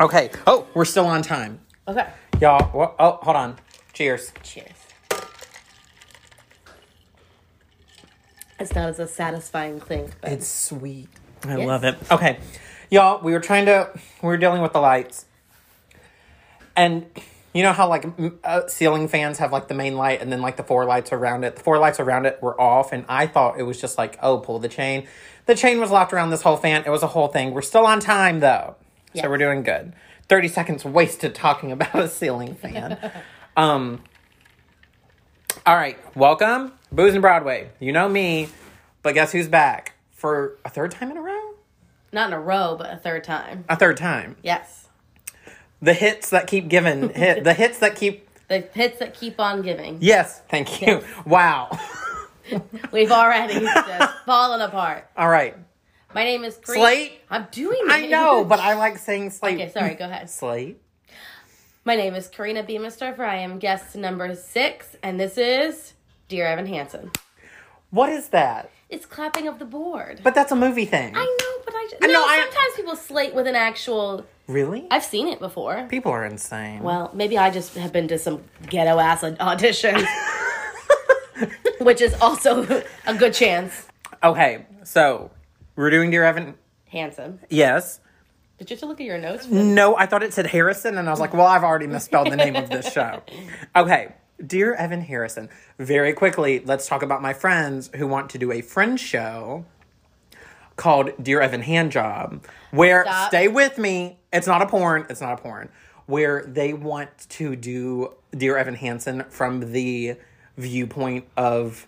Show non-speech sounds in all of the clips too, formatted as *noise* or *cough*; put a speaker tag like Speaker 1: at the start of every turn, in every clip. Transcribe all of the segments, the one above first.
Speaker 1: Okay. Oh, we're still on time.
Speaker 2: Okay.
Speaker 1: Y'all, wha- oh, hold on. Cheers.
Speaker 2: Cheers. It's not as a satisfying clink, but
Speaker 1: It's sweet. I
Speaker 2: Yes.
Speaker 1: love it. Okay. Y'all, we were trying to, we were dealing with the lights. And you know how, like, m- uh, ceiling fans have, like, the main light and then, like, the four lights around it? The four lights around it were off, and I thought it was just like, oh, pull the chain. The chain was locked around this whole fan. It was a whole thing. We're still on time, though.
Speaker 2: Yes.
Speaker 1: So we're doing good. 30 seconds wasted talking about a ceiling fan. um, all right, welcome, Booze and Broadway. You know me, but guess who's back for a third time in a row?
Speaker 2: not in a row, but a third time.
Speaker 1: A third time.
Speaker 2: Yes.
Speaker 1: The hits that keep giving, hit the hits that keep.
Speaker 2: The pits that keep on giving.
Speaker 1: *laughs* Yes, thank you. Wow.
Speaker 2: We've already just fallen apart.
Speaker 1: All right,
Speaker 2: My name is Grace.
Speaker 1: Slate?
Speaker 2: I'm doing it.
Speaker 1: I know, but I like saying slate.
Speaker 2: Okay, sorry, go ahead.
Speaker 1: Slate.
Speaker 2: *laughs* My name is Karina Beamister, for I am guest number six, and this is Dear Evan Hansen.
Speaker 1: What is that?
Speaker 2: It's clapping of the board.
Speaker 1: But that's a movie thing.
Speaker 2: I know, but I just, no.
Speaker 1: know, I-
Speaker 2: sometimes people slate with an actual.
Speaker 1: really?
Speaker 2: I've seen it before.
Speaker 1: People are insane.
Speaker 2: Well, maybe I just have been to some ghetto ass audition,
Speaker 1: *laughs*
Speaker 2: which is also a good chance.
Speaker 1: okay, so we're doing Dear Evan.
Speaker 2: Hansen,
Speaker 1: Yes.
Speaker 2: did you have to look at your notes?
Speaker 1: No, I thought it said Harrison, and I was like, well, I've already misspelled the name of this
Speaker 2: *laughs*
Speaker 1: show. Okay. Dear Evan Harrison, very quickly, let's talk about my friends who want to do a friend show called Dear Evan Handjob, where,
Speaker 2: Stop.
Speaker 1: stay with me, it's not a porn, it's not a porn, where they want to do Dear Evan Hansen from the viewpoint of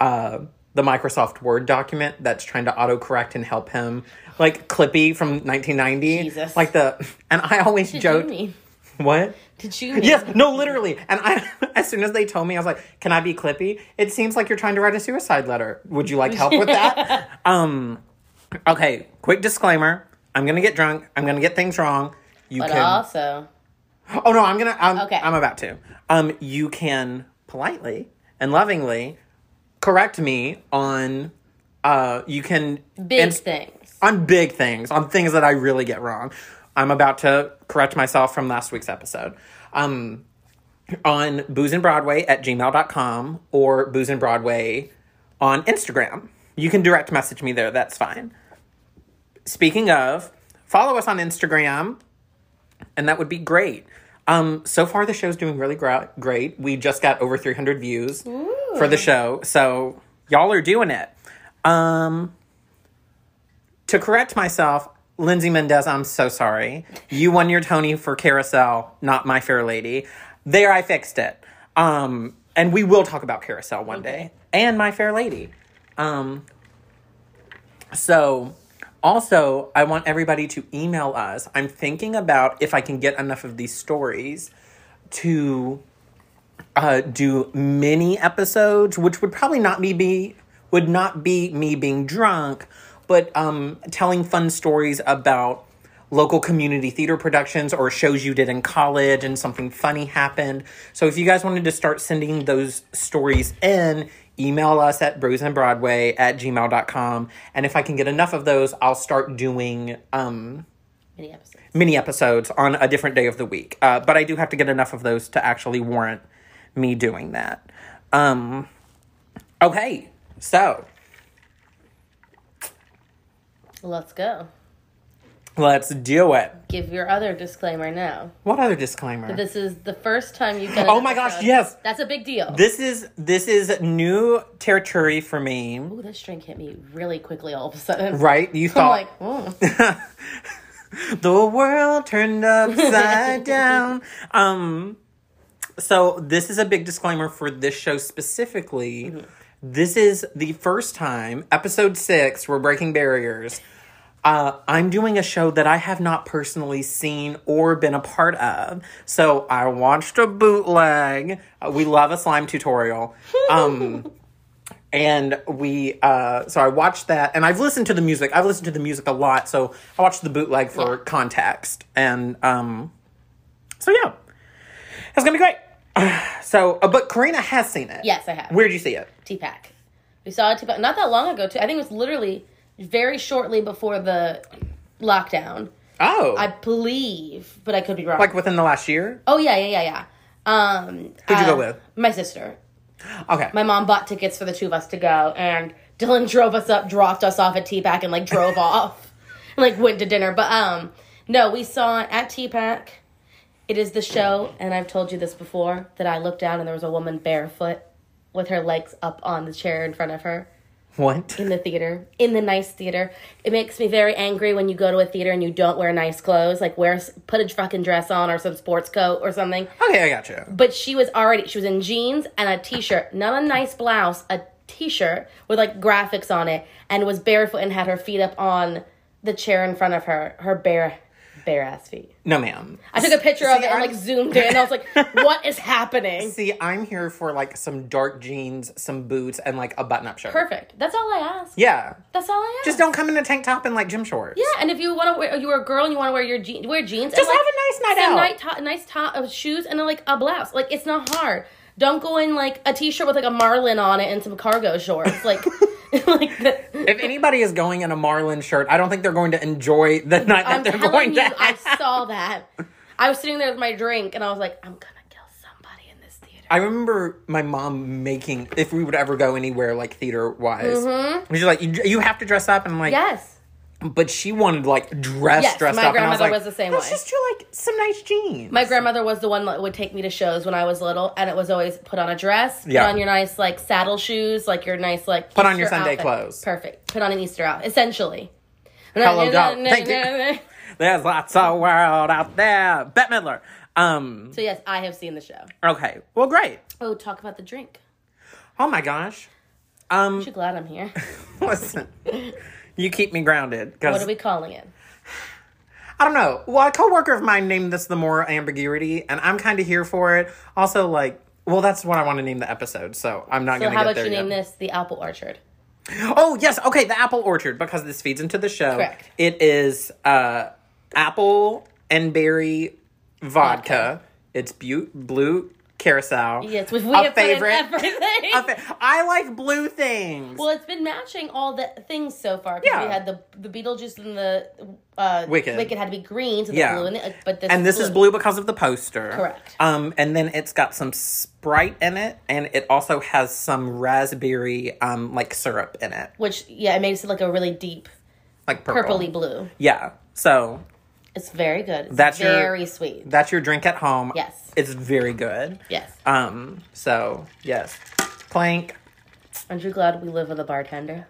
Speaker 1: uh, the Microsoft Word document that's trying to autocorrect and help him, like Clippy from 1990.
Speaker 2: Jesus.
Speaker 1: Like the, and I always
Speaker 2: Did
Speaker 1: joke,
Speaker 2: you mean?
Speaker 1: what?
Speaker 2: Did you mean?
Speaker 1: Yes, no, literally. And I, *laughs* as soon as they told me, I was like, "Can I be Clippy?" It seems like you're trying to write a suicide letter. Would you like help
Speaker 2: *laughs*
Speaker 1: with that? um, okay. Quick disclaimer: I'm gonna get drunk. I'm gonna get things wrong. You
Speaker 2: But
Speaker 1: can.
Speaker 2: also,
Speaker 1: Oh no, I'm gonna. I'm,
Speaker 2: Okay.
Speaker 1: I'm about to. Um, you can politely and lovingly correct me on. Uh, you can
Speaker 2: big
Speaker 1: and-
Speaker 2: things.
Speaker 1: on big things, on things that I really get wrong. I'm about to correct myself from last week's episode. Um, on boozeandbroadway at gmail.com or boozeandbroadway on Instagram. You can direct message me there, that's fine. Speaking of, follow us on Instagram, and that would be great. Um, so far, the show's doing really gra- great. We just got over 300 views for the show, so y'all are doing it to correct myself, Lindsay Mendez, I'm so sorry. You won your Tony for Carousel, not My Fair Lady. There, I fixed it. Um, and we will talk about Carousel one day and My Fair Lady. Um, so, also, I want everybody to email us. I'm thinking about if I can get enough of these stories to uh, do mini episodes, which would probably not me be would not be me being drunk, but um, telling fun stories about local community theater productions or shows you did in college and something funny happened. So if you guys wanted to start sending those stories in, email us at bruiseandbroadway at gmail.com. And if I can get enough of those, I'll start doing um,
Speaker 2: Many episodes.
Speaker 1: mini episodes on a different day of the week. Uh, but I do have to get enough of those to actually warrant me doing that. Um, okay, so
Speaker 2: Let's go.
Speaker 1: let's do it.
Speaker 2: Give your other disclaimer now.
Speaker 1: What other disclaimer?
Speaker 2: This is the first time you've done.
Speaker 1: Oh
Speaker 2: an
Speaker 1: my gosh,
Speaker 2: episode.
Speaker 1: yes.
Speaker 2: That's a big deal.
Speaker 1: This is this is new territory for me,
Speaker 2: Ooh, this drink hit me really quickly all of a sudden.
Speaker 1: right? You
Speaker 2: I'm
Speaker 1: thought
Speaker 2: like,
Speaker 1: *laughs*
Speaker 2: oh,
Speaker 1: the world turned upside down. Um, so this is a big disclaimer for this show specifically. This is the first time, episode six, we're breaking barriers. Uh, I'm doing a show that I have not personally seen or been a part of. So I watched a bootleg. Uh, we love a slime tutorial. Um, and we uh so i watched that and i've listened to the music i've listened to the music a lot so i watched the bootleg for context and um so yeah it's gonna be great *sighs* so uh, but karina has seen it
Speaker 2: yes, I have.
Speaker 1: where'd you see it
Speaker 2: T Pack. We saw a T Pack not that long ago too. I think it was literally very shortly before the lockdown.
Speaker 1: Oh,
Speaker 2: I believe, but I could be wrong.
Speaker 1: like within the last year.
Speaker 2: oh yeah, yeah, yeah, yeah. Um,
Speaker 1: Who'd you go
Speaker 2: uh,
Speaker 1: with?
Speaker 2: My sister.
Speaker 1: Okay.
Speaker 2: Oh, My mom bought tickets for the two of us to go, and Dylan *laughs* drove us up, dropped us off at TPAC, and like
Speaker 1: *laughs*
Speaker 2: drove off, and like went to dinner. But um, no, we saw it at TPAC. It is the show, and I've told you this before that I looked down and there was a woman barefoot with her legs up on the chair in front of her *laughs*
Speaker 1: what?
Speaker 2: in the theater, in the nice theater. It makes me very angry when you go to a theater and you don't wear nice clothes. Like, wear s- put a fucking dress on or some sports coat or something.
Speaker 1: Okay, I got you.
Speaker 2: But she was already she was in jeans and a t-shirt, not a nice blouse, a t-shirt with like graphics on it, and was barefoot and had her feet up on the chair in front of her, her bare, bare ass feet.
Speaker 1: No, ma'am.
Speaker 2: I took a picture of it and
Speaker 1: I'm-
Speaker 2: like zoomed in. and I
Speaker 1: *laughs*
Speaker 2: was like, "What is happening?"
Speaker 1: See, I'm here for like some dark jeans, some boots, and like a button-up shirt.
Speaker 2: Perfect. That's all I ask.
Speaker 1: Yeah.
Speaker 2: That's all I ask.
Speaker 1: Just don't come in a tank top and like gym shorts.
Speaker 2: Yeah, and if you want to wear, you're a girl and you want to wear your jeans, wear jeans.
Speaker 1: Just
Speaker 2: and,
Speaker 1: have a nice night
Speaker 2: some
Speaker 1: out.
Speaker 2: night top, nice top of shoes, and then, like a blouse. Like it's not hard. Don't go in like a t-shirt with like a marlin on it and some cargo
Speaker 1: *laughs*
Speaker 2: shorts. Like, *laughs* like the,
Speaker 1: If anybody is going in a Marlin shirt, I don't think they're going to enjoy the night that
Speaker 2: I'm
Speaker 1: they're
Speaker 2: telling
Speaker 1: going
Speaker 2: you,
Speaker 1: to.
Speaker 2: I
Speaker 1: have.
Speaker 2: saw that. I was sitting there with my drink, and I was like, I'm gonna kill somebody in this theater.
Speaker 1: I remember my mom making if we would ever go anywhere like theater wise.
Speaker 2: Mm-hmm.
Speaker 1: She's like, you, you have to dress up, and I'm like,
Speaker 2: Yes,
Speaker 1: but she wanted like dress
Speaker 2: Yes,
Speaker 1: dressed
Speaker 2: my
Speaker 1: up. and I was,
Speaker 2: grandmother
Speaker 1: like,
Speaker 2: was the same
Speaker 1: Let's
Speaker 2: way."
Speaker 1: just do like some nice jeans.
Speaker 2: my grandmother was the one that would take me to shows when I was little, and it was always put on a dress, put
Speaker 1: Yeah.
Speaker 2: on your nice like saddle shoes, like your nice like
Speaker 1: Put on your
Speaker 2: Easter
Speaker 1: Sunday
Speaker 2: outfit.
Speaker 1: clothes.
Speaker 2: Perfect. Put on an Easter outfit, essentially.
Speaker 1: Hello, dog. Thank you. There's lots of world out there. Bette Midler. Um.
Speaker 2: *laughs* So yes, I have seen the show.
Speaker 1: Okay. Well, great.
Speaker 2: Oh, talk about the drink.
Speaker 1: Oh my gosh. *laughs* Um.
Speaker 2: Aren't you glad
Speaker 1: *laughs*
Speaker 2: I'm here?
Speaker 1: Listen, you keep me grounded
Speaker 2: What
Speaker 1: because
Speaker 2: are we calling it?
Speaker 1: I don't know. Well, a coworker of mine named this the moral ambiguity, and I'm kind of here for it. Also, like, well, that's what I want to name the episode, so I'm not
Speaker 2: So
Speaker 1: gonna
Speaker 2: how
Speaker 1: get
Speaker 2: about
Speaker 1: there
Speaker 2: you
Speaker 1: yet.
Speaker 2: name this the Apple Orchard?
Speaker 1: Oh yes, okay, the apple orchard because this feeds into the show.
Speaker 2: Correct.
Speaker 1: It is uh, apple and berry vodka. It's bu- blue carousel.
Speaker 2: Yes, we we
Speaker 1: A
Speaker 2: have
Speaker 1: favorite.
Speaker 2: put in
Speaker 1: *laughs*
Speaker 2: everything.
Speaker 1: A fa- I like blue things.
Speaker 2: well, it's been matching all the things so far. 'cause
Speaker 1: Yeah.
Speaker 2: we had the the Beetlejuice and the uh,
Speaker 1: Wicked.
Speaker 2: Wicked had to be green, so the
Speaker 1: Yeah.
Speaker 2: blue and the, uh, but this
Speaker 1: and this is blue because of the poster.
Speaker 2: Correct.
Speaker 1: Um, and then it's got some Sprite in it, and it also has some raspberry, um, like syrup in it,
Speaker 2: which yeah, it makes it like a really deep
Speaker 1: like purple.
Speaker 2: purpley blue.
Speaker 1: Yeah. So
Speaker 2: It's very good. It's
Speaker 1: That's your-
Speaker 2: very sweet.
Speaker 1: that's your drink at home.
Speaker 2: Yes.
Speaker 1: It's very good.
Speaker 2: Yes.
Speaker 1: Um. So yes, Plank.
Speaker 2: Aren't you glad we live with a bartender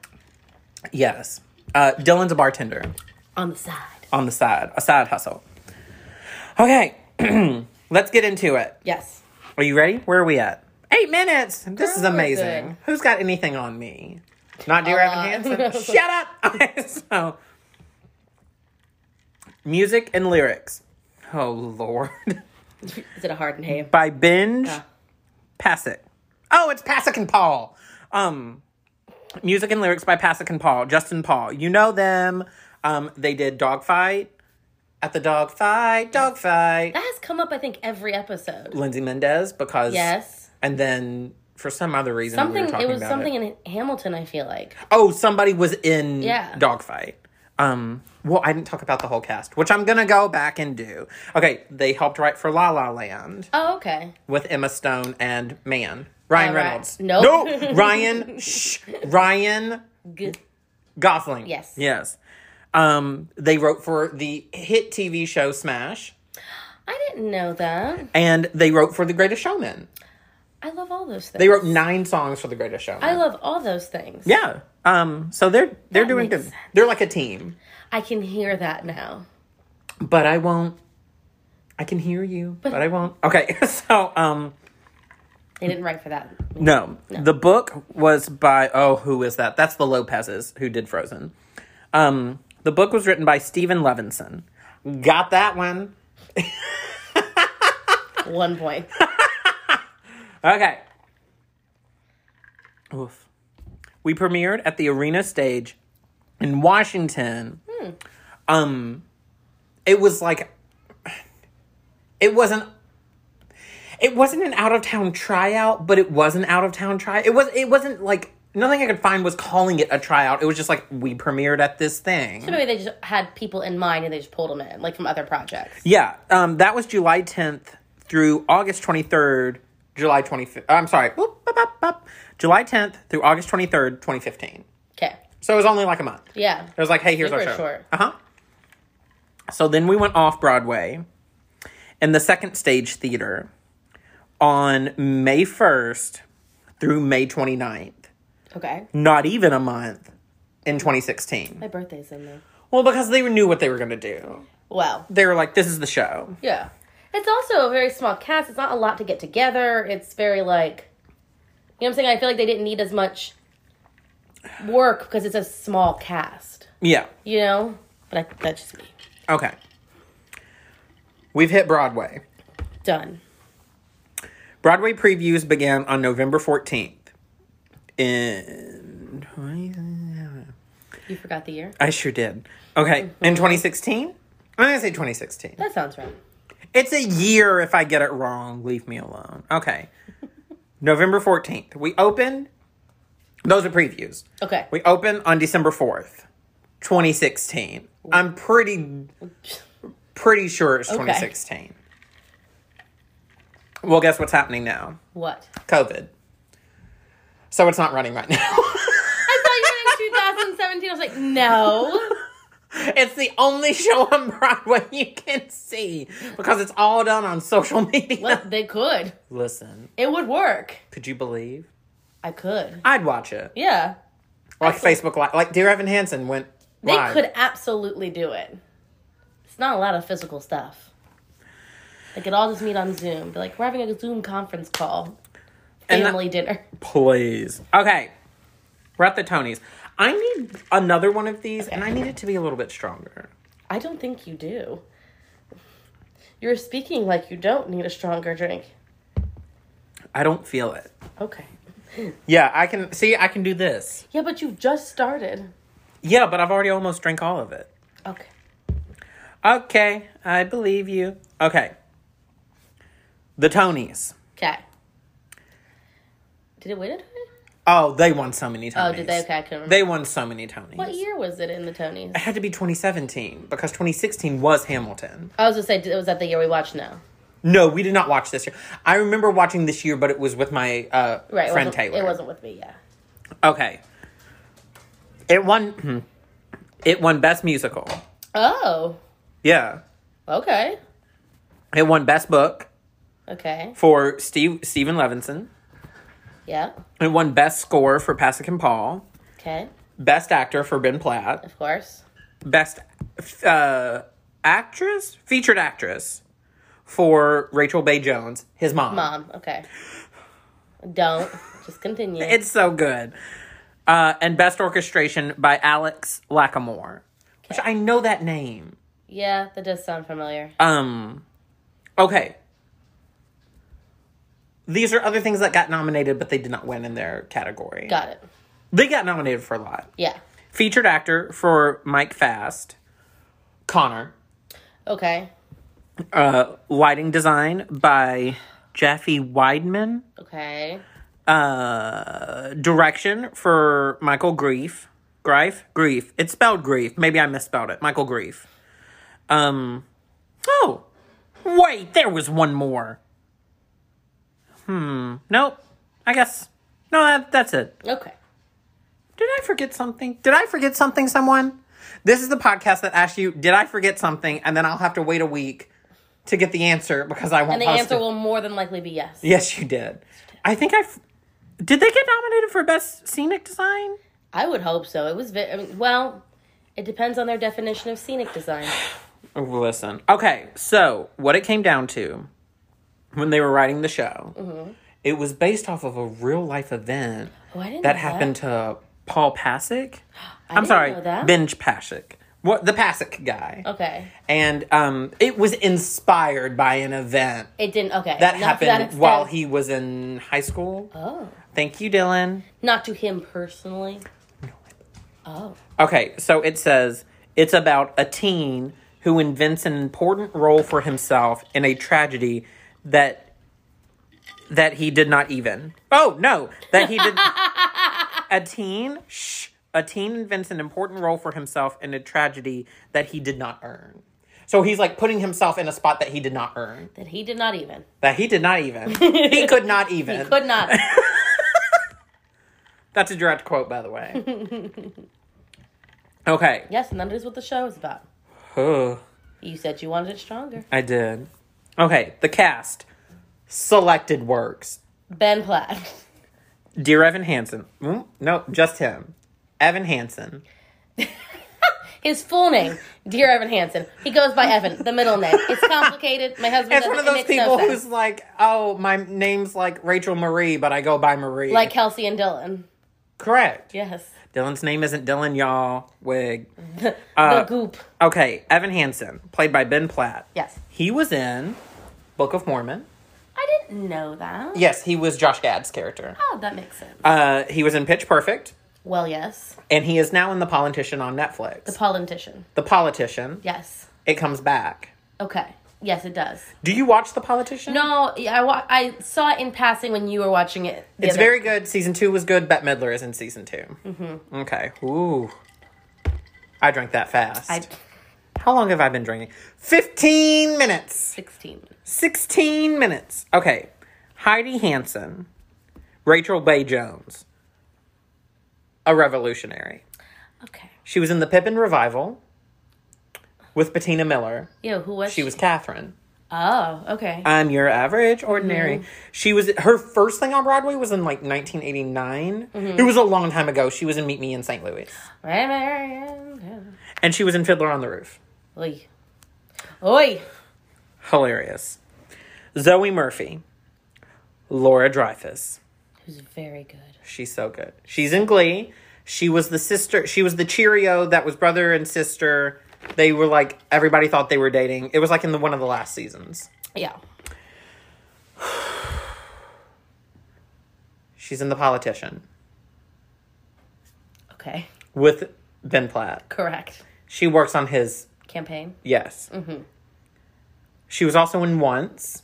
Speaker 1: Yes. Uh, Dylan's a bartender
Speaker 2: on the side?
Speaker 1: on the side, a side hustle. Okay, *clears throat* let's get into it.
Speaker 2: Yes.
Speaker 1: Are you ready? Where are we at? Eight minutes. This is
Speaker 2: Girl, we're
Speaker 1: amazing.
Speaker 2: good.
Speaker 1: Who's got anything on me? Not dear
Speaker 2: lot.
Speaker 1: Evan Hansen.
Speaker 2: *laughs*
Speaker 1: Shut up. *laughs* Okay, so music and lyrics. Oh Lord. *laughs*
Speaker 2: Is it a hard name?
Speaker 1: By Binge
Speaker 2: Yeah.
Speaker 1: Pasek. Oh, it's Pasek and Paul. Um Music and lyrics by Pasek and Paul, Justin Paul. You know them. Um, they did Dogfight. At the Dogfight, Dogfight.
Speaker 2: That has come up, I think, every episode.
Speaker 1: Lindsay Mendez because
Speaker 2: Yes.
Speaker 1: and then for some other reason we
Speaker 2: Something.
Speaker 1: were talking
Speaker 2: it was
Speaker 1: about
Speaker 2: something
Speaker 1: it.
Speaker 2: in Hamilton. I feel like.
Speaker 1: Oh, somebody was in
Speaker 2: Yeah.
Speaker 1: dogfight. Um, well, I didn't talk about the whole cast, which I'm gonna go back and do. Okay, they helped write for La La Land
Speaker 2: Oh, okay.
Speaker 1: with Emma Stone and Man Ryan
Speaker 2: All right.
Speaker 1: Reynolds.
Speaker 2: Nope.
Speaker 1: no,
Speaker 2: *laughs*
Speaker 1: Ryan. Shh, Ryan
Speaker 2: Good.
Speaker 1: Gosling.
Speaker 2: Yes.
Speaker 1: yes. Um, they wrote for the hit TV show Smash,
Speaker 2: I didn't know that.
Speaker 1: and they wrote for The Greatest Showman.
Speaker 2: I love all those things.
Speaker 1: They wrote nine songs for The Greatest Showman.
Speaker 2: I love all those things.
Speaker 1: Yeah. Um. So they're they're
Speaker 2: That
Speaker 1: doing
Speaker 2: makes
Speaker 1: good. They're like a team.
Speaker 2: I can hear that now.
Speaker 1: But I won't. I can hear you, but, I won't. Okay. *laughs* So um.
Speaker 2: They didn't write for that. *laughs*
Speaker 1: No. the book was by oh who is that? That's the Lopez's who did Frozen. Um. The book was written by Stephen Levinson. Got that one.
Speaker 2: One point.
Speaker 1: Okay. Oof. We premiered at the arena stage in Washington. Hmm. Um it was like it wasn't it wasn't an out of town tryout, but it was an out of town try. It was it wasn't like nothing I could find was calling it a tryout. It was just like we premiered at this thing.
Speaker 2: Maybe they just had people in mind and they just pulled them in, like from other projects.
Speaker 1: Yeah, um, that was July 10th through August 23rd, July 25th. I'm sorry, whoop, bop, bop, bop. July 10th through August 23rd, 2015.
Speaker 2: Okay.
Speaker 1: So it was only like a month.
Speaker 2: Yeah.
Speaker 1: It was like, hey, here's
Speaker 2: Super
Speaker 1: our show.
Speaker 2: short.
Speaker 1: Uh huh. So then we went off Broadway in the second stage theater on May 1st through May 29th.
Speaker 2: Okay.
Speaker 1: Not even a month in 2016.
Speaker 2: My birthday's in there.
Speaker 1: Well, because they knew what they were going to do.
Speaker 2: Well,
Speaker 1: They were like, this is the show.
Speaker 2: yeah. It's also a very small cast. It's not a lot to get together. It's very like, you know what I'm saying? I feel like they didn't need as much work because it's a small cast,
Speaker 1: Yeah.
Speaker 2: you know? But I, that's just me.
Speaker 1: Okay. We've hit Broadway.
Speaker 2: Done.
Speaker 1: Broadway previews began on November 14th. In
Speaker 2: You forgot the year?
Speaker 1: I sure did. Okay, in 2016? I'm going to say 2016.
Speaker 2: That sounds right.
Speaker 1: It's a year if I get it wrong. Leave me alone. Okay. November 14th. We opened. Those are previews.
Speaker 2: Okay.
Speaker 1: We open on December 4th, 2016. I'm pretty pretty sure it's 2016. Well, guess what's happening now?
Speaker 2: *laughs* What?
Speaker 1: COVID. So it's not running right now. *laughs*
Speaker 2: I thought you were in 2017. I was like, no.
Speaker 1: it's the only show on Broadway *laughs* you can see because it's all done on social media.
Speaker 2: But they could.
Speaker 1: Listen,
Speaker 2: It would work.
Speaker 1: could you believe?
Speaker 2: I could.
Speaker 1: I'd watch it.
Speaker 2: Yeah.
Speaker 1: Like Facebook Live. Like Dear Evan Hansen went
Speaker 2: They
Speaker 1: live.
Speaker 2: could absolutely do it. It's not a lot of physical stuff. They could all just meet on Zoom. Be like, we're having a Zoom conference call.
Speaker 1: And that-
Speaker 2: Family dinner.
Speaker 1: Please. Okay. We're at the Tonys. I need another one of these, and I need it to be a little bit stronger.
Speaker 2: I don't think you do. You're speaking like you don't need a stronger drink.
Speaker 1: I don't feel it.
Speaker 2: Okay.
Speaker 1: Yeah, I can see. I can do this.
Speaker 2: Yeah, but you've just started.
Speaker 1: Yeah, but I've already almost drank all of it.
Speaker 2: Okay.
Speaker 1: Okay, I believe you. Okay. The Tonys.
Speaker 2: Okay. Did it win it?
Speaker 1: Oh, they won so many Tonys.
Speaker 2: Oh, did they? Okay, I couldn't remember.
Speaker 1: They won so many Tonys.
Speaker 2: what year was it in the Tonys?
Speaker 1: It had to be 2017 because 2016 was Hamilton.
Speaker 2: I was gonna say, did- was that the year we watched? No.
Speaker 1: No, we did not watch this year. I remember watching this year, but it was with my uh,
Speaker 2: Right. it
Speaker 1: friend
Speaker 2: wasn't-
Speaker 1: Taylor.
Speaker 2: It wasn't with me, yeah.
Speaker 1: Okay. It won. hmm, It won best musical.
Speaker 2: Oh,
Speaker 1: Yeah.
Speaker 2: okay.
Speaker 1: It won best book
Speaker 2: Okay.
Speaker 1: for Steve Stephen Levinson.
Speaker 2: Yeah.
Speaker 1: It won best score for Pascal Paul.
Speaker 2: Okay.
Speaker 1: Best actor for Ben Platt.
Speaker 2: Of course.
Speaker 1: Best uh, actress, featured actress for Rachel Bay Jones, his mom.
Speaker 2: Mom. Okay. Don't. Just continue.
Speaker 1: It's so good. Uh, and best orchestration by Alex Lackamore, which I know that name.
Speaker 2: yeah, that does sound familiar.
Speaker 1: Um, okay. These are other things that got nominated, but they did not win in their category.
Speaker 2: Got it.
Speaker 1: they got nominated for a lot.
Speaker 2: Yeah.
Speaker 1: Featured actor for Mike Fast, Connor.
Speaker 2: Okay.
Speaker 1: Uh, lighting design by Jeffy Weidman.
Speaker 2: Okay.
Speaker 1: Uh, direction for Michael Grief. Grief? Grief. It's spelled Grief. Maybe I misspelled it. Michael Grief. Um, oh, wait, there was one more. Hmm, nope. I guess, no, that, that's it.
Speaker 2: Okay.
Speaker 1: Did I forget something? Did I forget something, someone? This is the podcast that asks you, did I forget something? And then I'll have to wait a week to get the answer because I won't
Speaker 2: And the
Speaker 1: post
Speaker 2: answer
Speaker 1: it.
Speaker 2: will more than likely be yes.
Speaker 1: Yes, you did. I think I f- did. They get nominated for best scenic design.
Speaker 2: I would hope so. It was very, I mean, well, it depends on their definition of scenic design.
Speaker 1: Oh, Listen, okay. So what it came down to when they were writing the show, it was based off of a real life event
Speaker 2: Oh, I didn't know
Speaker 1: that happened to Paul Pasek. I'm
Speaker 2: didn't
Speaker 1: sorry,
Speaker 2: know that.
Speaker 1: Benj Pasek. What the Pasek guy?
Speaker 2: Okay.
Speaker 1: And um, it was inspired by an event
Speaker 2: It didn't. Okay.
Speaker 1: that
Speaker 2: Not to that
Speaker 1: happened while
Speaker 2: extent.
Speaker 1: he was in high school.
Speaker 2: Oh.
Speaker 1: Thank you, Dylan.
Speaker 2: Not to him personally. Oh.
Speaker 1: Okay, so it says it's about a teen who invents an important role for himself in a tragedy that that he did not even. Oh no, that he did a teen, shh, a teen invents an important role for himself in a tragedy that he did not earn. So he's like putting himself in a spot that he did not earn,
Speaker 2: That he did not even.
Speaker 1: that he did not even, he could not even.
Speaker 2: He
Speaker 1: *laughs*
Speaker 2: could not.
Speaker 1: That's a direct quote, by the way. *laughs* okay.
Speaker 2: yes, and that is what the show is about.
Speaker 1: Ugh.
Speaker 2: You said you wanted it stronger.
Speaker 1: I did. Okay, the cast. Selected works.
Speaker 2: Ben Platt. *laughs*
Speaker 1: Dear Evan Hansen. Mm, no, just him. Evan Hansen.
Speaker 2: His full name, dear Evan Hansen. He goes by Evan, the middle name. It's complicated. My husband.
Speaker 1: It's
Speaker 2: doesn't-
Speaker 1: one of
Speaker 2: it
Speaker 1: those
Speaker 2: makes no
Speaker 1: people
Speaker 2: sense.
Speaker 1: who's like, oh, my name's like Rachel Marie, but I go by Marie.
Speaker 2: like Kelsey and Dylan.
Speaker 1: correct.
Speaker 2: Yes,
Speaker 1: Dylan's name isn't Dylan, y'all. Wig. Uh,
Speaker 2: the Goop.
Speaker 1: Okay, Evan Hansen, played by Ben Platt.
Speaker 2: Yes,
Speaker 1: He was in Book of Mormon.
Speaker 2: I didn't know that.
Speaker 1: Yes, he was Josh Gad's character.
Speaker 2: Oh, that makes sense.
Speaker 1: Uh, he was in Pitch Perfect,
Speaker 2: well, yes,
Speaker 1: and he is now in The Politician on Netflix.
Speaker 2: the politician.
Speaker 1: the Politician.
Speaker 2: Yes.
Speaker 1: It comes back.
Speaker 2: Okay. Yes, it does.
Speaker 1: Do you watch The Politician?
Speaker 2: No, yeah, I wa- I saw it in passing when you were watching it. the
Speaker 1: It's
Speaker 2: other-
Speaker 1: very good. Season two was good. Bette Midler is in season 2 Mm-hmm. Okay. Ooh. I drank that fast.
Speaker 2: I,
Speaker 1: How long have I been drinking? 15 minutes.
Speaker 2: Sixteen.
Speaker 1: 16 minutes. Okay. Heidi Hansen, Rachel Bay Jones, a revolutionary.
Speaker 2: Okay.
Speaker 1: She was in the Pippin Revival with Bettina Miller.
Speaker 2: Yo, who was
Speaker 1: She was Uh, Catherine.
Speaker 2: Oh, okay.
Speaker 1: I'm your average ordinary. She was her first thing on Broadway was in like 1989. It was a long time ago. She was in Meet Me in St. Louis, and she was in Fiddler on the Roof.
Speaker 2: Oi. Oi.
Speaker 1: Hilarious. Zoe Murphy, Laura Dreyfus.
Speaker 2: Who's very good.
Speaker 1: She's so good. She's in Glee. She was the sister. She was the Cheerio that was brother and sister. They were like everybody thought they were dating. It was like in the one of the last seasons.
Speaker 2: Yeah.
Speaker 1: She's in The Politician
Speaker 2: Okay.
Speaker 1: with Ben Platt.
Speaker 2: Correct.
Speaker 1: She works on his
Speaker 2: Campaign.
Speaker 1: Yes.
Speaker 2: Mm-hmm.
Speaker 1: She was also in Once.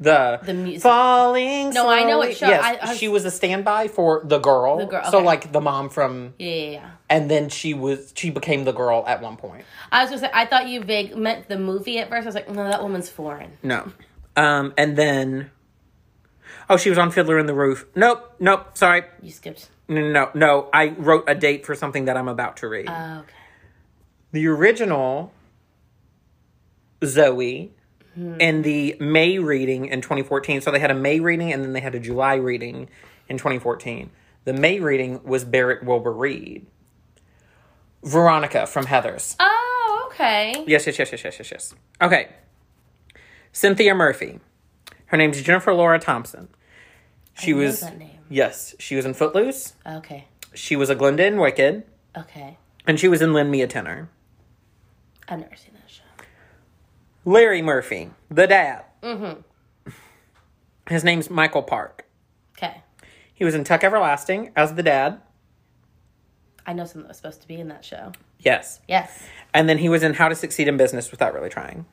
Speaker 1: The,
Speaker 2: The music-
Speaker 1: falling.
Speaker 2: No, I know
Speaker 1: slowly-
Speaker 2: what show-
Speaker 1: Yes,
Speaker 2: I- I was-
Speaker 1: she was a standby for the girl.
Speaker 2: The girl,
Speaker 1: So
Speaker 2: okay.
Speaker 1: like the mom from,
Speaker 2: Yeah, yeah, yeah.
Speaker 1: and then she was she became the girl at one point.
Speaker 2: I was gonna say I thought you vague meant the movie at first. I was like, no, that woman's foreign.
Speaker 1: No, um, and then, oh, she was on Fiddler in the Roof. Nope, nope. Sorry,
Speaker 2: You skipped.
Speaker 1: no, no, no. I wrote a date for something that I'm about to read.
Speaker 2: Oh, okay.
Speaker 1: the original Zoe
Speaker 2: Hmm.
Speaker 1: in the May reading in 2014. So they had a May reading and then they had a July reading in 2014. The May reading was Barrett Wilbur Reed. Veronica from Heather's.
Speaker 2: Oh, okay.
Speaker 1: Yes, yes, yes, yes, yes, yes, yes. Okay. Cynthia Murphy. Her name's Jennifer Laura Thompson. She
Speaker 2: know
Speaker 1: was
Speaker 2: that name.
Speaker 1: Yes, she was in Footloose.
Speaker 2: Okay.
Speaker 1: She was a Glinda in Wicked,
Speaker 2: Okay.
Speaker 1: and she was in Lend Me a Tenor.
Speaker 2: I've never seen that show.
Speaker 1: Larry Murphy, the dad.
Speaker 2: Mm-hmm.
Speaker 1: His name's Michael Park.
Speaker 2: Okay.
Speaker 1: He was in Tuck Everlasting as the dad.
Speaker 2: I know someone that was supposed to be in that show.
Speaker 1: Yes.
Speaker 2: Yes.
Speaker 1: And then he was in How to Succeed in Business Without Really Trying.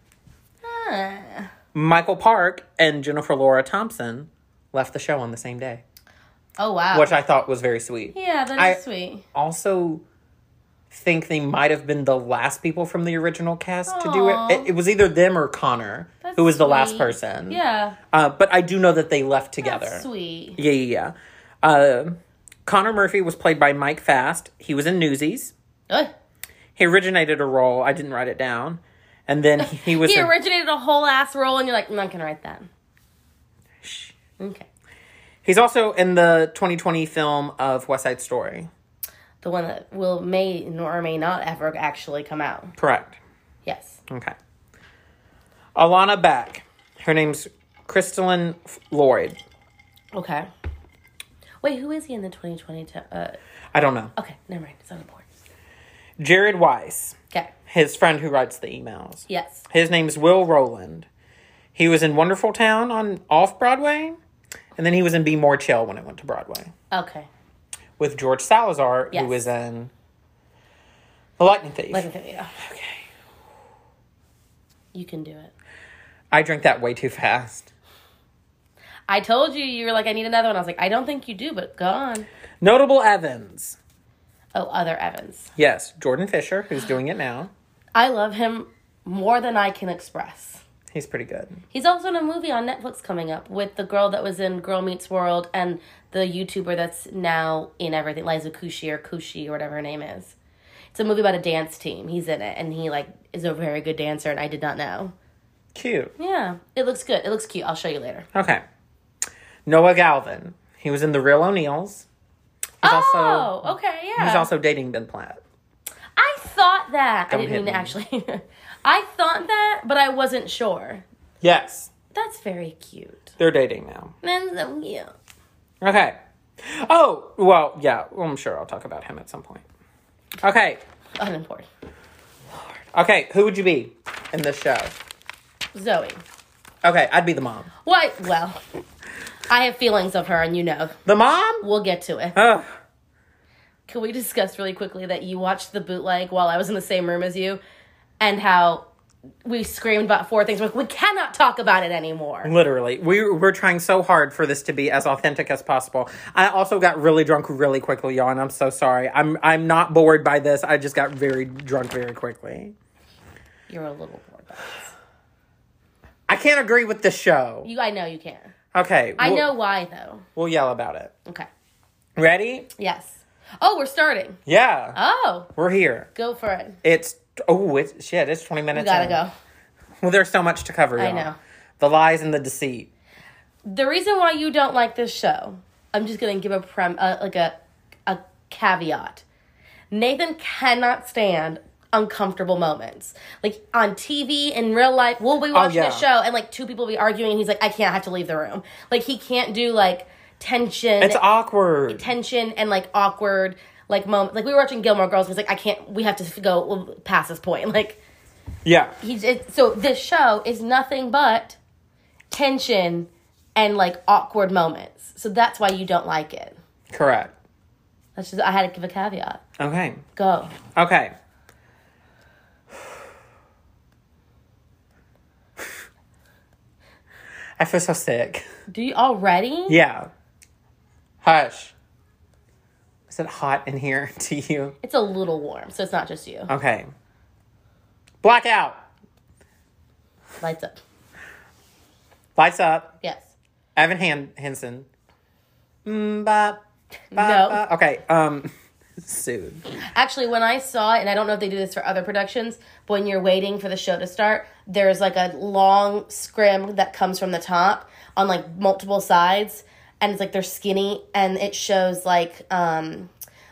Speaker 2: Ah.
Speaker 1: Michael Park and Jennifer Laura Thompson left the show on the same day,
Speaker 2: Oh wow.
Speaker 1: which I thought was very sweet.
Speaker 2: yeah, that is
Speaker 1: I-
Speaker 2: sweet.
Speaker 1: Also, think they might have been the last people from the original cast to do
Speaker 2: Aw.
Speaker 1: it. it. It was either them or Connor,
Speaker 2: That's
Speaker 1: who was the last
Speaker 2: sweet.
Speaker 1: person.
Speaker 2: Yeah.
Speaker 1: Uh, but I do know that they left together.
Speaker 2: That's sweet.
Speaker 1: Yeah, yeah, yeah. Uh, Connor Murphy was played by Mike Fast. He was in Newsies.
Speaker 2: Ugh.
Speaker 1: He originated a role. I didn't write it down. And then he, he was.
Speaker 2: He
Speaker 1: in-
Speaker 2: originated a whole ass role, and you're like, I'm not gonna write that. Okay.
Speaker 1: he's also in the 2020 film of West Side Story.
Speaker 2: The one that will may nor may not ever actually come out.
Speaker 1: Correct.
Speaker 2: Yes.
Speaker 1: Okay. Alana Back. Her name's Crystalline F- Lloyd.
Speaker 2: Okay. Wait, who is he in the 2020? T- uh,
Speaker 1: I don't know.
Speaker 2: okay, never mind. It's on the board.
Speaker 1: Jared Weiss,
Speaker 2: Okay.
Speaker 1: his friend who writes the emails.
Speaker 2: Yes.
Speaker 1: His name's Will Rowland. He was in Wonderful Town on off Broadway, and then he was in Be More Chill when it went to Broadway.
Speaker 2: Okay.
Speaker 1: with George Salazar,
Speaker 2: Yes.
Speaker 1: who was in The Lightning Thief.
Speaker 2: Like, okay, yeah.
Speaker 1: okay.
Speaker 2: You can do it.
Speaker 1: I drank that way too fast.
Speaker 2: I told you, you were like, I need another one. I was like, I don't think you do, but go on.
Speaker 1: Notable Evans.
Speaker 2: Oh, other Evans.
Speaker 1: Yes, Jordan Fisher, who's doing it now.
Speaker 2: I love him more than I can express.
Speaker 1: He's pretty good.
Speaker 2: He's also in a movie on Netflix coming up with the girl that was in Girl Meets World and the YouTuber that's now in everything, Liza Kushi or Kushi or whatever her name is. It's a movie about a dance team. He's in it, and he like is a very good dancer, and I did not know.
Speaker 1: Cute.
Speaker 2: Yeah, it looks good. It looks cute. I'll show you later.
Speaker 1: Okay. Noah Galvin. He was in The Real O'Neills. He's
Speaker 2: oh,
Speaker 1: also
Speaker 2: okay, yeah.
Speaker 1: he's also dating Ben Platt.
Speaker 2: I thought that. I
Speaker 1: Don't
Speaker 2: didn't
Speaker 1: hit
Speaker 2: mean to
Speaker 1: me.
Speaker 2: actually. *laughs* I thought that, but I wasn't sure.
Speaker 1: Yes,
Speaker 2: That's very cute.
Speaker 1: they're dating now.
Speaker 2: That's so cute.
Speaker 1: Okay. Oh, well, yeah, I'm sure I'll talk about him at some point. Okay.
Speaker 2: Unimportant.
Speaker 1: Okay, who would you be in this show?
Speaker 2: Zoe.
Speaker 1: Okay, I'd be the mom.
Speaker 2: What? Well, I have feelings of her, and you know.
Speaker 1: The mom?
Speaker 2: We'll get to it.
Speaker 1: Ugh.
Speaker 2: Can we discuss really quickly that you watched the bootleg while I was in the same room as you and how we screamed about four things? We're like, we cannot talk about it anymore.
Speaker 1: Literally, we we're trying so hard for this to be as authentic as possible. I also got really drunk really quickly, y'all, and I'm so sorry. I'm I'm not bored by this. I just got very drunk very quickly.
Speaker 2: You're a little bored. by it.
Speaker 1: I can't agree with the show.
Speaker 2: You, I know you can.
Speaker 1: Okay,
Speaker 2: I
Speaker 1: we'll-
Speaker 2: know why, though.
Speaker 1: We'll yell about it.
Speaker 2: Okay.
Speaker 1: Ready?
Speaker 2: Yes. Oh, we're starting.
Speaker 1: Yeah,
Speaker 2: Oh,
Speaker 1: we're here.
Speaker 2: go for it.
Speaker 1: It's oh, it's shit. It's twenty minutes.
Speaker 2: We gotta
Speaker 1: in.
Speaker 2: go.
Speaker 1: Well, there's so much to cover.
Speaker 2: I
Speaker 1: y'all.
Speaker 2: know.
Speaker 1: the lies and the deceit.
Speaker 2: The reason why you don't like this show, I'm just gonna give a prem uh, like a a caveat. Nathan cannot stand uncomfortable moments, like on TV in real life. We'll be watching
Speaker 1: Oh, yeah.
Speaker 2: a show and like two people will be arguing, and he's like, "I can't I have to leave the room." Like he can't do like tension,
Speaker 1: It's awkward.
Speaker 2: tension, and like awkward like moment. Like we were watching Gilmore Girls, and he's like, "I can't. We have to go past this point." *laughs* Like
Speaker 1: yeah,
Speaker 2: he's it, so this show is nothing but tension and like awkward moments. So that's why you don't like it.
Speaker 1: correct.
Speaker 2: That's just I had to give a caveat.
Speaker 1: Okay,
Speaker 2: Go.
Speaker 1: okay. I feel so sick.
Speaker 2: Do you already?
Speaker 1: Yeah. Hush. Is it hot in here *laughs* to you?
Speaker 2: It's a little warm, so it's not just you.
Speaker 1: Okay. Blackout.
Speaker 2: Lights up.
Speaker 1: Lights up.
Speaker 2: Yes.
Speaker 1: Evan Han- Hansen. Mm, bop,
Speaker 2: No.
Speaker 1: bop. Okay. Um. *laughs* Soon.
Speaker 2: Actually, when I saw it, and I don't know if they do this for other productions, but when you're waiting for the show to start, there's like a long scrim that comes from the top on like multiple sides, and it's like they're skinny, and it shows like um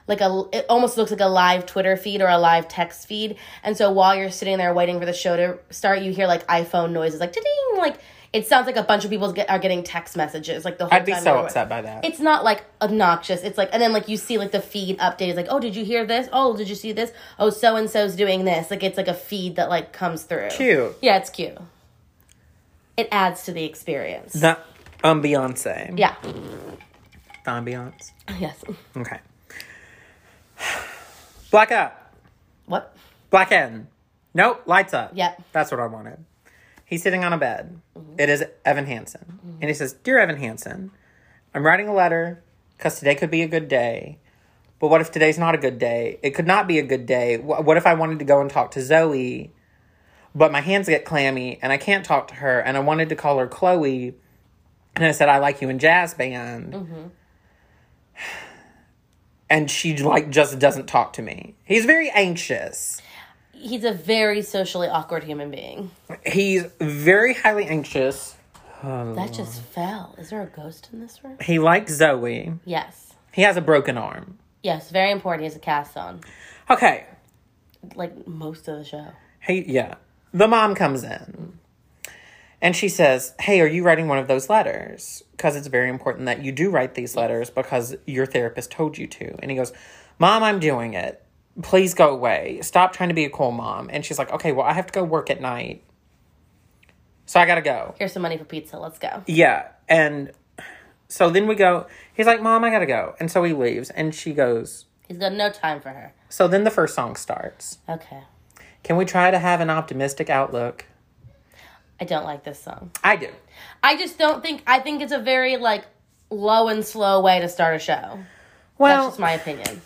Speaker 2: like a it almost looks like a live Twitter feed or a live text feed, and so while you're sitting there waiting for the show to start, you hear like iPhone noises, like ding, like it sounds like a bunch of people get, are getting text messages, like the whole
Speaker 1: I'd be
Speaker 2: time
Speaker 1: so
Speaker 2: you're-
Speaker 1: upset by that.
Speaker 2: it's not like obnoxious. It's like, and then like you see like the feed updated, like, oh, did you hear this? Oh, did you see this? Oh, so and so's doing this. Like it's like a feed that like comes through.
Speaker 1: Cute.
Speaker 2: Yeah, it's cute. It adds to the experience.
Speaker 1: The um Beyonce.
Speaker 2: yeah. *laughs*
Speaker 1: The ambiance.
Speaker 2: Yes.
Speaker 1: Okay. *sighs* Black up.
Speaker 2: What?
Speaker 1: Black in. Nope. Lights up.
Speaker 2: Yep.
Speaker 1: That's what I wanted. He's sitting on a bed. It is Evan Hansen. And he says, Dear Evan Hansen, I'm writing a letter because today could be a good day. But what if today's not a good day? It could not be a good day. Wh- What if I wanted to go and talk to Zoe, but my hands get clammy and I can't talk to her? And I wanted to call her Chloe. And I said, I like you in jazz band. And she like just doesn't talk to me. He's very anxious.
Speaker 2: He's a very socially awkward human being.
Speaker 1: He's very highly anxious.
Speaker 2: That just fell. Is there a ghost in this room?
Speaker 1: He likes Zoe.
Speaker 2: Yes.
Speaker 1: He has a broken arm.
Speaker 2: Yes. Very important. He has a cast on,
Speaker 1: Okay.
Speaker 2: like most of the show.
Speaker 1: Hey, yeah. The mom comes in. And she says, Hey, are you writing one of those letters? Because it's very important that you do write these letters because your therapist told you to. And he goes, Mom, I'm doing it. Please go away. Stop trying to be a cool mom. And she's like, Okay, well, I have to go work at night. So I got to go.
Speaker 2: Here's some money for pizza. Let's go.
Speaker 1: Yeah. And so then we go, he's like, Mom, I gotta go. And so he leaves. And she goes,
Speaker 2: He's got no time for her.
Speaker 1: So then the first song starts.
Speaker 2: Okay.
Speaker 1: Can we try to have an optimistic outlook?
Speaker 2: I don't like this song.
Speaker 1: I do.
Speaker 2: I just don't think. I think it's a very like low and slow way to start a show. That's
Speaker 1: Well,
Speaker 2: just my opinion.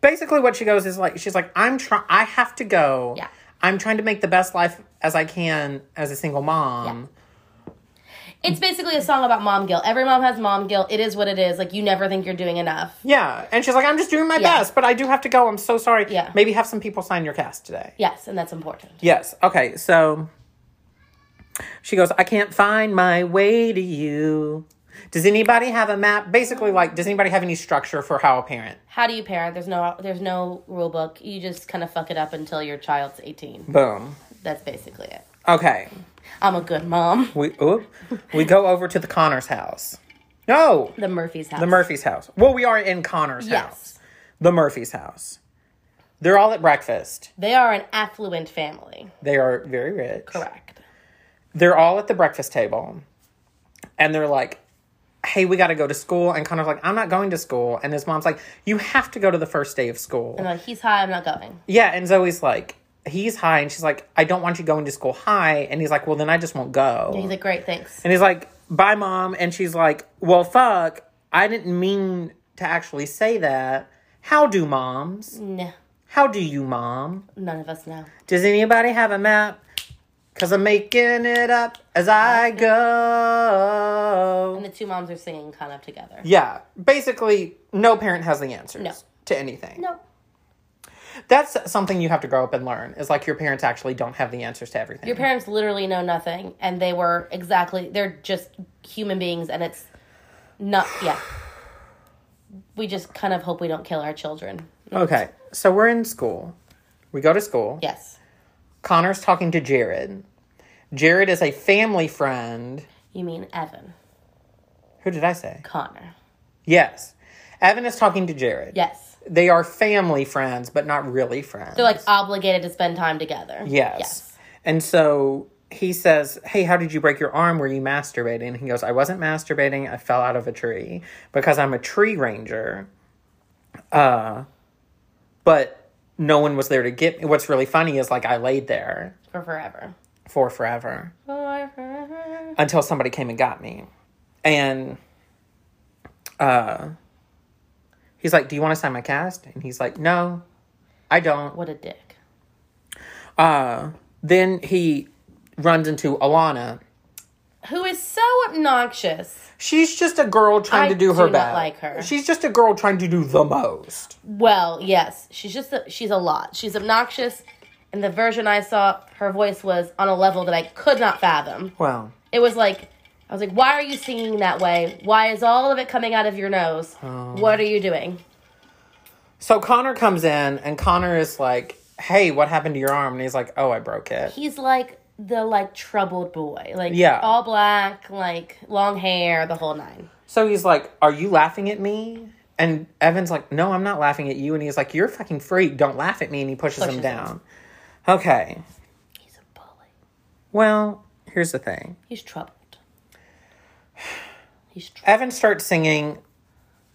Speaker 1: basically what she goes is like she's like i'm trying i have to go
Speaker 2: Yeah.
Speaker 1: i'm trying to make the best life as i can as a single mom
Speaker 2: It's basically a song about mom guilt. Every mom has mom guilt. It is what it is. Like you never think you're doing enough.
Speaker 1: yeah, and she's like i'm just doing my
Speaker 2: Yeah.
Speaker 1: best but i do have to go i'm so sorry
Speaker 2: Yeah.
Speaker 1: maybe have some people sign your cast today
Speaker 2: Yes, and that's important.
Speaker 1: yes okay so she goes i can't find my way to you does anybody have a map basically like does anybody have any structure for how a parent
Speaker 2: How do you parent? There's no there's no rule book. You just kind of fuck it up until your child's 18.
Speaker 1: boom
Speaker 2: That's basically it.
Speaker 1: okay
Speaker 2: I'm a good mom.
Speaker 1: we oop, we go over to the connors house no
Speaker 2: The Murphy's house.
Speaker 1: The Murphy's house. Well, we are in Connor's
Speaker 2: Yes.
Speaker 1: house. The Murphy's house. They're all at breakfast.
Speaker 2: They are an affluent family.
Speaker 1: They are very rich.
Speaker 2: Correct.
Speaker 1: They're all at the breakfast table. And they're like, hey, we got to go to school. And Connor's like, I'm not going to school. And his mom's like, you have to go to the first day of school.
Speaker 2: And like he's high, I'm not going.
Speaker 1: yeah. And Zoe's like, he's high. And she's like, I don't want you going to school high. And he's like, well, then I just won't go.
Speaker 2: He's like, great, thanks.
Speaker 1: And he's like, bye, mom. And she's like, well, fuck. I didn't mean to actually say that. How do moms?
Speaker 2: No,
Speaker 1: How do you, mom?
Speaker 2: none of us know.
Speaker 1: Does anybody have a map? Cause I'm making it up as I
Speaker 2: And
Speaker 1: go.
Speaker 2: the two moms are singing kind of together.
Speaker 1: Yeah, basically, no parent has the answers
Speaker 2: No.
Speaker 1: to anything.
Speaker 2: No.
Speaker 1: That's something you have to grow up and learn. Is like your parents actually don't have the answers to everything.
Speaker 2: Your parents literally know nothing and they were exactly they're just human beings and it's not yeah. We just kind of hope we don't kill our children.
Speaker 1: okay, so we're in school. We go to school.
Speaker 2: Yes.
Speaker 1: Connor's talking to Jared. Jared is a family friend.
Speaker 2: You mean Evan.
Speaker 1: Who did I say?
Speaker 2: Connor.
Speaker 1: Yes. Evan is talking to Jared.
Speaker 2: Yes.
Speaker 1: They are family friends, but not really friends.
Speaker 2: They're like obligated to spend time together.
Speaker 1: Yes. And so he says, Hey, how did you break your arm? Were you masturbating? And he goes, I wasn't masturbating. I fell out of a tree because I'm a tree ranger. Uh, but no one was there to get me. What's really funny is like I laid there
Speaker 2: For forever.
Speaker 1: for forever
Speaker 2: Forever.
Speaker 1: until somebody came and got me. And uh he's like, Do you want to sign my cast? And he's like, No, I don't.
Speaker 2: What a dick.
Speaker 1: Then he runs into Alana.
Speaker 2: Who is so obnoxious.
Speaker 1: She's just a girl trying
Speaker 2: I
Speaker 1: to do her
Speaker 2: do not
Speaker 1: best.
Speaker 2: like her.
Speaker 1: She's just a girl trying to do the most.
Speaker 2: Well, yes. She's just a, she's a lot. She's obnoxious. And the version I saw, her voice was on a level that I could not fathom.
Speaker 1: Well,
Speaker 2: It was like I was like, why are you singing that way? Why is all of it coming out of your nose?
Speaker 1: Oh.
Speaker 2: What are you doing?
Speaker 1: so Connor comes in and Connor is like, "Hey, what happened to your arm?" And he's like, "Oh, I broke it."
Speaker 2: He's like the like troubled boy, like
Speaker 1: Yeah.
Speaker 2: all black, like long hair, the whole nine.
Speaker 1: So he's like, "Are you laughing at me?" And Evan's like, "No, I'm not laughing at you." And he's like, "You're a fucking freak. Don't laugh at me." And he pushes,
Speaker 2: Pushes
Speaker 1: him
Speaker 2: him.
Speaker 1: down. Okay.
Speaker 2: He's a bully.
Speaker 1: Well, here's the thing.
Speaker 2: He's troubled. He's troubled,
Speaker 1: Evan starts singing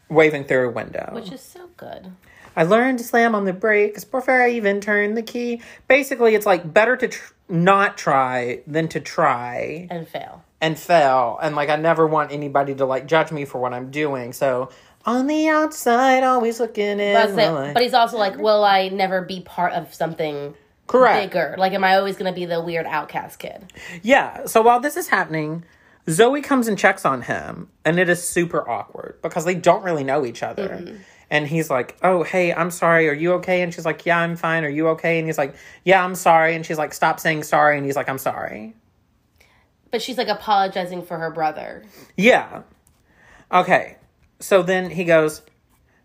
Speaker 1: Waving Through a Window.
Speaker 2: which is so good.
Speaker 1: I learned to slam on the brakes before I even turned the key. Basically, it's like better to tr- not try than to try
Speaker 2: And fail.
Speaker 1: and fail. And like, I never want anybody to like judge me for what I'm doing. So, on the outside, always looking in.
Speaker 2: But, I say-
Speaker 1: my-
Speaker 2: but he's also like, will I never be part of something
Speaker 1: Correct.
Speaker 2: bigger? Like, am I always going to be the weird outcast kid?
Speaker 1: Yeah. So while this is happening, Zoe comes and checks on him, and it is super awkward because they don't really know each other. And he's like, "Oh, hey, I'm sorry. Are you okay?" And she's like, "Yeah, I'm fine. Are you okay?" And he's like, "Yeah, I'm sorry." And she's like, "Stop saying sorry." And he's like, "I'm sorry."
Speaker 2: But she's like apologizing for her brother.
Speaker 1: Yeah. Okay. So then he goes,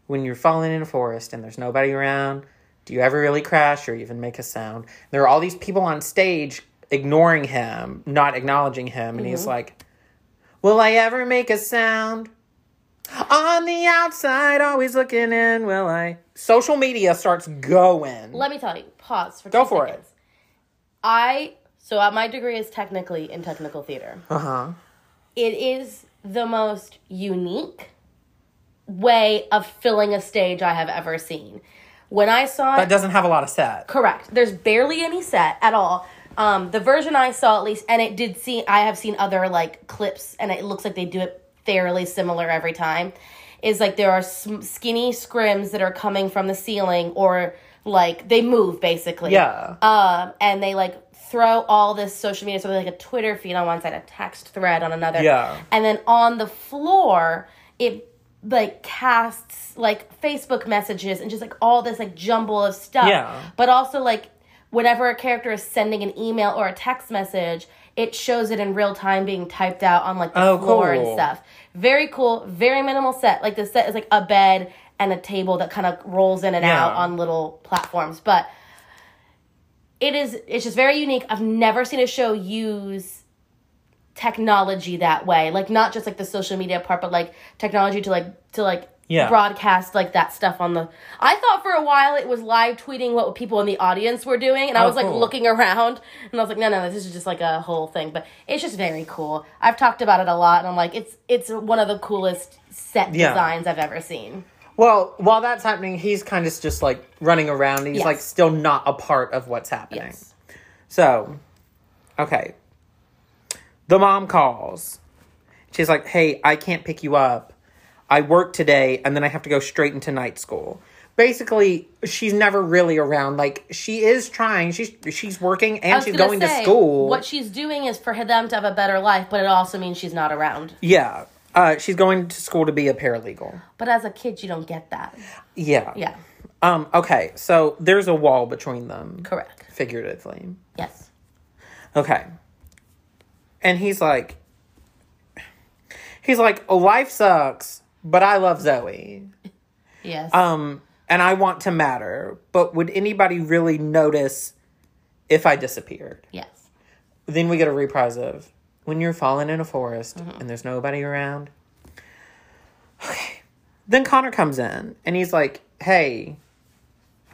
Speaker 1: When you're falling in a forest and there's nobody around, do you ever really crash or even make a sound? There are all these people on stage ignoring him, not acknowledging him. And he's like, Will I ever make a sound? On the outside, always looking in, will I? Social media starts going.
Speaker 2: Let me tell you. Pause for
Speaker 1: Go
Speaker 2: two
Speaker 1: for it.
Speaker 2: seconds. I so uh, my degree is technically in technical theater.
Speaker 1: Uh huh.
Speaker 2: It is the most unique way of filling a stage I have ever seen. When I saw it,
Speaker 1: That doesn't have a lot of set.
Speaker 2: correct. There's barely any set at all. Um, the version I saw at least, and it did see. I have seen other like clips, and it looks like they do it fairly similar every time. Is like there are sm- skinny scrims that are coming from the ceiling, or like they move basically.
Speaker 1: Yeah.
Speaker 2: Um, and they like throw all this social media, so like a Twitter feed on one side, a text thread on another.
Speaker 1: Yeah.
Speaker 2: And then on the floor, it like casts like Facebook messages and just like all this like jumble of stuff.
Speaker 1: Yeah.
Speaker 2: But also like whenever a character is sending an email or a text message, it shows it in real time being typed out on like the
Speaker 1: Oh,
Speaker 2: floor and
Speaker 1: cool.
Speaker 2: stuff. Very cool, very minimal set. Like the set is like a bed and a table that kind of rolls in and
Speaker 1: Yeah.
Speaker 2: out on little platforms, but it is it's just very unique. I've never seen a show use technology that way. Like not just like the social media part, but like technology to like to like
Speaker 1: Yeah.
Speaker 2: broadcast like that stuff on the I thought for a while it was live tweeting what people in the audience were doing and I
Speaker 1: Oh,
Speaker 2: was like
Speaker 1: cool.
Speaker 2: looking *laughs* around and I was like no no this is just like a whole thing but it's just very cool. I've talked about it a lot and I'm like it's it's one of the coolest set
Speaker 1: Yeah.
Speaker 2: designs I've ever seen.
Speaker 1: Well, while that's happening, he's kind of just like running around. He's
Speaker 2: Yes.
Speaker 1: like still not a part of what's happening.
Speaker 2: Yes.
Speaker 1: So, okay. The mom calls. She's like, hey, I can't pick you up. I work today and then I have to go straight into night school. Basically, she's never really around. Like, she is trying. She's she's working
Speaker 2: I
Speaker 1: and
Speaker 2: was
Speaker 1: she's
Speaker 2: gonna
Speaker 1: going to
Speaker 2: say,
Speaker 1: school.
Speaker 2: What she's doing is for them to have a better life, but it also means she's not around.
Speaker 1: yeah. Uh, she's going to school to be a paralegal.
Speaker 2: But as a kid, you don't get that.
Speaker 1: Yeah.
Speaker 2: Yeah,
Speaker 1: Um, okay, so there's a wall between them.
Speaker 2: correct.
Speaker 1: Figuratively.
Speaker 2: Yes.
Speaker 1: Okay. And he's like, he's like, oh, life sucks, but I love Zoe.
Speaker 2: Yes.
Speaker 1: Um, and I want to matter, but would anybody really notice if I disappeared?
Speaker 2: yes.
Speaker 1: Then we get a reprise of when you're falling in a forest
Speaker 2: Mm-hmm.
Speaker 1: and there's nobody around. Okay. Then Connor comes in and he's like, hey,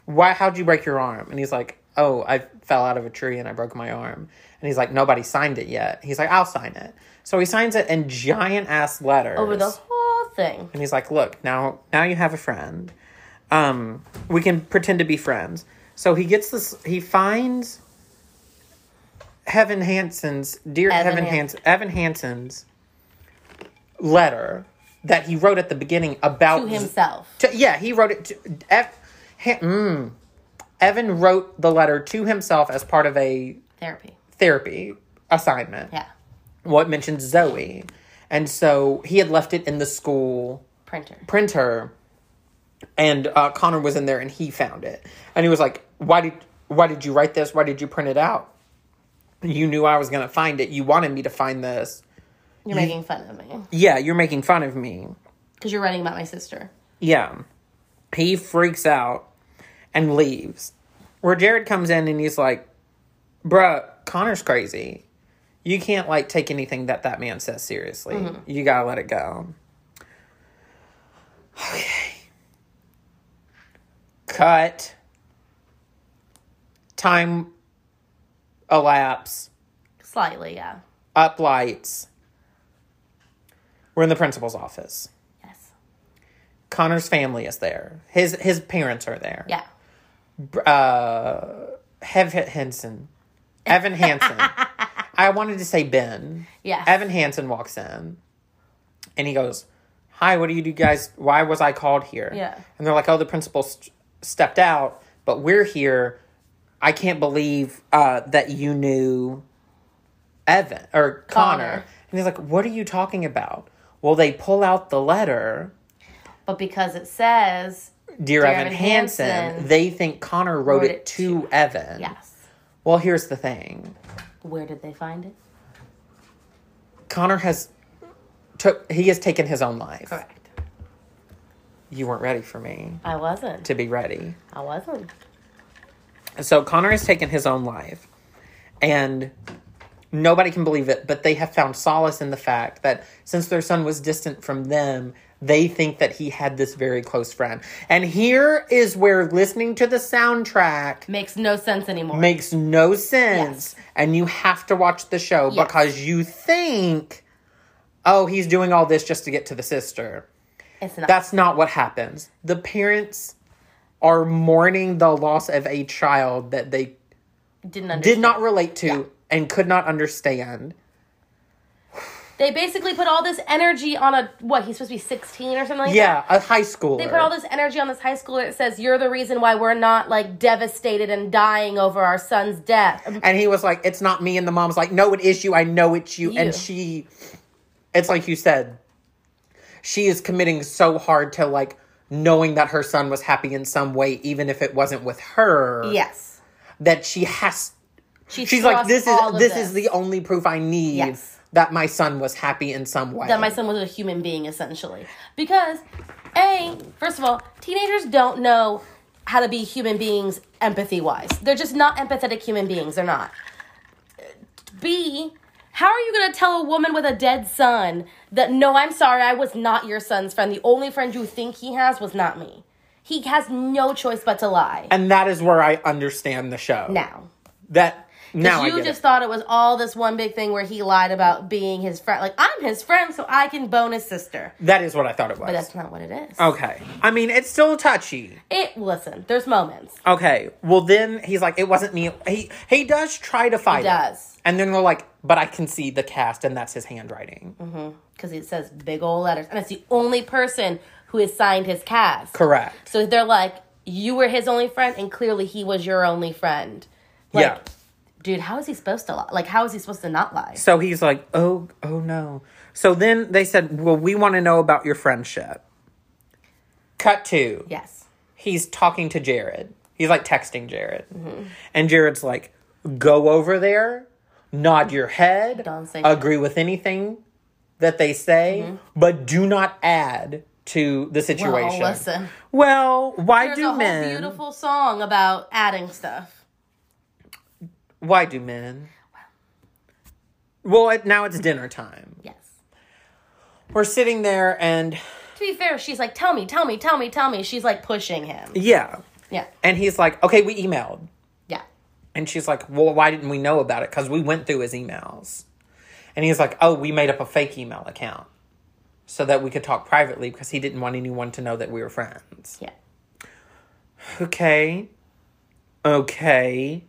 Speaker 1: why, how'd you break your arm? And he's like, oh, I fell out of a tree and I broke my arm. And he's like, nobody signed it yet. He's like, I'll sign it. So he signs it in giant ass letters
Speaker 2: Over the whole thing.
Speaker 1: and he's like, "Look, now now you have a friend. Um, we can pretend to be friends." So he gets this. He finds Heaven Hansen's dear
Speaker 2: Evan
Speaker 1: Heaven
Speaker 2: Han-
Speaker 1: Hansen Evan Hansen's letter that he wrote at the beginning about
Speaker 2: To himself.
Speaker 1: to- yeah, he wrote it to F, he, mm, Evan wrote the letter to himself as part of a
Speaker 2: Therapy.
Speaker 1: therapy assignment.
Speaker 2: Yeah.
Speaker 1: What mentions Zoe, and so he had left it in the school
Speaker 2: Printer.
Speaker 1: printer and uh, connor was in there and he found it and he was like why did why did you write this why did you print it out you knew i was going to find it you wanted me to find this
Speaker 2: You're making fun of me.
Speaker 1: yeah you're making fun of me
Speaker 2: Because you're writing about my sister.
Speaker 1: yeah he freaks out and leaves where jared comes in and he's like bruh connor's crazy you can't like take anything that that man says seriously you gotta let it go okay cut time elapse
Speaker 2: Slightly, yeah.
Speaker 1: up lights we're in the principal's office
Speaker 2: Yes.
Speaker 1: connor's family is there his his parents are there
Speaker 2: Yeah.
Speaker 1: uh, Hev Henson, Evan *laughs* Hansen. I wanted to say Ben.
Speaker 2: Yes.
Speaker 1: Evan Hansen walks in, and he goes, "Hi, what do you do, guys? Why was I called here?"
Speaker 2: Yeah.
Speaker 1: and they're like, "Oh, the principal st- stepped out, but we're here. I can't believe uh, that you knew Evan or Connor.
Speaker 2: Connor.
Speaker 1: And he's like, "What are you talking about?" Well, they pull out the letter.
Speaker 2: But because it says,
Speaker 1: Dear, Evan,
Speaker 2: Evan
Speaker 1: Hansen,
Speaker 2: Hansen.
Speaker 1: they think Connor wrote, it,
Speaker 2: Wrote it
Speaker 1: to, Evan.
Speaker 2: yes.
Speaker 1: Well, here's the thing.
Speaker 2: Where did they find it?
Speaker 1: Connor has took he has taken his own life.
Speaker 2: Correct.
Speaker 1: You weren't ready for me
Speaker 2: I wasn't.
Speaker 1: to be ready.
Speaker 2: I wasn't.
Speaker 1: So Connor has taken his own life and nobody can believe it, but they have found solace in the fact that since their son was distant from them, they think that he had this very close friend. And here is where listening to the soundtrack
Speaker 2: Makes no sense anymore.
Speaker 1: makes no sense and you have to watch the show
Speaker 2: Yes.
Speaker 1: because you think oh he's doing all this just to get to the sister
Speaker 2: it's not.
Speaker 1: that's not what happens the parents are mourning the loss of a child that they
Speaker 2: didn't understand.
Speaker 1: did not relate to and could not understand.
Speaker 2: They basically put all this energy on a what? He's supposed to be sixteen or something. Like that?
Speaker 1: Yeah, a high schooler.
Speaker 2: They put all this energy on this high schooler that says you're the reason why we're not like devastated and dying over our son's death.
Speaker 1: and he was like, "It's not me." And the mom's like, "No, it is you. I know it's you."
Speaker 2: You.
Speaker 1: And she, it's like you said, she is committing so hard to like knowing that her son was happy in some way, even if it wasn't with her.
Speaker 2: Yes,
Speaker 1: that she has.
Speaker 2: she
Speaker 1: She's like,
Speaker 2: trusts
Speaker 1: "This is
Speaker 2: all of
Speaker 1: this is the only proof I need
Speaker 2: Yes.
Speaker 1: that my son was happy in some way."
Speaker 2: that my son was a human being essentially because a first of all teenagers don't know how to be human beings empathy wise they're just not empathetic human beings they're not b how are you going to tell a woman with a dead son that no i'm sorry i was not your son's friend the only friend you think he has was not me he has no choice but to lie
Speaker 1: and that is where I understand the show.
Speaker 2: now
Speaker 1: That now I
Speaker 2: you
Speaker 1: get
Speaker 2: just
Speaker 1: it.
Speaker 2: thought it was all this one big thing where he lied about being his friend like i'm his friend so i can bone his sister
Speaker 1: That is what I thought it was.
Speaker 2: but that's not what it is
Speaker 1: okay. I mean, it's still touchy.
Speaker 2: It listen, there's moments.
Speaker 1: Okay. Well, then he's like, it wasn't me. He he does try to fight.
Speaker 2: It
Speaker 1: it.
Speaker 2: does.
Speaker 1: And then they're like, but I can see the cast, and that's his handwriting.
Speaker 2: Mm-hmm. Because it says big old letters. And it's the only person who has signed his cast.
Speaker 1: Correct.
Speaker 2: So they're like, you were his only friend, and clearly he was your only friend. Like,
Speaker 1: yeah.
Speaker 2: dude, how is he supposed to lie? Like, how is he supposed to not lie?
Speaker 1: So he's like, oh oh no. So then they said, well, we want to know about your friendship. Cut to
Speaker 2: Yes.
Speaker 1: he's talking to Jared. He's like texting Jared,
Speaker 2: Mm-hmm.
Speaker 1: and Jared's like, go over there, nod your head,
Speaker 2: Don't say Mm-hmm.
Speaker 1: agree with anything that they say, but do not add to the situation.
Speaker 2: listen.
Speaker 1: Well, why
Speaker 2: There's
Speaker 1: do
Speaker 2: a whole
Speaker 1: men?
Speaker 2: beautiful song about adding stuff.
Speaker 1: Why do men? Well, it, now it's dinner time.
Speaker 2: Yes.
Speaker 1: We're sitting there, and
Speaker 2: To be fair, she's like, tell me, tell me, tell me, tell me. She's like pushing him.
Speaker 1: yeah,
Speaker 2: Yeah.
Speaker 1: and he's like, "Okay, we emailed,"
Speaker 2: Yeah.
Speaker 1: and she's like, "Well, why didn't we know about it? Because we went through his emails," and he's like, "Oh, we made up a fake email account so that we could talk privately because he didn't want anyone to know that we were friends."
Speaker 2: Yeah.
Speaker 1: Okay, okay.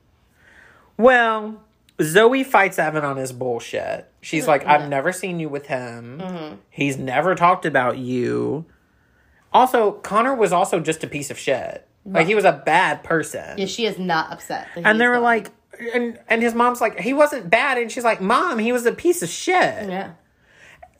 Speaker 1: Well, Zoe fights Evan on his bullshit. She's like,
Speaker 2: Mm-hmm.
Speaker 1: I've never seen you with him. He's never talked about you. Also, Connor was also just a piece of shit. Like he was a bad person.
Speaker 2: Yeah, she is not upset. that he's
Speaker 1: and they were
Speaker 2: gone.
Speaker 1: like, and and his mom's like, he wasn't bad, and she's like, Mom, he was a piece of shit.
Speaker 2: yeah.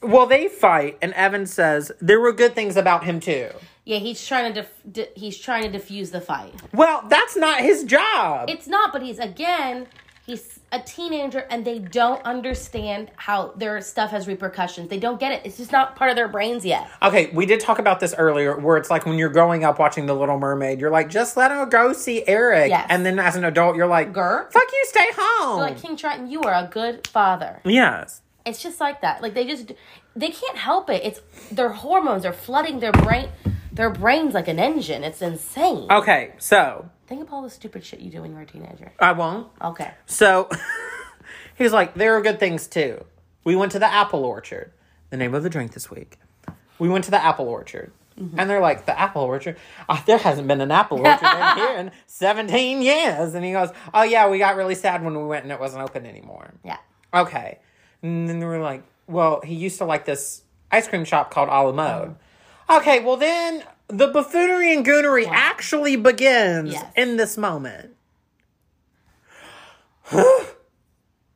Speaker 1: Well, they fight, and Evan says there were good things about him too.
Speaker 2: Yeah, he's trying to def- di- he's trying to defuse the fight.
Speaker 1: Well, that's not his job.
Speaker 2: It's not, but he's again, he's a teenager and they don't understand how their stuff has repercussions. They don't get it. It's just not part of their brains yet.
Speaker 1: Okay, we did talk about this earlier where it's like when you're growing up watching The Little Mermaid, you're like, just let her go see Eric.
Speaker 2: Yes.
Speaker 1: And then as an adult, you're like,
Speaker 2: Grr.
Speaker 1: fuck you, stay home.
Speaker 2: Like King Triton, you are a good father.
Speaker 1: yes.
Speaker 2: It's just like that. Like they just they can't help it. It's their hormones are flooding their brain their brains like an engine. It's insane.
Speaker 1: Okay, so
Speaker 2: Think of all the stupid shit you do when you're a teenager.
Speaker 1: I won't.
Speaker 2: Okay.
Speaker 1: So *laughs* he's like, there are good things too. We went to the apple orchard, the name of the drink this week. We went to the apple orchard.
Speaker 2: Mm-hmm.
Speaker 1: And they're like, the apple orchard? Uh, there hasn't been an apple orchard
Speaker 2: *laughs*
Speaker 1: in here in 17 years. And he goes, oh, yeah, we got really sad when we went and it wasn't open anymore.
Speaker 2: Yeah.
Speaker 1: Okay. And then they were like, well, he used to like this ice cream shop called a la mode. Okay, well, then the buffoonery and goonery actually begins
Speaker 2: Yes.
Speaker 1: in this moment. *sighs*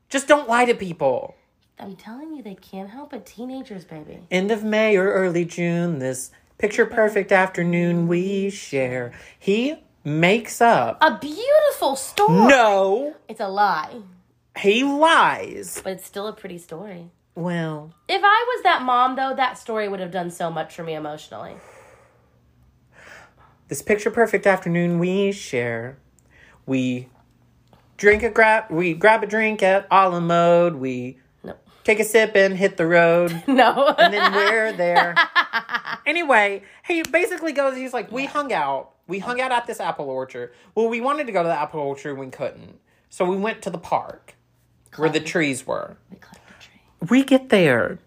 Speaker 1: Just don't lie to people.
Speaker 2: I'm telling you they can't help it. Teenagers, baby.
Speaker 1: End of May or early June, this picture perfect afternoon we share. He makes
Speaker 2: *gasps*
Speaker 1: up.
Speaker 2: A beautiful story.
Speaker 1: No,
Speaker 2: It's a lie.
Speaker 1: he lies.
Speaker 2: but it's still a pretty story.
Speaker 1: Well,
Speaker 2: If I was that mom, though, that story would have done so much for me emotionally.
Speaker 1: this picture perfect afternoon we share. We drink a grab we grab a drink at a la mode, we
Speaker 2: No. *laughs*
Speaker 1: take a sip and hit the *laughs* road.
Speaker 2: No.
Speaker 1: And then we're there. anyway, he basically goes, he's like, We hung out. We hung out at this apple orchard. Well, we wanted to go to the apple orchard, we couldn't. So we went to the park where the trees were.
Speaker 2: we climbed a tree.
Speaker 1: We get there.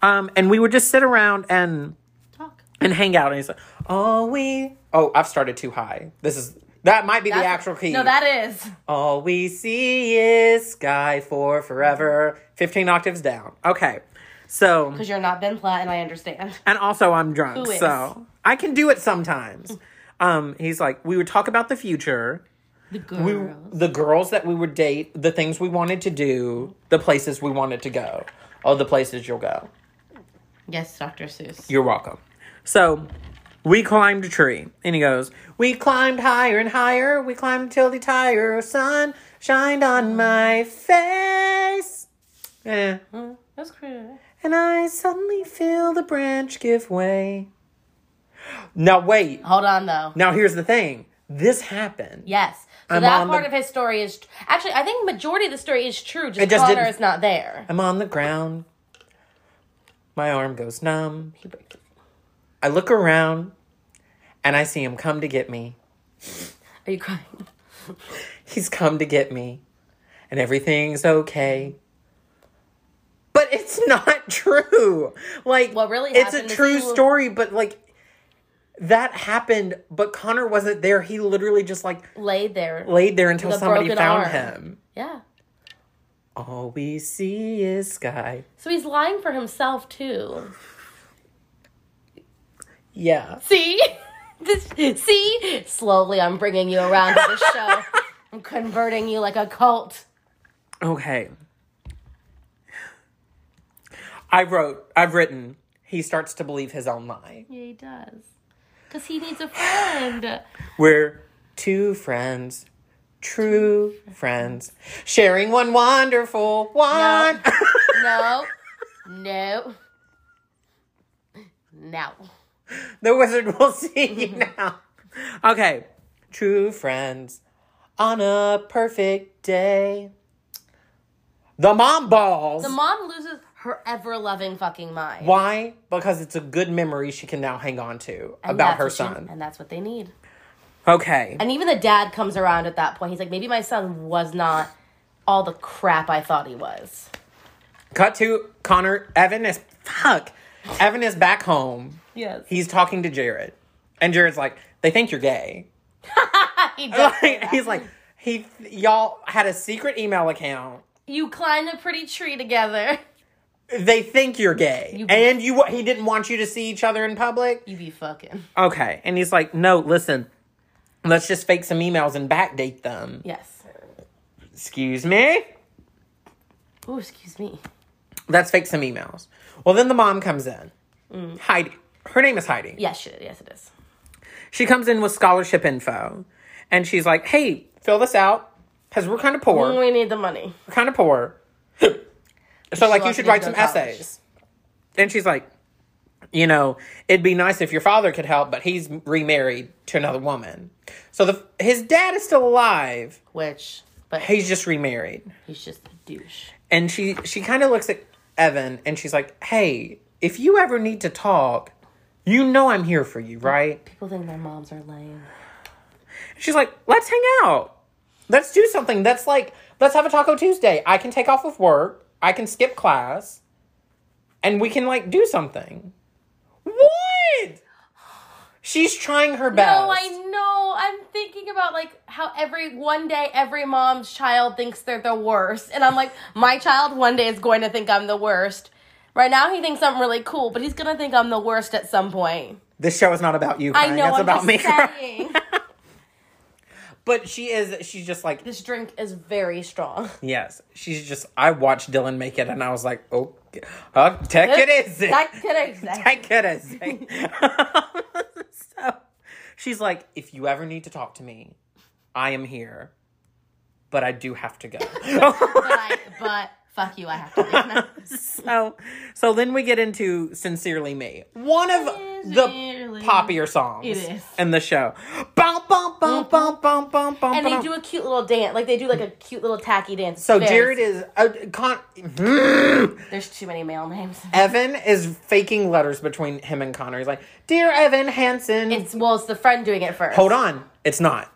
Speaker 1: Um, and we would just sit around and
Speaker 2: Talk.
Speaker 1: and hang out. And he's like, "Oh, we." Oh, I've started too high. This is That might be the
Speaker 2: That's-
Speaker 1: actual key.
Speaker 2: No, that is.
Speaker 1: All we see is sky for forever. 15 octaves down. Okay. So,
Speaker 2: Because you're not Ben Platt, and I understand.
Speaker 1: and also I'm drunk,
Speaker 2: Who is?
Speaker 1: so I can do it sometimes. um, he's like, we would talk about the future,
Speaker 2: *laughs* The girls.
Speaker 1: we, the girls that we would date, the things we wanted to do, the places we wanted to go. Oh, the places you'll go.
Speaker 2: yes, Dr. Seuss.
Speaker 1: You're welcome. So we climbed a tree, and he goes, We climbed higher and higher. We climbed till the tire sun shined on my face. Eh.
Speaker 2: That's crazy.
Speaker 1: And I suddenly feel the branch give way. Now, wait.
Speaker 2: Hold on, though.
Speaker 1: Now, here's the thing this happened.
Speaker 2: Yes. So
Speaker 1: I'm
Speaker 2: that
Speaker 1: on
Speaker 2: part
Speaker 1: the-
Speaker 2: of his story is actually I think majority of the story is true. Just,
Speaker 1: It just
Speaker 2: Connor
Speaker 1: didn't-
Speaker 2: is not there.
Speaker 1: I'm on the ground. My arm goes numb.
Speaker 2: He breaks it.
Speaker 1: I look around and I see him come to get me.
Speaker 2: Are you crying?
Speaker 1: He's come to get me, and everything's okay. But it's *laughs* not true. Like,
Speaker 2: What really
Speaker 1: It's a
Speaker 2: happened is
Speaker 1: true
Speaker 2: he-
Speaker 1: story, but like that happened. But Connor wasn't there. He literally just like
Speaker 2: Laid there.
Speaker 1: laid there until
Speaker 2: With a
Speaker 1: somebody
Speaker 2: broken
Speaker 1: found
Speaker 2: arm.
Speaker 1: him.
Speaker 2: Yeah.
Speaker 1: All we see is sky.
Speaker 2: So he's lying for himself too.
Speaker 1: Yeah.
Speaker 2: See? this, see? Slowly I'm bringing you around to the show. *laughs* I'm converting you like a cult.
Speaker 1: Okay. I wrote. I've written. He starts to believe his own lie.
Speaker 2: Yeah, he does. Cause he needs a friend.
Speaker 1: We're two friends, true friends, sharing one wonderful one.
Speaker 2: No. No. No.
Speaker 1: *laughs* the wizard will see you
Speaker 2: Mm-hmm.
Speaker 1: now. Okay, true friends on a perfect day. The mom balls.
Speaker 2: The mom loses her ever loving fucking mind.
Speaker 1: Why? Because it's a good memory she can now hang on to
Speaker 2: And
Speaker 1: about
Speaker 2: that's
Speaker 1: her
Speaker 2: what she-
Speaker 1: son.
Speaker 2: and that's what they need.
Speaker 1: okay.
Speaker 2: And even the dad comes around at that point. He's like, maybe my son was not all the crap I thought he was.
Speaker 1: Cut to Connor. Evan is fuck. Evan is back home.
Speaker 2: Yes. *laughs* He,
Speaker 1: He's talking to Jared, and Jared's like, "They think you're gay." *laughs*
Speaker 2: does.
Speaker 1: he's like he y'all had a secret email account
Speaker 2: you climbed a pretty tree together.
Speaker 1: they think you're gay
Speaker 2: You-
Speaker 1: and you he didn't want you to see each other in public
Speaker 2: You be fucking.
Speaker 1: okay and he's like no listen let's just fake some emails and backdate them
Speaker 2: Yes.
Speaker 1: excuse me
Speaker 2: Ooh, excuse me.
Speaker 1: let's fake some emails well then the mom comes in heidi her name is heidi
Speaker 2: Yes, shit. Yes, it is.
Speaker 1: she comes in with scholarship info and she's like hey fill this out because we're kind of poor
Speaker 2: We need the money.
Speaker 1: we're kind of poor so like you
Speaker 2: wants
Speaker 1: should
Speaker 2: me to
Speaker 1: write
Speaker 2: go
Speaker 1: some
Speaker 2: to college.
Speaker 1: essays and she's like you know it'd be nice if your father could help but he's remarried to another woman so the his dad is still alive
Speaker 2: Which, but
Speaker 1: he's just remarried
Speaker 2: he's just a douche.
Speaker 1: and she she kind of looks at evan and she's like hey if you ever need to talk you know i'm here for you right
Speaker 2: People think their moms are lame.
Speaker 1: she's like let's hang out let's do something that's like let's have a taco tuesday i can take off of work i can skip class and we can like do something what she's trying her best
Speaker 2: No, I know. I'm thinking about like how every one day every mom's child thinks they're the worst, and I'm like, my child one day is going to think I'm the worst. Right now, he thinks I'm really cool, but he's gonna think I'm the worst at some point.
Speaker 1: this show is not about you crying.
Speaker 2: I know.
Speaker 1: it's
Speaker 2: I'm
Speaker 1: about
Speaker 2: just
Speaker 1: me
Speaker 2: saying. *laughs*
Speaker 1: but she is she's just like
Speaker 2: this drink is very strong.
Speaker 1: yes she's just i watched dylan make it and i was like oh uh, take it easy
Speaker 2: *laughs* That could exactly.
Speaker 1: *laughs* I could have said. *laughs* so she's like, if you ever need to talk to me, I am here, but I do have to go. *laughs*
Speaker 2: But, I, but fuck you, I have to.
Speaker 1: *laughs*
Speaker 2: leave
Speaker 1: so, so then we get into "Sincerely Me," one of
Speaker 2: Sincerely.
Speaker 1: the poppier songs
Speaker 2: It is. Mm-hmm.
Speaker 1: in the show. Bum, bum, bum, bum, bum, bum, bum,
Speaker 2: And they
Speaker 1: bum.
Speaker 2: do a cute little dance, like they do like a cute little tacky dance.
Speaker 1: so
Speaker 2: There's-
Speaker 1: Jared is uh, con-
Speaker 2: there's too many male names. *laughs*
Speaker 1: Evan is faking letters between him and Connor. He's like, "Dear Evan Hansen."
Speaker 2: It's well, it's the friend doing it first.
Speaker 1: hold on, it's not.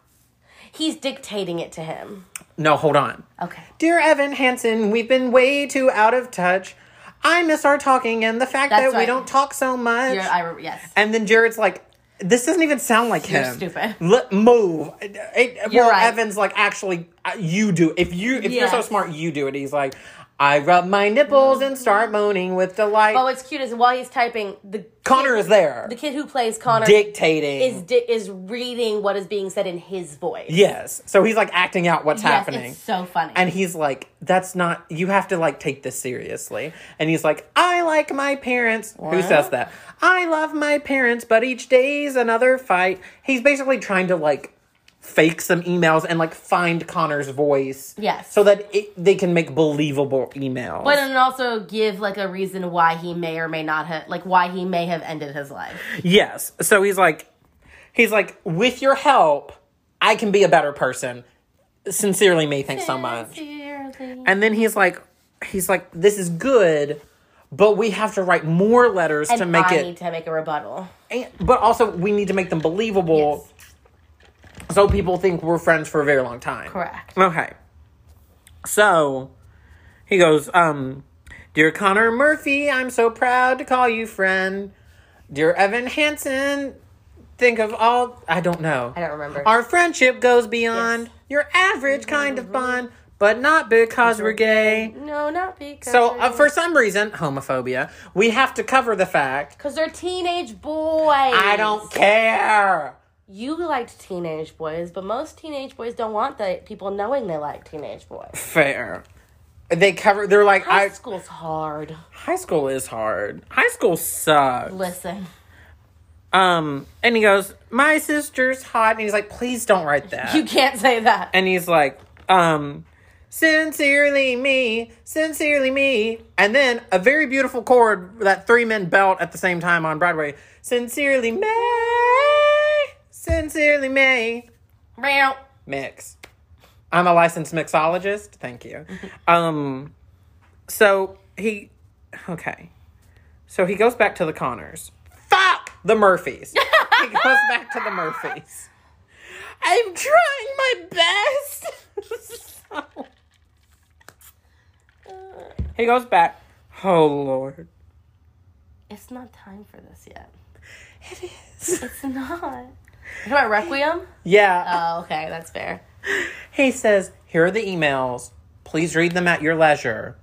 Speaker 2: He's dictating it to him.
Speaker 1: No, hold on.
Speaker 2: Okay.
Speaker 1: Dear Evan Hansen, we've been way too out of touch. I miss our talking and the fact
Speaker 2: That's
Speaker 1: that we
Speaker 2: right.
Speaker 1: don't talk so much.
Speaker 2: You're, I, re- yes.
Speaker 1: and then Jared's like, This doesn't even sound like
Speaker 2: You're
Speaker 1: him.
Speaker 2: stupid.
Speaker 1: Let, move. It, it-
Speaker 2: You're
Speaker 1: well,
Speaker 2: right.
Speaker 1: Evan's like, actually, uh, you do. If you if you're so
Speaker 2: Yes.
Speaker 1: smart, you do it. He's like, I rub my nipples and start moaning with delight.
Speaker 2: Oh, what's cute is while he's typing, the
Speaker 1: Connor is there,
Speaker 2: the kid who plays Connor
Speaker 1: dictating.
Speaker 2: is di- is reading what is being said in his voice.
Speaker 1: yes, so he's like acting out what's
Speaker 2: Yes,
Speaker 1: happening.
Speaker 2: it's so funny.
Speaker 1: And he's like, that's not, you have to like take this seriously. And he's like, I like my parents. Who
Speaker 2: What?
Speaker 1: says that? I love my parents, but each day's another fight. He's basically trying to like fake some emails and like find Connor's voice.
Speaker 2: Yes.
Speaker 1: So that it, they can make believable emails.
Speaker 2: but and also give like a reason why he may or may not have like why he may have ended his life.
Speaker 1: yes. So he's like, he's like, with your help, I can be a better person. Sincerely, me, thanks so much.
Speaker 2: Sincerely.
Speaker 1: And then he's like, he's like, this is good, but we have to write more letters to
Speaker 2: And
Speaker 1: make
Speaker 2: I
Speaker 1: it.
Speaker 2: need to make a rebuttal.
Speaker 1: and- but also, we need to make them believable, so people think we're friends for a very long time.
Speaker 2: Correct.
Speaker 1: Okay. So he goes, um, Dear Connor Murphy, I'm so proud to call you friend. Dear Evan Hansen, think of all I don't know.
Speaker 2: I don't remember.
Speaker 1: Our friendship goes beyond
Speaker 2: Yes. Mm-hmm.
Speaker 1: your average kind of bond, but not because we're gay.
Speaker 2: no, not because.
Speaker 1: So uh, for some reason, homophobia, we have to cover the fact.
Speaker 2: because they're teenage boys. I
Speaker 1: I don't care.
Speaker 2: You liked teenage boys, but most teenage boys don't want the people knowing they like
Speaker 1: *laughs*
Speaker 2: teenage boys.
Speaker 1: Fair. They cover. They're like,
Speaker 2: High
Speaker 1: I,
Speaker 2: school's high
Speaker 1: high school is hard. High school sucks.
Speaker 2: school. Listen. *laughs*
Speaker 1: Um, and he goes, "My sister's hot," and he's like, "Please don't write that."
Speaker 2: You can't say that.
Speaker 1: and he's like, um, "Sincerely me, sincerely me," and then a very beautiful chord that three men belt at the same time on Broadway. Sincerely me, sincerely me
Speaker 2: Meow.
Speaker 1: mix. I'm a licensed mixologist. Thank you. Um, so he, okay. So he goes back to the Connors. Fuck the Murphys. *laughs* he goes back to the Murphys. I'm trying my best. So- *laughs* he goes back. Oh Lord.
Speaker 2: It's not time for this yet.
Speaker 1: It is. Uh,
Speaker 2: It's not. Talking
Speaker 1: *laughs*
Speaker 2: about Requiem?
Speaker 1: Yeah.
Speaker 2: Oh, okay, that's fair.
Speaker 1: he says, "Here are the emails. Please read them at your leisure.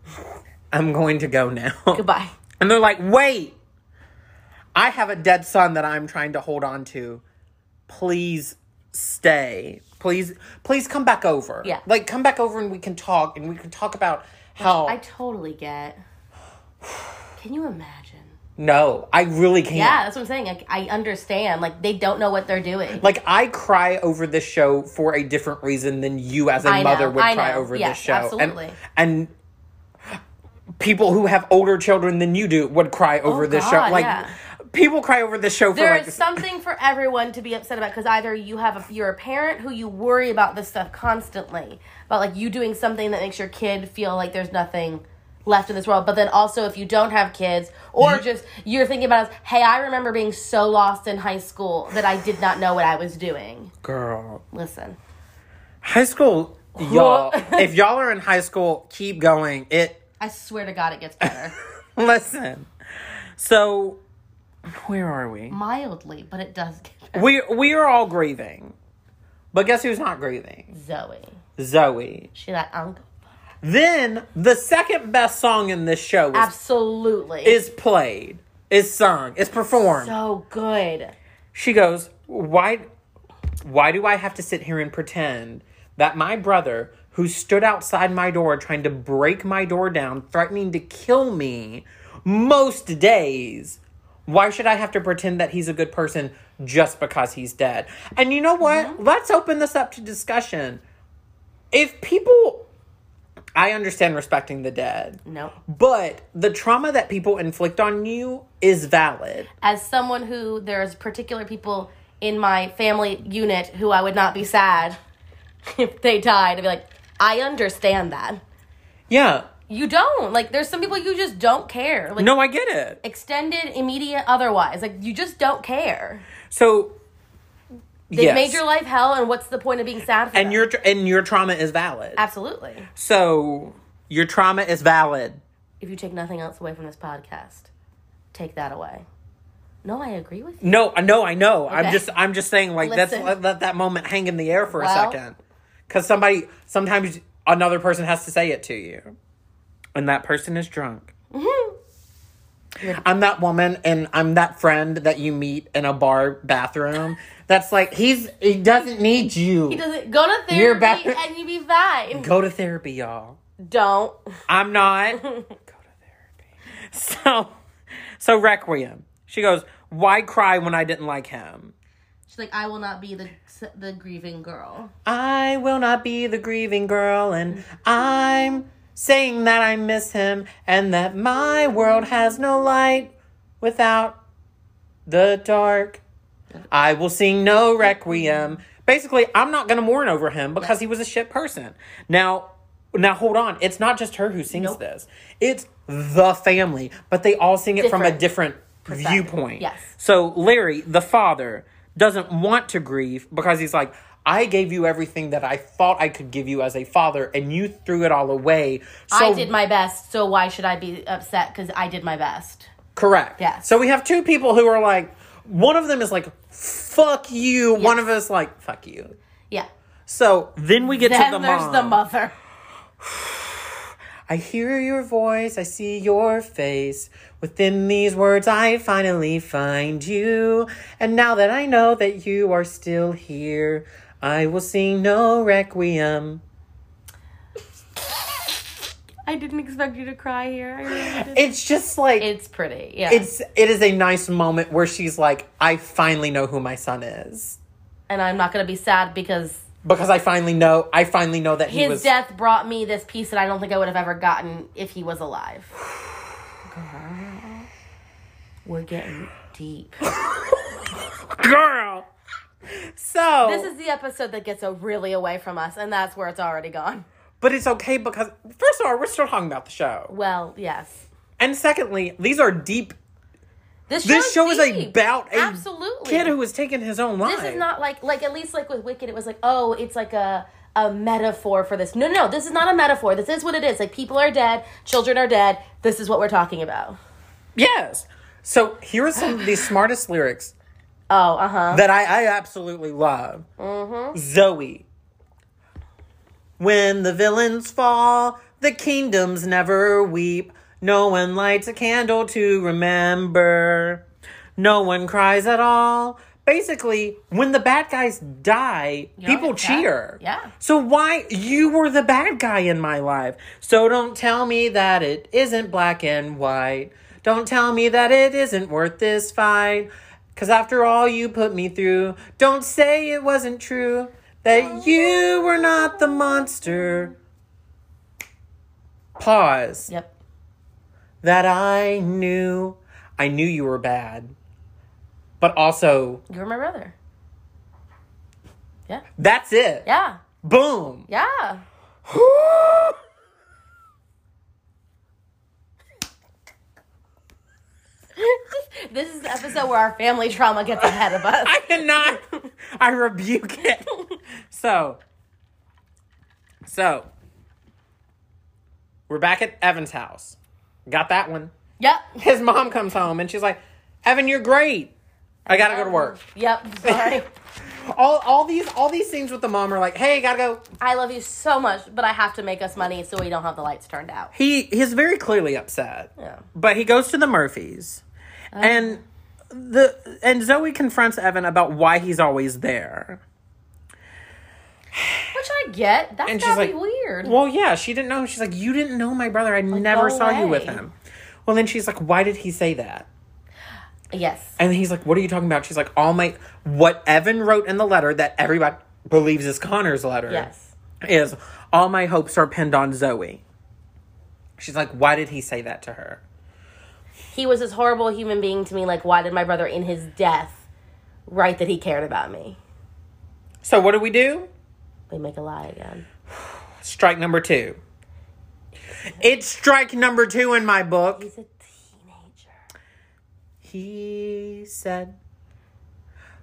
Speaker 1: I'm going to go now."
Speaker 2: Goodbye.
Speaker 1: And they're like, wait, I have a dead son that I'm trying to hold on to. Please stay. Please, please come back over.
Speaker 2: Yeah.
Speaker 1: Like, come back over and we can talk and we can talk about how.
Speaker 2: I totally get. Can you imagine?
Speaker 1: no, I really can't.
Speaker 2: Yeah, that's what I'm saying. Like, I understand. Like they don't know what they're doing.
Speaker 1: Like, I cry over this show for a different reason than you as a
Speaker 2: I know,
Speaker 1: mother would
Speaker 2: I
Speaker 1: cry
Speaker 2: know.
Speaker 1: over
Speaker 2: Yes,
Speaker 1: this show. And-
Speaker 2: absolutely.
Speaker 1: And, people who have older children than you do would cry over this
Speaker 2: Oh, God,
Speaker 1: show. Like,
Speaker 2: yeah.
Speaker 1: people cry over this show for
Speaker 2: There
Speaker 1: like
Speaker 2: is something for everyone to be upset about because either you have a, you're a parent who you worry about this stuff constantly about like you doing something that makes your kid feel like there's nothing left in this world. But then also if you don't have kids or just you're thinking about hey, I remember being so lost in high school that I did not know what I was doing.
Speaker 1: girl.
Speaker 2: Listen,
Speaker 1: High school, y'all. if y'all are in high school, keep going. It
Speaker 2: I swear to God, it
Speaker 1: *laughs*
Speaker 2: gets better
Speaker 1: listen. So, where are we?
Speaker 2: mildly, but it does get better.
Speaker 1: We we are all grieving, but guess who's not grieving?
Speaker 2: Zoe,
Speaker 1: Zoe.
Speaker 2: she that uncle.
Speaker 1: Then the second best song in this show is,
Speaker 2: Absolutely,
Speaker 1: is played, is sung, is performed.
Speaker 2: so good.
Speaker 1: she goes, "Why, why do I have to sit here and pretend that my brother, who stood outside my door trying to break my door down, threatening to kill me, most days, why should I have to pretend that he's a good person just because he's dead?" And you know what? Let's open this up to discussion. If people, I understand respecting the dead,
Speaker 2: No.
Speaker 1: but the trauma that people inflict on you is valid.
Speaker 2: as someone who there's particular people in my family unit who I would not be sad *laughs* if they died. I'd be like, I understand that.
Speaker 1: Yeah.
Speaker 2: You don't. Like there's some people you just don't care. Like
Speaker 1: No, I get it.
Speaker 2: extended, immediate, otherwise. Like you just don't care.
Speaker 1: So
Speaker 2: They've
Speaker 1: yes.
Speaker 2: made your life hell and what's the point of being sad for
Speaker 1: and
Speaker 2: them?
Speaker 1: your tr- and your trauma is valid.
Speaker 2: Absolutely.
Speaker 1: So your trauma is valid.
Speaker 2: If you take nothing else away from this podcast, take that away. No, I agree with you. *laughs*
Speaker 1: No, I know, I know. I'm
Speaker 2: Okay.
Speaker 1: just, I'm just saying, like
Speaker 2: Listen.
Speaker 1: that's let, let that moment hang in the air for
Speaker 2: Well.
Speaker 1: a second, because somebody, sometimes another person has to say it to you, and that person is drunk. I'm that woman, and I'm that friend that you meet in a bar bathroom. That's like he's he doesn't need you.
Speaker 2: He doesn't go to therapy
Speaker 1: You're back-
Speaker 2: and you be fine.
Speaker 1: Go to therapy, y'all.
Speaker 2: Don't.
Speaker 1: I'm not. *laughs* Go to therapy. So, so Requiem. She goes, "Why cry when I didn't like him?
Speaker 2: She's like, I will not be the the grieving girl.
Speaker 1: I will not be the grieving girl, and I'm saying that I miss him, and that my world has no light without the dark. I will sing no requiem. Basically, I'm not gonna mourn over him because he was a shit person. Now, now hold on. It's not just her who sings
Speaker 2: Nope.
Speaker 1: this. It's the family, but they all sing it from a different
Speaker 2: Different perspective.
Speaker 1: viewpoint.
Speaker 2: Yes.
Speaker 1: So Larry, the father, doesn't want to grieve because he's like, I gave you everything that I thought I could give you as a father, and you threw it all away. So
Speaker 2: I did my best, so why should I be upset? Because I did my best.
Speaker 1: correct.
Speaker 2: Yes.
Speaker 1: So we have two people who are like, one of them is like, "Fuck you." One of us like, "Fuck you."
Speaker 2: Yeah.
Speaker 1: So then we get
Speaker 2: Then
Speaker 1: to the
Speaker 2: there's
Speaker 1: mom.
Speaker 2: the mother.
Speaker 1: I hear your voice, I see your face. Within these words, I finally find you. And now that I know that you are still here, I will sing no requiem.
Speaker 2: I didn't expect you to cry here. I really didn't.
Speaker 1: It's just like
Speaker 2: It's pretty. Yeah.
Speaker 1: it's it is a nice moment where she's like, I finally know who my son is
Speaker 2: and I'm not gonna be sad because
Speaker 1: because I finally know I finally know that he
Speaker 2: his
Speaker 1: was
Speaker 2: death brought me this piece that I don't think I would have ever gotten if he was alive. Girl, we're getting deep.
Speaker 1: girl. So
Speaker 2: This is the episode that gets uh, really away from us, and that's where it's already gone.
Speaker 1: but it's okay because first of all, we're still talking about the show,
Speaker 2: Well, yes.
Speaker 1: and secondly, these are deep
Speaker 2: This,
Speaker 1: This show is
Speaker 2: deep.
Speaker 1: about a
Speaker 2: Absolutely.
Speaker 1: kid who was taking his own life.
Speaker 2: this is not like like at least like with Wicked, it was like oh, it's like a a metaphor for this. No, no, no, this is not a metaphor. This is what it is. Like people are dead, children are dead. This is what we're talking about.
Speaker 1: Yes. So here are some of the
Speaker 2: *gasps*
Speaker 1: smartest lyrics
Speaker 2: Oh, uh huh.
Speaker 1: that I, I absolutely love.
Speaker 2: Mm-hmm.
Speaker 1: Zoe. When the villains fall, the kingdoms never weep. No one lights a candle to remember. No one cries at all. Basically, when the bad guys die, people
Speaker 2: it's sad.
Speaker 1: cheer.
Speaker 2: Yeah.
Speaker 1: So why you were the bad guy in my life? So don't tell me that it isn't black and white. Don't tell me that it isn't worth this fight. Cause after all you put me through, don't say it wasn't true that you were not the monster. Pause.
Speaker 2: Yep.
Speaker 1: That I knew, I knew you were bad, but also
Speaker 2: You were my brother. Yeah.
Speaker 1: that's it.
Speaker 2: Yeah.
Speaker 1: Boom. *gasps*
Speaker 2: Yeah. *laughs* this is the episode where our family trauma gets ahead of us.
Speaker 1: I cannot. *laughs* I rebuke it. So, so we're back at Evan's house. Got that one.
Speaker 2: *laughs* Yep.
Speaker 1: His mom comes home and she's like, "Evan, you're great. I gotta *laughs* go to work."
Speaker 2: Yep. Sorry.
Speaker 1: All, all these, all these scenes with the mom are like, "Hey, gotta go."
Speaker 2: I love you so much, but I have to make us money so we don't have the lights turned out.
Speaker 1: He, he's very clearly upset.
Speaker 2: Yeah.
Speaker 1: But he goes to the Murphys, and the and Zoe confronts Evan about why he's always there.
Speaker 2: Which I get. That's
Speaker 1: And she's
Speaker 2: gotta be
Speaker 1: like,
Speaker 2: weird.
Speaker 1: Well, yeah, she didn't know. She's like, you didn't know my brother. I never
Speaker 2: go
Speaker 1: saw you with
Speaker 2: away."
Speaker 1: him. Well, then she's like, why did he say that?
Speaker 2: yes.
Speaker 1: And he's like, what are you talking about? She's like, all my what Evan wrote in the letter that everybody believes is Connor's letter.
Speaker 2: Yes.
Speaker 1: is all my hopes are pinned on Zoe. She's like, why did he say that to her?
Speaker 2: He was this horrible human being to me. Like, why did my brother, in his death, write that he cared about me?
Speaker 1: So what do we do?
Speaker 2: We make a lie again.
Speaker 1: Strike number two. It's strike number two in my book.
Speaker 2: He's a teenager.
Speaker 1: He said.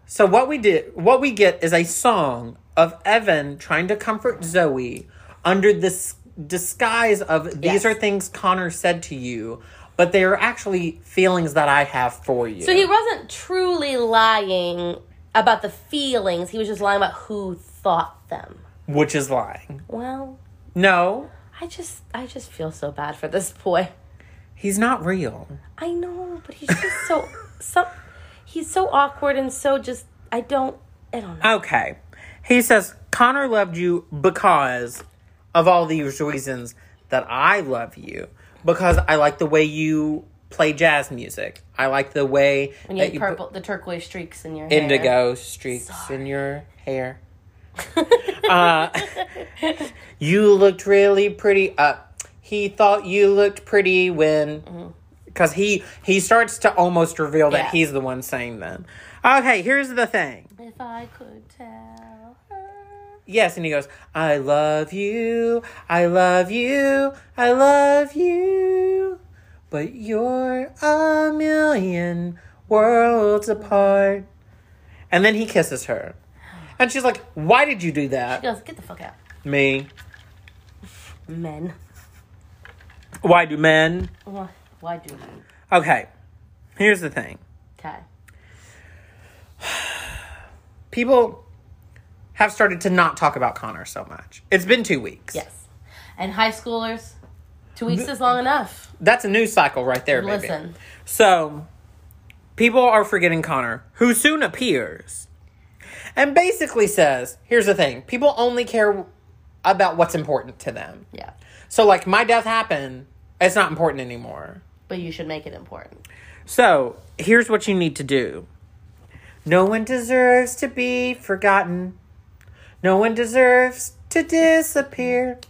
Speaker 1: So what we did, what we get is a song of Evan trying to comfort Zoe under this disguise of these
Speaker 2: Yes.
Speaker 1: are things Connor said to you. but they are actually feelings that I have for you.
Speaker 2: So he wasn't truly lying about the feelings. He was just lying about who thought them.
Speaker 1: which is lying.
Speaker 2: Well,
Speaker 1: No,
Speaker 2: I just I just feel so bad for this boy.
Speaker 1: he's not real.
Speaker 2: I know, but he's just
Speaker 1: *laughs*
Speaker 2: so so he's so awkward and so just I don't I don't know.
Speaker 1: Okay. He says Connor loved you because of all these reasons that I love you because I like the way you play jazz music. I like the way
Speaker 2: When you
Speaker 1: that
Speaker 2: have
Speaker 1: you
Speaker 2: purple the turquoise streaks in your
Speaker 1: put
Speaker 2: hair.
Speaker 1: indigo streaks in your
Speaker 2: *laughs*
Speaker 1: hair. uh, you looked really pretty up. He thought you looked pretty when because he he starts to almost reveal that
Speaker 2: Mm-hmm. Yeah.
Speaker 1: he's the one saying them. Okay, here's the thing.
Speaker 2: If I could tell her.
Speaker 1: Yes, and he goes, I love you, I love you, I love you, but you're a million worlds apart. And then he kisses her. And she's like, Why did you do that?
Speaker 2: She goes, get the fuck out.
Speaker 1: Me.
Speaker 2: Men.
Speaker 1: Why do men?
Speaker 2: Why why do you?
Speaker 1: Okay, here's the thing
Speaker 2: Okay.
Speaker 1: people have started to not talk about Connor so much. It's been two weeks.
Speaker 2: Yes. And high schoolers, two weeks is long enough.
Speaker 1: That's a news cycle right there, baby.
Speaker 2: Listen.
Speaker 1: So, people are forgetting Connor, who soon appears and basically says, here's the thing people only care about what's important to them.
Speaker 2: Yeah.
Speaker 1: So, like, my death happened, it's not important anymore.
Speaker 2: But you should make it important.
Speaker 1: So, here's what you need to do no one deserves to be forgotten, no one deserves to disappear.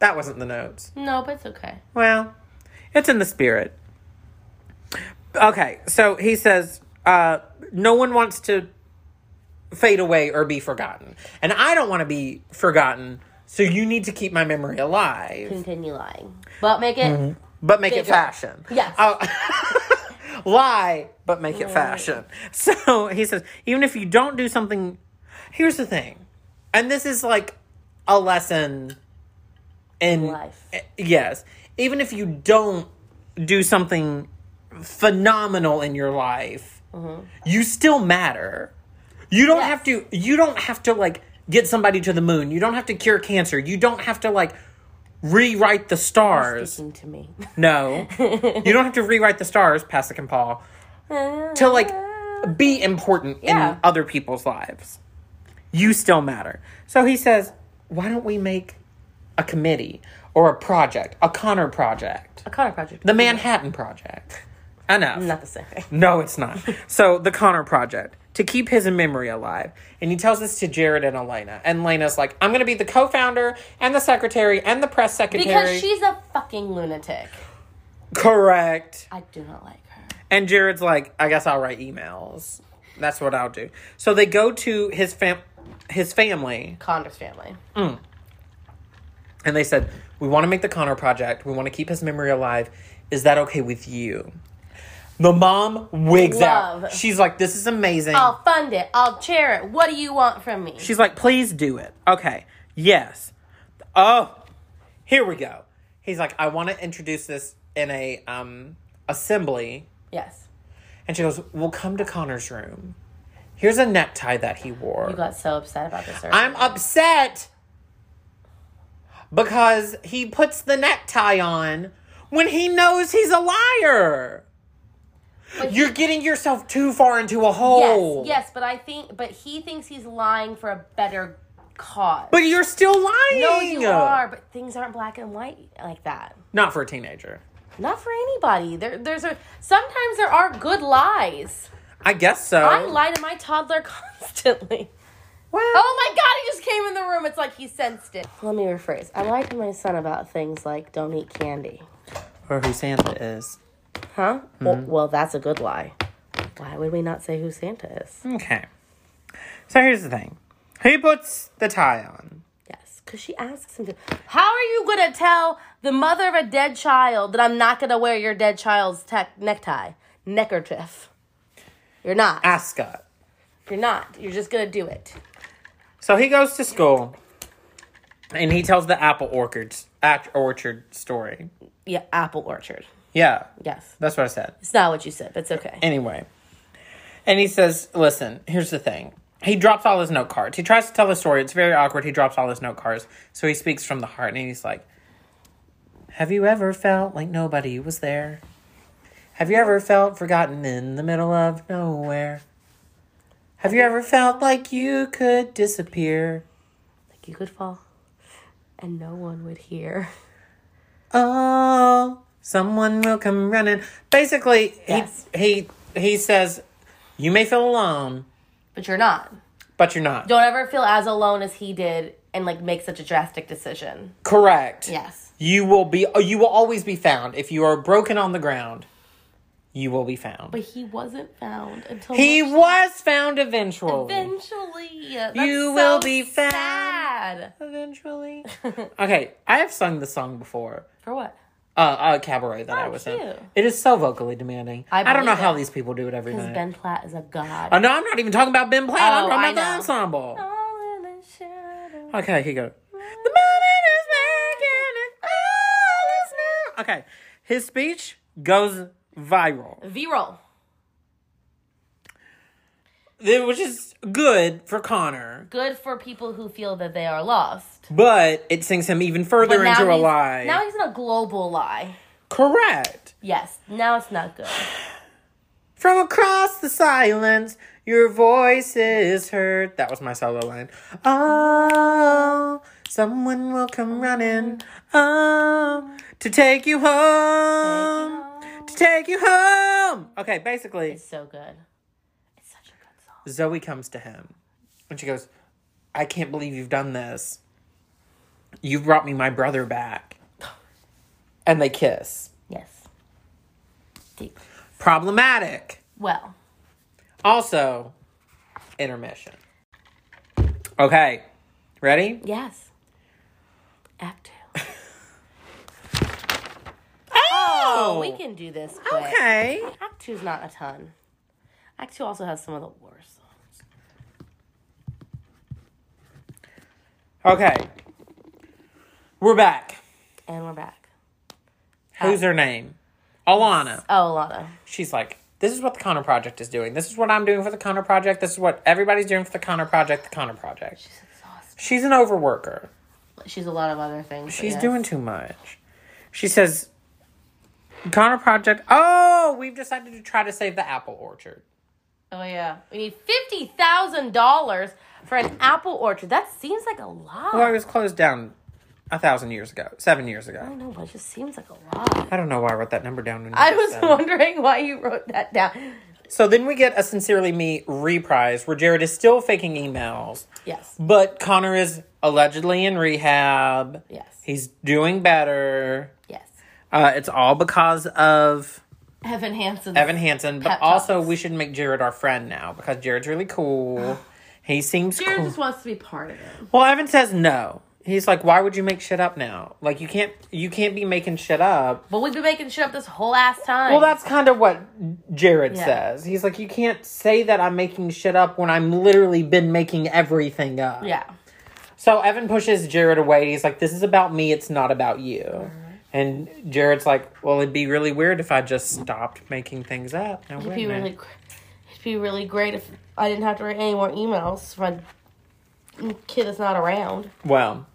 Speaker 1: That wasn't the notes.
Speaker 2: No, but it's okay.
Speaker 1: Well, it's in the spirit. Okay, so he says, uh, no one wants to fade away or be forgotten. And I don't want to be forgotten, so you need to keep my memory alive,
Speaker 2: Continue lying. Mm-hmm. But make it
Speaker 1: but make it
Speaker 2: Bigger.
Speaker 1: fashion.
Speaker 2: Yes. Mm.
Speaker 1: Oh, *laughs* lie, but make it fashion. So he says, even if you don't do something, here's the thing. And this is like a lesson in eh,
Speaker 2: life.
Speaker 1: Yes. Even if you don't do something phenomenal in your life, you still matter. You don't
Speaker 2: Mm-hmm. Yes.
Speaker 1: have to you don't have to like get somebody to the moon. You don't have to cure cancer. You don't have to like rewrite the stars.
Speaker 2: Listen to me. *laughs*
Speaker 1: No. you don't have to rewrite the stars, Pasek and Paul, to like be important
Speaker 2: Yeah.
Speaker 1: in other people's lives. You still matter. So he says, why don't we make a committee or a project, a Connor project,
Speaker 2: A Connor project.
Speaker 1: the Manhattan Project? Enough.
Speaker 2: Not the same.
Speaker 1: No, it's not. so the Connor Project to keep his memory alive, and he tells this to Jared and Elena, and Elena's like, "I'm going to be the co-founder and the secretary and the press secretary."
Speaker 2: Because she's a fucking lunatic.
Speaker 1: correct.
Speaker 2: I do not like her.
Speaker 1: And Jared's like, I guess I'll write emails. That's what I'll do. So they go to his fam his family
Speaker 2: Connor's family.
Speaker 1: and they said, We want to make the Connor project. We want to keep his memory alive. Is that okay with you? The mom wigs out.
Speaker 2: Love. Oh.
Speaker 1: She's like, This is amazing.
Speaker 2: I'll fund it. I'll chair it. What do you want from me?
Speaker 1: She's like, please do it. Okay. Yes. Oh, here we go. He's like, I want to introduce this in a um assembly.
Speaker 2: yes.
Speaker 1: And she goes, We'll come to Connor's room. Here's a necktie that he wore.
Speaker 2: You got so upset about this. earlier.
Speaker 1: I'm upset because he puts the necktie on when he knows he's a liar.
Speaker 2: But he-
Speaker 1: You're getting yourself too far into a hole.
Speaker 2: Yes, yes, but I think, but he thinks he's lying for a better cause.
Speaker 1: But you're still lying.
Speaker 2: no, you are. But things aren't black and white like that.
Speaker 1: Not for a teenager.
Speaker 2: Not for anybody. There, there's a. Sometimes there are good lies.
Speaker 1: I guess so.
Speaker 2: I lie to my toddler *laughs* constantly.
Speaker 1: Well,
Speaker 2: Oh my god, he just came in the room. It's like he sensed it. Let me rephrase. I lie to my son about things like don't eat candy.
Speaker 1: or who Santa is.
Speaker 2: Huh? Well, well, that's a good lie. Why would we not say who Santa is?
Speaker 1: Okay. So here's the thing. He puts the tie on.
Speaker 2: Yes, because she asks him to. How are you going to tell the mother of a dead child that I'm not going to wear your dead child's tech necktie? Neckerchief. You're not.
Speaker 1: Ascot.
Speaker 2: You're not. You're just going to do it.
Speaker 1: So he goes to school and he tells the apple orchards at orchard story.
Speaker 2: Yeah, apple orchard.
Speaker 1: Yeah,
Speaker 2: Yes.
Speaker 1: that's what I said.
Speaker 2: It's not what you said. That's okay.
Speaker 1: Anyway, and he says, "Listen, here's the thing." He drops all his note cards. He tries to tell the story. It's very awkward. He drops all his note cards. So he speaks from the heart, and he's like, "Have you ever felt like nobody was there? Have you ever felt forgotten in the middle of nowhere? Have you ever felt like you could disappear?"
Speaker 2: Like you could fall and no one would hear.
Speaker 1: Oh, someone will come running. Basically,
Speaker 2: Yes.
Speaker 1: he, he he says, "You may feel alone,
Speaker 2: But you're not.
Speaker 1: but you're not."
Speaker 2: Don't ever feel as alone as he did and like make such a drastic decision.
Speaker 1: Correct.
Speaker 2: Yes.
Speaker 1: You will be. uh, You will always be found. If you are broken on the ground, you will be found.
Speaker 2: But he wasn't found until
Speaker 1: he was found eventually.
Speaker 2: eventually. That's
Speaker 1: You
Speaker 2: so
Speaker 1: will be found.
Speaker 2: sad.
Speaker 1: eventually. okay, I have sung the song before.
Speaker 2: For what?
Speaker 1: Uh, a cabaret that I was in.
Speaker 2: Oh, cute.
Speaker 1: It is so vocally demanding.
Speaker 2: I
Speaker 1: I, don't know
Speaker 2: believe
Speaker 1: how
Speaker 2: it.
Speaker 1: these people do it every
Speaker 2: Because
Speaker 1: night.
Speaker 2: Ben Platt is a god.
Speaker 1: oh no, I'm not even talking about Ben Platt.
Speaker 2: Oh,
Speaker 1: I'm talking
Speaker 2: I
Speaker 1: about the
Speaker 2: know. Oh.
Speaker 1: ensemble.
Speaker 2: All in the shadow.
Speaker 1: Okay, here you go. The morning is making it all is now. Okay, his speech goes viral,
Speaker 2: V-roll.
Speaker 1: Th- which is good for Connor,
Speaker 2: Good for people who feel that they are lost.
Speaker 1: but it sinks him even further
Speaker 2: now
Speaker 1: into a
Speaker 2: he's-
Speaker 1: lie.
Speaker 2: Now he's in a global lie.
Speaker 1: Correct.
Speaker 2: Yes. Now it's not good.
Speaker 1: From across the silence, your voice is heard. That was my solo line. Oh, someone will come running. Oh, to take you home. To take you home. Okay, basically,
Speaker 2: It's so good. It's such a good song.
Speaker 1: Zoe comes to him and she goes, I can't believe you've done this. You brought me my brother back. And they kiss.
Speaker 2: Yes. Deep.
Speaker 1: Problematic.
Speaker 2: Well,
Speaker 1: Also, intermission. Okay, ready?
Speaker 2: yes. Act two.
Speaker 1: Oh,
Speaker 2: We can do this quick.
Speaker 1: Okay.
Speaker 2: Act two's not a ton. Act two also has some of the worst songs.
Speaker 1: Okay. We're back.
Speaker 2: And we're back.
Speaker 1: Who's her name? Alana.
Speaker 2: Oh, Lana.
Speaker 1: She's like, this is what the Connor Project is doing. This is what I'm doing for the Connor Project. This is what everybody's doing for the Connor Project. The Connor Project.
Speaker 2: She's exhausted.
Speaker 1: She's an overworker.
Speaker 2: She's a lot of other things. but
Speaker 1: She's
Speaker 2: yes.
Speaker 1: doing too much. She says, Connor Project. Oh, we've decided to try to save the apple orchard.
Speaker 2: Oh yeah. We need fifty thousand dollars for an apple orchard. That seems like a lot.
Speaker 1: Well, it was closed down a thousand years ago, seven years ago.
Speaker 2: I don't know, but it just seems like a lot.
Speaker 1: I don't know why I wrote that number down. When you
Speaker 2: I
Speaker 1: just
Speaker 2: was
Speaker 1: said it.
Speaker 2: wondering why you wrote that down.
Speaker 1: So then we get a Sincerely Me reprise where Jared is still faking emails,
Speaker 2: Yes.
Speaker 1: but Connor is allegedly in rehab.
Speaker 2: Yes.
Speaker 1: He's doing better.
Speaker 2: Yes.
Speaker 1: Uh, it's all because of
Speaker 2: Evan Hansen.
Speaker 1: Evan Hansen, but
Speaker 2: Pep
Speaker 1: also
Speaker 2: talks.
Speaker 1: we should make Jared our friend now because Jared's really cool. he seems
Speaker 2: Jared
Speaker 1: cool.
Speaker 2: just wants to be part of it.
Speaker 1: Well, Evan says no. He's like, why would you make shit up now? Like you can't you can't be making shit up.
Speaker 2: But we've been making shit up this whole ass time.
Speaker 1: Well, that's kind of what Jared
Speaker 2: Yeah.
Speaker 1: says. He's like, you can't say that I'm making shit up when I'm literally been making everything up.
Speaker 2: yeah.
Speaker 1: So Evan pushes Jared away. He's like, this is about me. It's not about you.
Speaker 2: Uh-huh.
Speaker 1: And Jared's like, well, it'd be really weird if I just stopped making things up. Now,
Speaker 2: It'd
Speaker 1: wait
Speaker 2: be
Speaker 1: a minute.
Speaker 2: really, gr- it'd be really great if I didn't have to write any more emails for my kid that's not around.
Speaker 1: Well,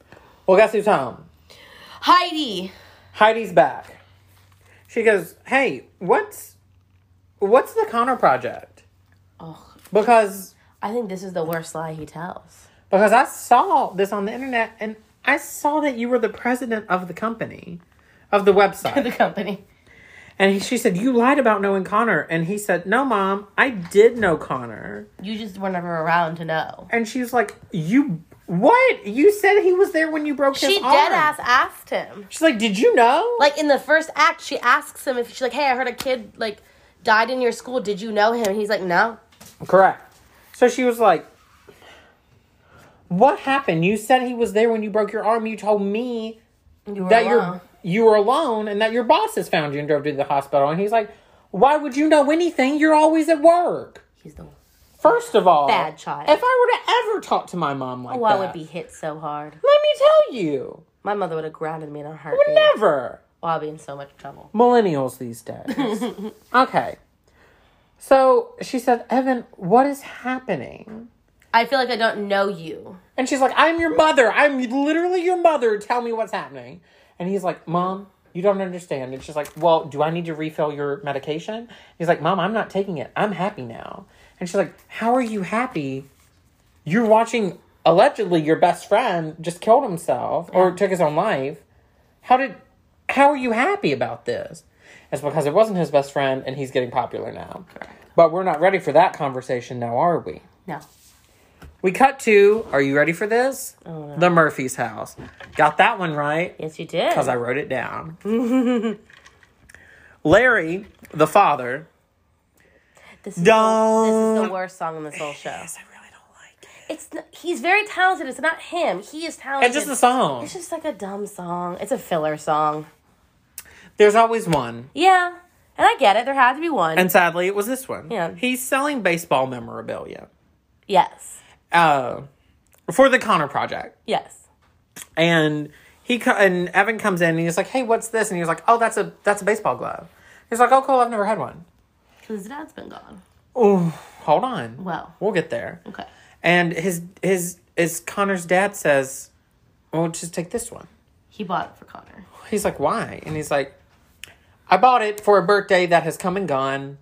Speaker 1: well, guess who's home?
Speaker 2: Heidi.
Speaker 1: Heidi's back. She goes, hey, what's what's the Connor project?
Speaker 2: Oh,
Speaker 1: Because
Speaker 2: I think this is the worst lie he tells.
Speaker 1: Because I saw this on the internet and I saw that you were the president of the company, of the
Speaker 2: *laughs* the *laughs*
Speaker 1: website.
Speaker 2: company.
Speaker 1: and he, she said, You lied about knowing Connor. And he said, No, mom, I did know Connor.
Speaker 2: You just were never around to know.
Speaker 1: And she was like, You, what? You said he was there when you broke his
Speaker 2: She
Speaker 1: arm.
Speaker 2: dead ass asked him.
Speaker 1: She's like, Did you know?
Speaker 2: Like in the first act, she asks him if she's like, "Hey, I heard a kid like died in your school. Did you know him?" And he's like, "No."
Speaker 1: Correct. So she was like, What happened? You said he was there when you broke your arm. You told me
Speaker 2: You were
Speaker 1: that
Speaker 2: alone."
Speaker 1: you're you were alone and that your boss has found you and drove you to the hospital and he's like why would you know anything you're always at work
Speaker 2: He's the.
Speaker 1: first of all
Speaker 2: Bad child.
Speaker 1: if i were to ever talk to my mom like
Speaker 2: Oh,
Speaker 1: that
Speaker 2: I would be hit so hard.
Speaker 1: let me tell you
Speaker 2: My mother would have grounded me in a heartbeat.
Speaker 1: would never
Speaker 2: Well, I'll be in so much trouble.
Speaker 1: millennials these days.
Speaker 2: *laughs*
Speaker 1: okay. So she said, Evan, what is happening?
Speaker 2: I feel like I don't know you.
Speaker 1: And she's like, I'm your mother. I'm literally your mother. Tell me what's happening. And he's like, Mom, you don't understand. And she's like, Well, do I need to refill your medication? He's like, Mom, I'm not taking it. I'm happy now. And she's like, How are you happy? You're watching allegedly your best friend just killed himself or took his own life. How did how are you happy about this? It's because it wasn't his best friend and he's getting popular now. But we're not ready for that conversation now, are we?
Speaker 2: No.
Speaker 1: We cut to, are you ready for this? The Murphy's house. Got that one right
Speaker 2: Yes, you did.
Speaker 1: because I wrote it down. *laughs* Larry, the father.
Speaker 2: This is, the- this is
Speaker 1: Don't.
Speaker 2: the worst song in this whole show.
Speaker 1: I really don't like
Speaker 2: It's n he's very talented. It's not him. He is talented.
Speaker 1: It's just a song.
Speaker 2: It's just like a dumb song. It's a filler song.
Speaker 1: There's always one.
Speaker 2: Yeah, and I get it. There had to be one.
Speaker 1: And sadly, it was this one.
Speaker 2: Yeah.
Speaker 1: He's selling baseball memorabilia
Speaker 2: yes,
Speaker 1: uh, for the Connor Project.
Speaker 2: yes.
Speaker 1: and he co- and Evan comes in and he's like, "Hey, what's this?" And he was like, "Oh, that's a that's a baseball glove." He's like, "Oh, cool. I've never had one."
Speaker 2: His dad's been gone.
Speaker 1: Oh, hold on.
Speaker 2: Wow.
Speaker 1: we'll get there.
Speaker 2: Okay.
Speaker 1: And his his his Connor's dad says, "Well, just take this one."
Speaker 2: He bought it for Connor.
Speaker 1: He's like, "Why?" And he's like, "I bought it for a birthday that has come and gone.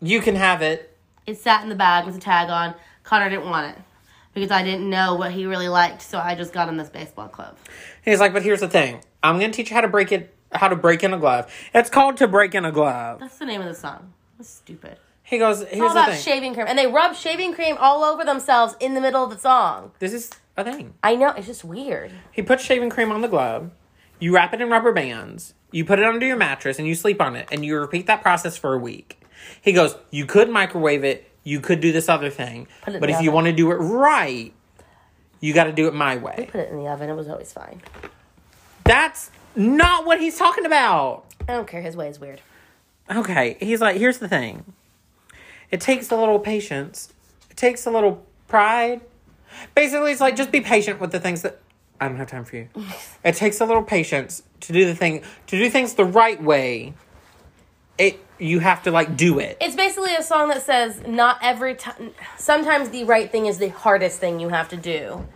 Speaker 1: You can have it."
Speaker 2: It sat in the bag with a tag on. Connor didn't want it because I didn't know what he really liked, so I just got him this baseball club.
Speaker 1: He's like, "But here's the thing. I'm gonna teach you how to break it." How to break in a glove. It's called to break in a glove.
Speaker 2: That's the name of the song. That's stupid.
Speaker 1: He goes,
Speaker 2: All
Speaker 1: here's the
Speaker 2: about
Speaker 1: thing.
Speaker 2: shaving cream, and they rub shaving cream all over themselves in the middle of the song.
Speaker 1: This is a thing.
Speaker 2: I know it's just weird.
Speaker 1: He puts shaving cream on the glove. You wrap it in rubber bands. You put it under your mattress and you sleep on it. And you repeat that process for a week. He goes, You could microwave it. You could do this other thing.
Speaker 2: Put it in
Speaker 1: But
Speaker 2: the
Speaker 1: if you
Speaker 2: oven.
Speaker 1: want to do it right, you got to do it my way.
Speaker 2: Put it in the oven. It was always fine.
Speaker 1: That's not what he's talking about.
Speaker 2: I don't care. His way is weird.
Speaker 1: Okay. He's like, Here's the thing it takes a little patience, it takes a little pride. Basically, it's like, just be patient with the things that. I don't have time
Speaker 2: *laughs*
Speaker 1: for you. It takes a little patience to do the thing to do things the right way. It you have to like do it.
Speaker 2: It's basically a song that says, "Not every time. Sometimes the right thing is the hardest thing you have to do."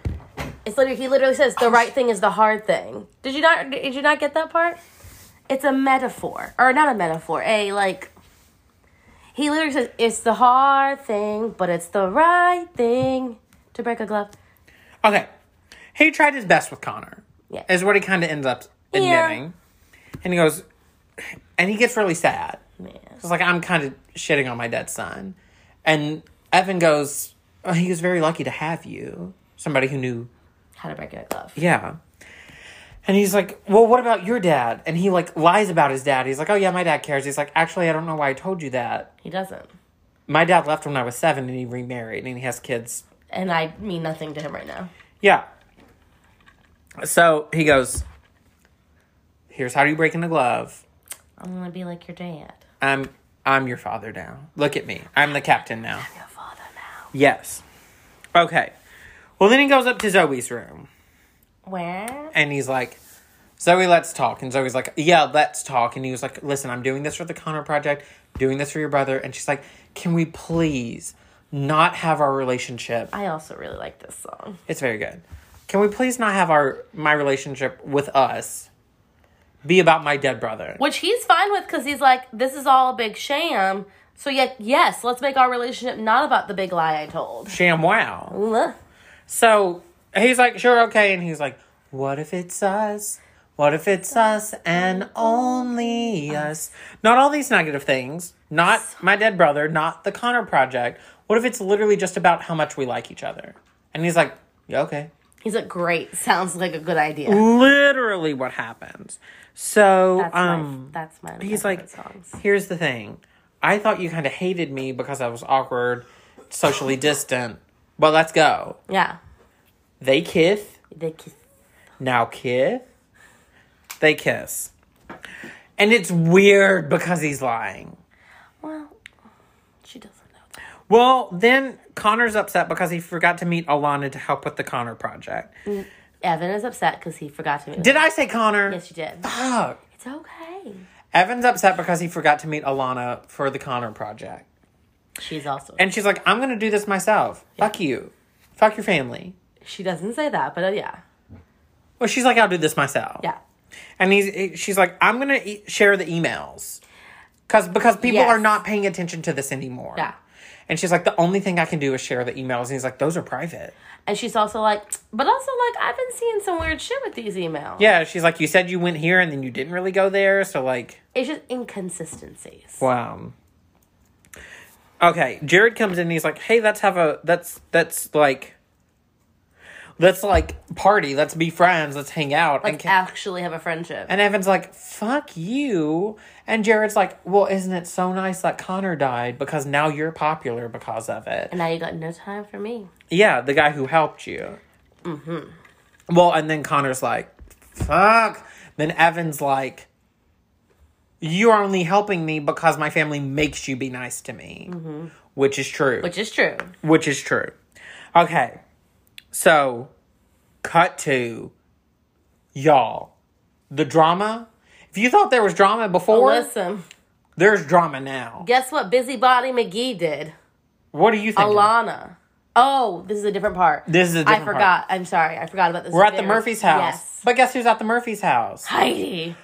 Speaker 2: It's literally he literally says, "The right thing is the hard thing." Did you not? Did you not get that part? It's a metaphor, or not a metaphor. A like. He literally says, "It's the hard thing, but it's the right thing to break a glove."
Speaker 1: Okay. He tried his best with Connor.
Speaker 2: Yeah.
Speaker 1: Is what he kind of ends up
Speaker 2: Yeah.
Speaker 1: admitting. And he goes and he gets really sad.
Speaker 2: Man,
Speaker 1: It's like I'm kind of shitting on my dead son. And Evan goes, oh, he was very lucky to have you. Somebody who knew
Speaker 2: how to break a glove?
Speaker 1: Yeah. And he's like, Well, what about your dad? And he like lies about his dad. He's like, Oh yeah, my dad cares. He's like, actually I don't know why I told you that.
Speaker 2: He doesn't,
Speaker 1: My dad left when I was seven and he remarried and he has kids.
Speaker 2: and I mean nothing to him right now.
Speaker 1: Yeah. So he goes, Here's how you break in the glove.
Speaker 2: I'm gonna be like your dad,
Speaker 1: I'm I'm your father now. Look at me. I'm the captain now.
Speaker 2: your father now.
Speaker 1: Yes. Okay. Well then he goes up to Zoe's room.
Speaker 2: Where?
Speaker 1: and he's like, Zoe, let's talk. And Zoe's like, Yeah, let's talk. And he was like, Listen, I'm doing this for the Connor Project, doing this for your brother. And she's like, Can we please not have our relationship?
Speaker 2: I also really like this song.
Speaker 1: It's very good. Can we please not have our my relationship with us be about my dead brother?
Speaker 2: Which he's fine with because he's like, this is all a big sham. So, yeah, yes, let's make our relationship not about the big lie I told.
Speaker 1: Sham wow.
Speaker 2: Ugh.
Speaker 1: So he's like, Sure, okay. And he's like, What if it's us? What if it's us and only us? Not all these negative things. Not my dead brother, not the Connor project. What if it's literally just about how much we like each other? And he's like, yeah, okay.
Speaker 2: He's like, great. *laughs* Sounds like a good idea.
Speaker 1: Literally what happens. So
Speaker 2: that's,
Speaker 1: um
Speaker 2: my, that's my
Speaker 1: he's
Speaker 2: my
Speaker 1: like
Speaker 2: favorite songs.
Speaker 1: here's the thing. I thought you kinda hated me because I was awkward, socially distant. Well let's go.
Speaker 2: Yeah.
Speaker 1: They kiss.
Speaker 2: They kiss.
Speaker 1: Now kiss. They kiss. And it's weird because he's lying.
Speaker 2: Well, she doesn't know. that.
Speaker 1: Well, then Connor's upset because he forgot to meet Alana to help with the Connor project.
Speaker 2: Evan is upset because he forgot to meet.
Speaker 1: Did I say Connor?
Speaker 2: *laughs* yes, you did.
Speaker 1: Fuck.
Speaker 2: It's okay.
Speaker 1: Evan's upset because he forgot to meet Alana for the Connor project.
Speaker 2: She's also.
Speaker 1: And she's like, I'm going to do this myself. Fuck you. Fuck your family.
Speaker 2: she doesn't say that, but uh, yeah,
Speaker 1: Well, she's like, I'll do this myself.
Speaker 2: yeah.
Speaker 1: And he's, he- she's like, I'm going to e- share the emails. Cause, because people
Speaker 2: Yes.
Speaker 1: are not paying attention to this anymore.
Speaker 2: Yeah.
Speaker 1: And she's like, the only thing I can do is share the emails. And he's like, those are private.
Speaker 2: And she's also like, but also like, I've been seeing some weird shit with these emails.
Speaker 1: Yeah. She's like, you said you went here and then you didn't really go there. So, like,
Speaker 2: It's just inconsistencies.
Speaker 1: Wow. Okay, Jared comes in and he's like, "Hey, let's have a that's that's like let's like party, let's be friends, let's hang out." and,
Speaker 2: Like,
Speaker 1: Ke-
Speaker 2: actually have a friendship.
Speaker 1: and Evan's like, "Fuck you." And Jared's like, "Well, isn't it so nice that Connor died because now you're popular because of it?"
Speaker 2: And now you got no time for me.
Speaker 1: Yeah, the guy who helped you. Mhm. Well, and then Connor's like, "Fuck." Then Evan's like, "You're only helping me because my family makes you be nice to me." Which is true. Which-,
Speaker 2: Which is true.
Speaker 1: is true. Okay. So, cut to y'all. The drama. If you thought there was drama before,
Speaker 2: Listen,
Speaker 1: there's drama now.
Speaker 2: guess what Busybody McGee did?
Speaker 1: What do you think?
Speaker 2: Alana. Oh, this is a different part.
Speaker 1: This is a
Speaker 2: I
Speaker 1: different part.
Speaker 2: forgot. I'm sorry. I forgot about this.
Speaker 1: We're at the
Speaker 2: very-
Speaker 1: Murphy's house.
Speaker 2: Yes.
Speaker 1: But guess who's at the Murphy's house?
Speaker 2: Heidi.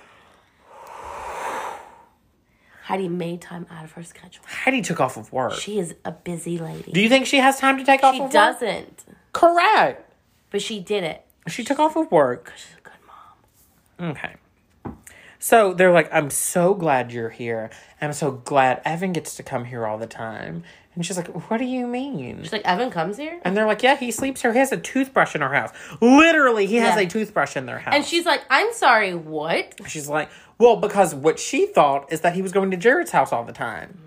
Speaker 2: Heidi made time out of her schedule.
Speaker 1: Heidi took off of work.
Speaker 2: She is a busy lady.
Speaker 1: Do you think she has time to take off
Speaker 2: she
Speaker 1: of work?
Speaker 2: doesn't,
Speaker 1: Correct.
Speaker 2: but she did it.
Speaker 1: She took off of work.
Speaker 2: She's a good mom.
Speaker 1: Okay. So they're like, I'm so glad you're here. I'm so glad Evan gets to come here all the time. And she's like, What do you mean?
Speaker 2: She's like, Evan comes here?
Speaker 1: And they're like, Yeah, he sleeps here. He has a toothbrush in our house. Literally, he has
Speaker 2: Yeah.
Speaker 1: a toothbrush in their house.
Speaker 2: And she's like, I'm sorry, what?
Speaker 1: she's like, Well, because what she thought is that he was going to Jared's house all the time.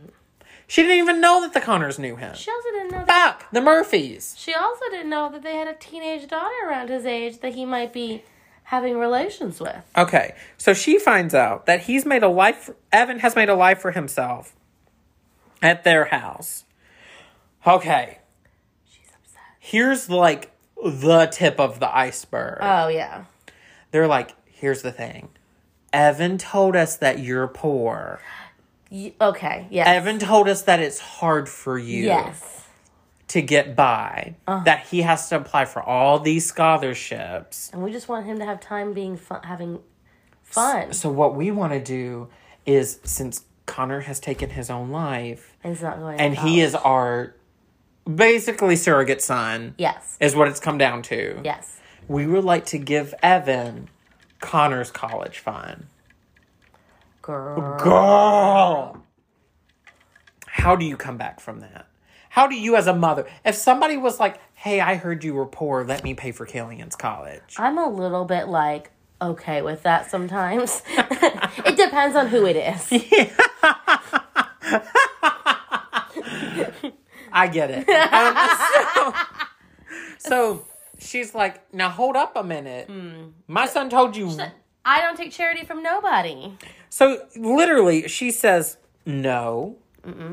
Speaker 1: She didn't even know that the Connors knew him.
Speaker 2: She also didn't know that.
Speaker 1: Fuck, the Murphys.
Speaker 2: She also didn't know that they had a teenage daughter around his age that he might be having relations with.
Speaker 1: Okay, so she finds out that he's made a life. Evan has made a life for himself at their house. Okay,
Speaker 2: She's upset.
Speaker 1: here's like the tip of the iceberg.
Speaker 2: Oh, yeah.
Speaker 1: They're like, here's the thing. Evan told us that you're poor.
Speaker 2: Y- okay, yes.
Speaker 1: Evan told us that it's hard for you
Speaker 2: Yes. Uh-huh.
Speaker 1: to get by. That he has to apply for all these scholarships.
Speaker 2: And we just want him to have time being fun, having fun.
Speaker 1: So what we want to do is since Connor has taken his own life,
Speaker 2: and it's not going
Speaker 1: and
Speaker 2: to
Speaker 1: he is our basically surrogate son
Speaker 2: Yes.
Speaker 1: is what it's come down to
Speaker 2: Yes.
Speaker 1: we would like to give evan connor's college fund
Speaker 2: Girl.
Speaker 1: girl how do you come back from that how do you as a mother if somebody was like hey i heard you were poor let me pay for killian's college
Speaker 2: I'm a little bit like, okay with that sometimes. *laughs* it depends on who
Speaker 1: *laughs*
Speaker 2: it is.
Speaker 1: i get
Speaker 2: *laughs*
Speaker 1: it Um, so, so she's like now hold up a minute
Speaker 2: Hmm.
Speaker 1: my son told you
Speaker 2: I don't take charity from nobody.
Speaker 1: So literally, she says, "No,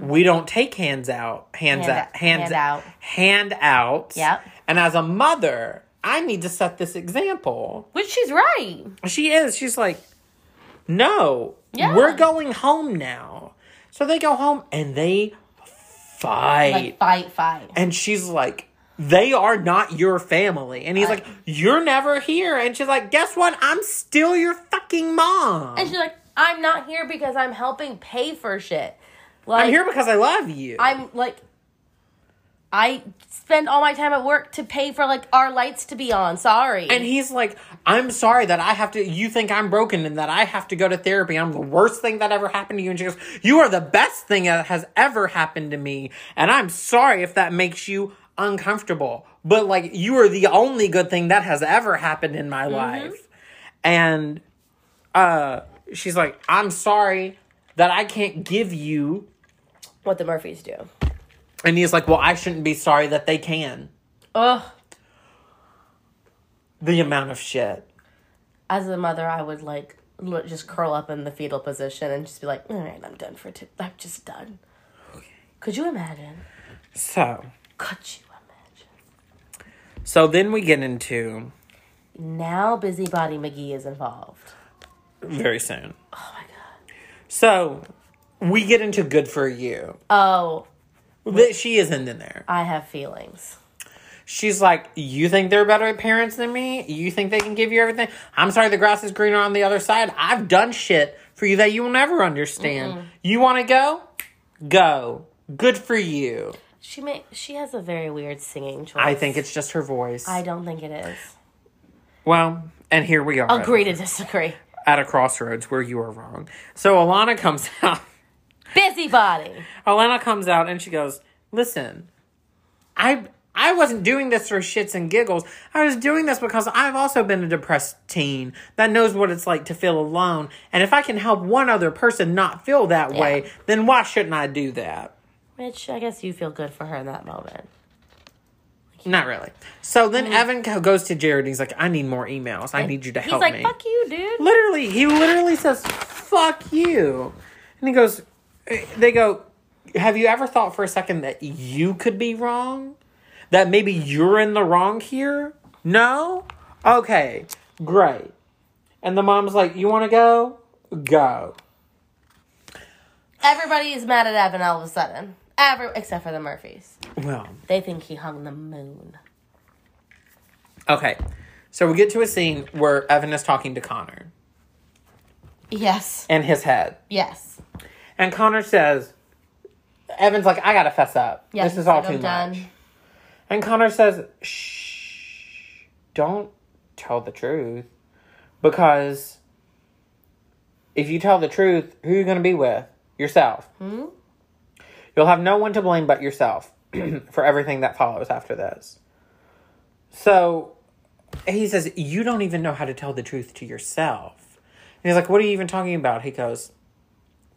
Speaker 1: we don't take hands out, hands
Speaker 2: Hand-
Speaker 1: out, hands
Speaker 2: hand
Speaker 1: out,
Speaker 2: out.
Speaker 1: hand out."
Speaker 2: Yep.
Speaker 1: And as a mother, I need to set this example.
Speaker 2: Which she's right.
Speaker 1: She is. She's like, "No,
Speaker 2: Yeah.
Speaker 1: we're going home now." So they go home and they fight,
Speaker 2: Like, fight, fight.
Speaker 1: and she's like. They are not your family. And he's
Speaker 2: Right.
Speaker 1: like, You're never here. And she's like, Guess what? I'm still your fucking mom.
Speaker 2: And she's like, I'm not here because I'm helping pay for shit. Like,
Speaker 1: I'm here because I love you.
Speaker 2: I'm like, I spend all my time at work to pay for like our lights to be on. Sorry.
Speaker 1: And he's like, I'm sorry that I have to, you think I'm broken and that I have to go to therapy. I'm the worst thing that ever happened to you. And she goes, You are the best thing that has ever happened to me. And I'm sorry if that makes you uncomfortable. But like, you are the only good thing that has ever happened in my life. And uh, she's like, I'm sorry that I can't give you.
Speaker 2: what the Murphys do.
Speaker 1: And he's like, Well, I shouldn't be sorry that they can.
Speaker 2: Ugh.
Speaker 1: The amount of shit.
Speaker 2: As a mother, I would like l- just curl up in the fetal position and just be like, all right, I'm done for today. I'm just done. Could you imagine?
Speaker 1: So,
Speaker 2: Could you imagine?
Speaker 1: so then we get into.
Speaker 2: Now Busybody McGee is involved.
Speaker 1: very soon.
Speaker 2: Oh my god.
Speaker 1: So we get into good for you.
Speaker 2: Oh,
Speaker 1: That she isn't in there.
Speaker 2: I have feelings.
Speaker 1: She's like, you think they're better parents than me? You think they can give you everything? I'm sorry, the grass is greener on the other side. I've done shit for you that you will never understand. You want to go? Go. Good for you.
Speaker 2: She may, she has a very weird singing choice.
Speaker 1: I think it's just her voice.
Speaker 2: I don't think it is.
Speaker 1: well, and here we are.
Speaker 2: Agree to disagree.
Speaker 1: At a crossroads where you are wrong. So Alana comes *laughs* out.
Speaker 2: Busybody.
Speaker 1: Alana comes out and she goes, "Listen, I I wasn't doing this for shits and giggles. I was doing this because I've also been a depressed teen that knows what it's like to feel alone. And if I can help one other person not feel that way, then why shouldn't I do that?"
Speaker 2: Which I guess you feel good for her in that moment.
Speaker 1: Not really. So then Evan co- goes to Jared and he's like, "I need more emails. I need you to
Speaker 2: Mm-hmm. He's
Speaker 1: help
Speaker 2: like,
Speaker 1: me."
Speaker 2: fuck you, dude.
Speaker 1: literally he literally says fuck you and he goes they go have you ever thought for a second that you could be wrong that maybe you're in the wrong here no okay great and the mom's like you want to go go
Speaker 2: Everybody is mad at Evan all of a sudden. Every, except for the Murphys.
Speaker 1: well
Speaker 2: They think he hung the moon.
Speaker 1: okay so we get to a scene where evan is talking to connor
Speaker 2: Yes.
Speaker 1: and his head
Speaker 2: Yes.
Speaker 1: and connor says evan's like i gotta fess up
Speaker 2: Yes.
Speaker 1: this is all
Speaker 2: Like, I'm
Speaker 1: too much And Connor says, shh, don't tell the truth. Because if you tell the truth, who are you going to be with? Yourself. You'll have no one to blame but yourself *clears throat* for everything that follows after this. So he says, You don't even know how to tell the truth to yourself. And he's like, What are you even talking about? He goes,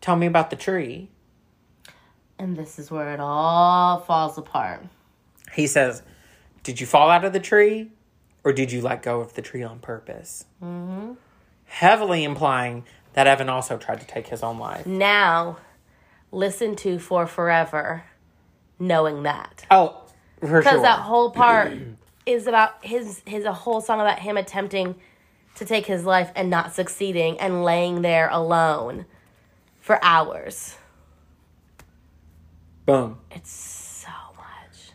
Speaker 1: Tell me about the tree.
Speaker 2: And this is where it all falls apart.
Speaker 1: He says, Did you fall out of the tree or did you let go of the tree on purpose? Mm-hmm. Heavily implying that Evan also tried to take his own life.
Speaker 2: Now, listen to For Forever, knowing that.
Speaker 1: Oh, for
Speaker 2: Because
Speaker 1: sure.
Speaker 2: that whole part is about his, his a whole song about him attempting to take his life and not succeeding and laying there alone for hours.
Speaker 1: Boom.
Speaker 2: It's so much.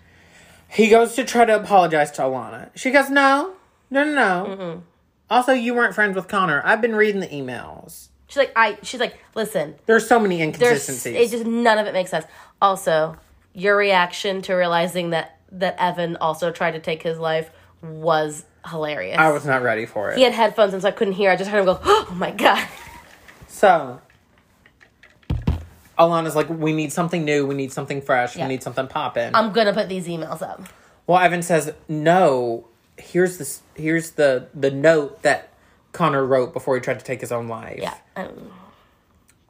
Speaker 1: He goes to try to apologize to Alana. She goes, No, no, no, no.
Speaker 2: Mm-hmm.
Speaker 1: Also, you weren't friends with Connor. I've been reading the emails.
Speaker 2: She's like, I. She's like, listen.
Speaker 1: There's so many
Speaker 2: There's.
Speaker 1: inconsistencies.
Speaker 2: It just none of it makes sense. Also, your reaction to realizing that that Evan also tried to take his life was hilarious.
Speaker 1: I was not ready for it.
Speaker 2: he had headphones and so I couldn't hear. I just heard him go, *gasps* "Oh my god!"
Speaker 1: So Alana's like, we need something new, we need something fresh,
Speaker 2: Yeah.
Speaker 1: we need something poppin'.
Speaker 2: I'm gonna put these emails up.
Speaker 1: Well, Evan says, "No, here's this. Here's the the note that Connor wrote before he tried to take his own life."
Speaker 2: Yeah. Um,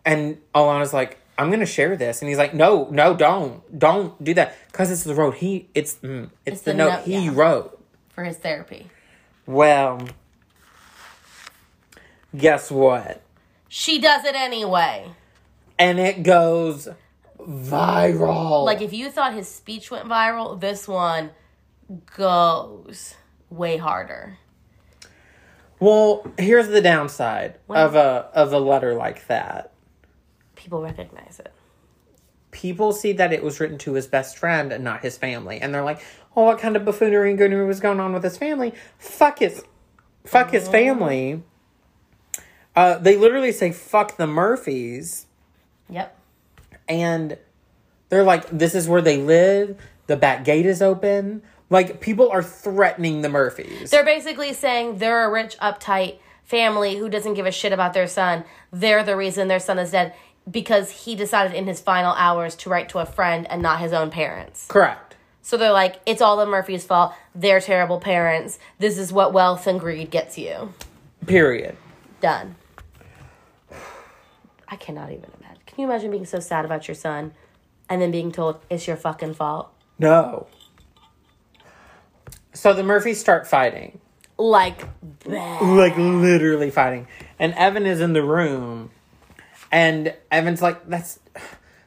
Speaker 1: And Alana's like, "I'm gonna share this," and he's like, "No, no, don't, don't do that, because it's the road he. It's mm, it's, the, note, he
Speaker 2: yeah.
Speaker 1: wrote."
Speaker 2: for his therapy,
Speaker 1: Well, guess what?
Speaker 2: she does it anyway.
Speaker 1: And it goes viral.
Speaker 2: Like if you thought his speech went viral, this one goes way harder.
Speaker 1: well, here's the downside of a of a letter like that.
Speaker 2: People recognize it.
Speaker 1: people see that it was written to his best friend and not his family, and they're like, "Oh, what kind of buffoonery and goonery was going on with his family? Fuck his, fuck his family." Uh, they literally say "fuck the Murphys,"
Speaker 2: Yep.
Speaker 1: and they're like, "This is where they live. The back gate is open." Like people are threatening the Murphys.
Speaker 2: They're basically saying they're a rich, uptight family who doesn't give a shit about their son. They're the reason their son is dead because he decided in his final hours to write to a friend and not his own parents.
Speaker 1: Correct.
Speaker 2: So they're like, it's all the Murphy's fault. They're terrible parents. This is what wealth and greed gets you.
Speaker 1: Period.
Speaker 2: Done. *sighs* I cannot even imagine. Can you imagine being so sad about your son and then being told it's your fucking fault?
Speaker 1: No. So the Murphys start fighting.
Speaker 2: Like, bleh.
Speaker 1: like literally fighting. And Evan is in the room, and Evan's like, "That's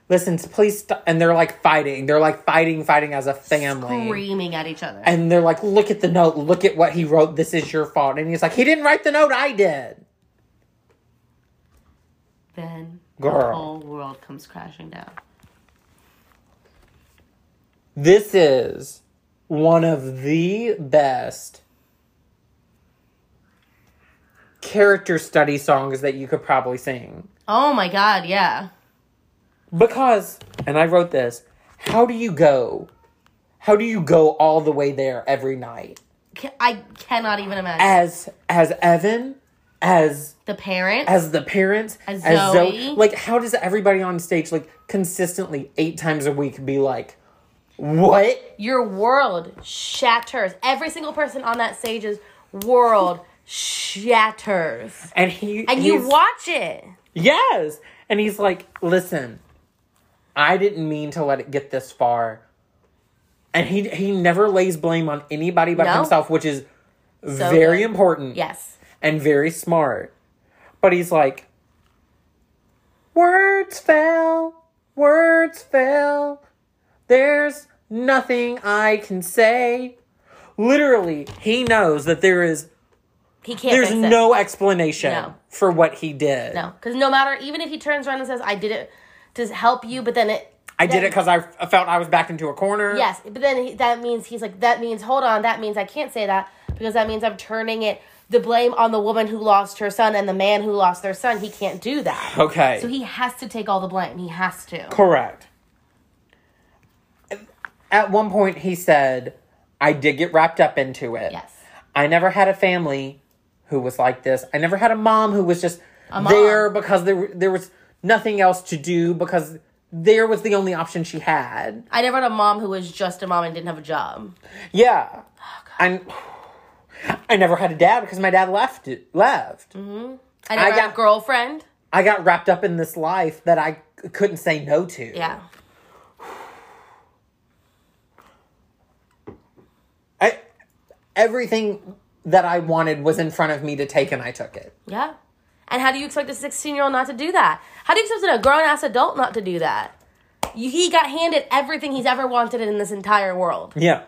Speaker 1: listen, please stop. And they're like fighting. They're like fighting, fighting as a family.
Speaker 2: Screaming at each other.
Speaker 1: And they're like, look at the note. Look at what he wrote. This is your fault. And he's like, he didn't write the note. I did.
Speaker 2: then the
Speaker 1: Girl.
Speaker 2: whole world comes crashing down.
Speaker 1: This is one of the best character study songs that you could probably sing.
Speaker 2: Oh my god, yeah.
Speaker 1: Because, and I wrote this, how do you go? How do you go all the way there every night?
Speaker 2: Ca- I cannot even imagine.
Speaker 1: As as Evan, as
Speaker 2: the parents.
Speaker 1: as the parents,
Speaker 2: As Zoe.
Speaker 1: like how does everybody on stage like consistently eight times a week be like, what?
Speaker 2: your world shatters. Every single person on that stage's world shatters.
Speaker 1: And he
Speaker 2: And you
Speaker 1: he's-
Speaker 2: watch it.
Speaker 1: Yes. And he's like, listen, I didn't mean to let it get this far. And he he never lays blame on anybody but
Speaker 2: No.
Speaker 1: himself, which is very
Speaker 2: good.
Speaker 1: important
Speaker 2: Yes.
Speaker 1: and very smart. But he's like, words fail, words fail. There's nothing I can say. Literally, he knows that there is
Speaker 2: He can't
Speaker 1: there's
Speaker 2: fix it.
Speaker 1: no explanation
Speaker 2: No.
Speaker 1: for what he did.
Speaker 2: No, because no matter, even if he turns around and says, "I did it to help you," but then it,
Speaker 1: I did
Speaker 2: then-
Speaker 1: it because I f- felt I was backed into a corner.
Speaker 2: yes, but then he, that means he's like, that means hold on, that means I can't say that because that means I'm turning it the blame on the woman who lost her son and the man who lost their son. He can't do that,
Speaker 1: Okay.
Speaker 2: so he has to take all the blame. He has to.
Speaker 1: Correct. At one point, he said, I did get wrapped up into it.
Speaker 2: Yes.
Speaker 1: I never had a family who was like this. I never had a mom who was just
Speaker 2: mom.
Speaker 1: there because there, there was nothing else to do because there was the only option she had.
Speaker 2: I never had a mom who was just a mom and didn't have a job.
Speaker 1: Yeah.
Speaker 2: Oh,
Speaker 1: I *sighs* I never had a dad because my dad left left.
Speaker 2: Mm-hmm. I never had a
Speaker 1: got-
Speaker 2: girlfriend.
Speaker 1: I got wrapped up in this life that I c- couldn't say no to.
Speaker 2: Yeah.
Speaker 1: I everything that I wanted was in front of me to take and I took it.
Speaker 2: Yeah. And how do you expect a 16 year old not to do that? How do you expect a grown ass adult not to do that? You- He got handed everything he's ever wanted in this entire world.
Speaker 1: Yeah.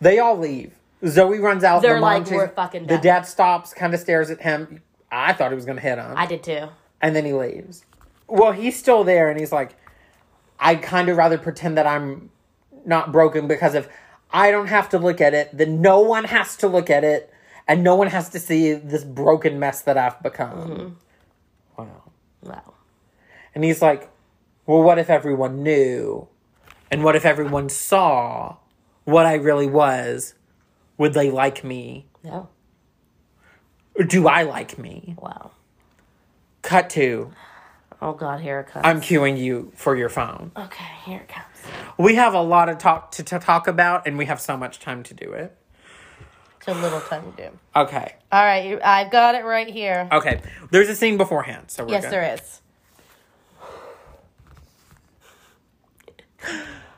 Speaker 1: They all leave. Zoe runs out.
Speaker 2: They're
Speaker 1: the mom
Speaker 2: like,
Speaker 1: chases-
Speaker 2: "We're fucking
Speaker 1: The
Speaker 2: done."
Speaker 1: dad stops, kind of stares at him. I thought he was going to hit him.
Speaker 2: I did too.
Speaker 1: and then he leaves. Well, he's still there and he's like, I'd kind of rather pretend that I'm not broken because if I don't have to look at it, then no one has to look at it and no one has to see this broken mess that I've become.
Speaker 2: Mm-hmm.
Speaker 1: Wow.
Speaker 2: Wow.
Speaker 1: And he's like, Well, what if everyone knew? And what if everyone saw what I really was? Would they like me?
Speaker 2: No.
Speaker 1: Or do I like me?
Speaker 2: Wow.
Speaker 1: Cut to,
Speaker 2: Oh God, here it comes.
Speaker 1: I'm queuing you for your phone.
Speaker 2: okay, here it comes.
Speaker 1: We have a lot of talk to, to talk about, and we have so much time to do it.
Speaker 2: So little time to do.
Speaker 1: Okay.
Speaker 2: All right, you- I've got it right here.
Speaker 1: Okay. There's a scene beforehand, so we're
Speaker 2: yes,
Speaker 1: good.
Speaker 2: there is.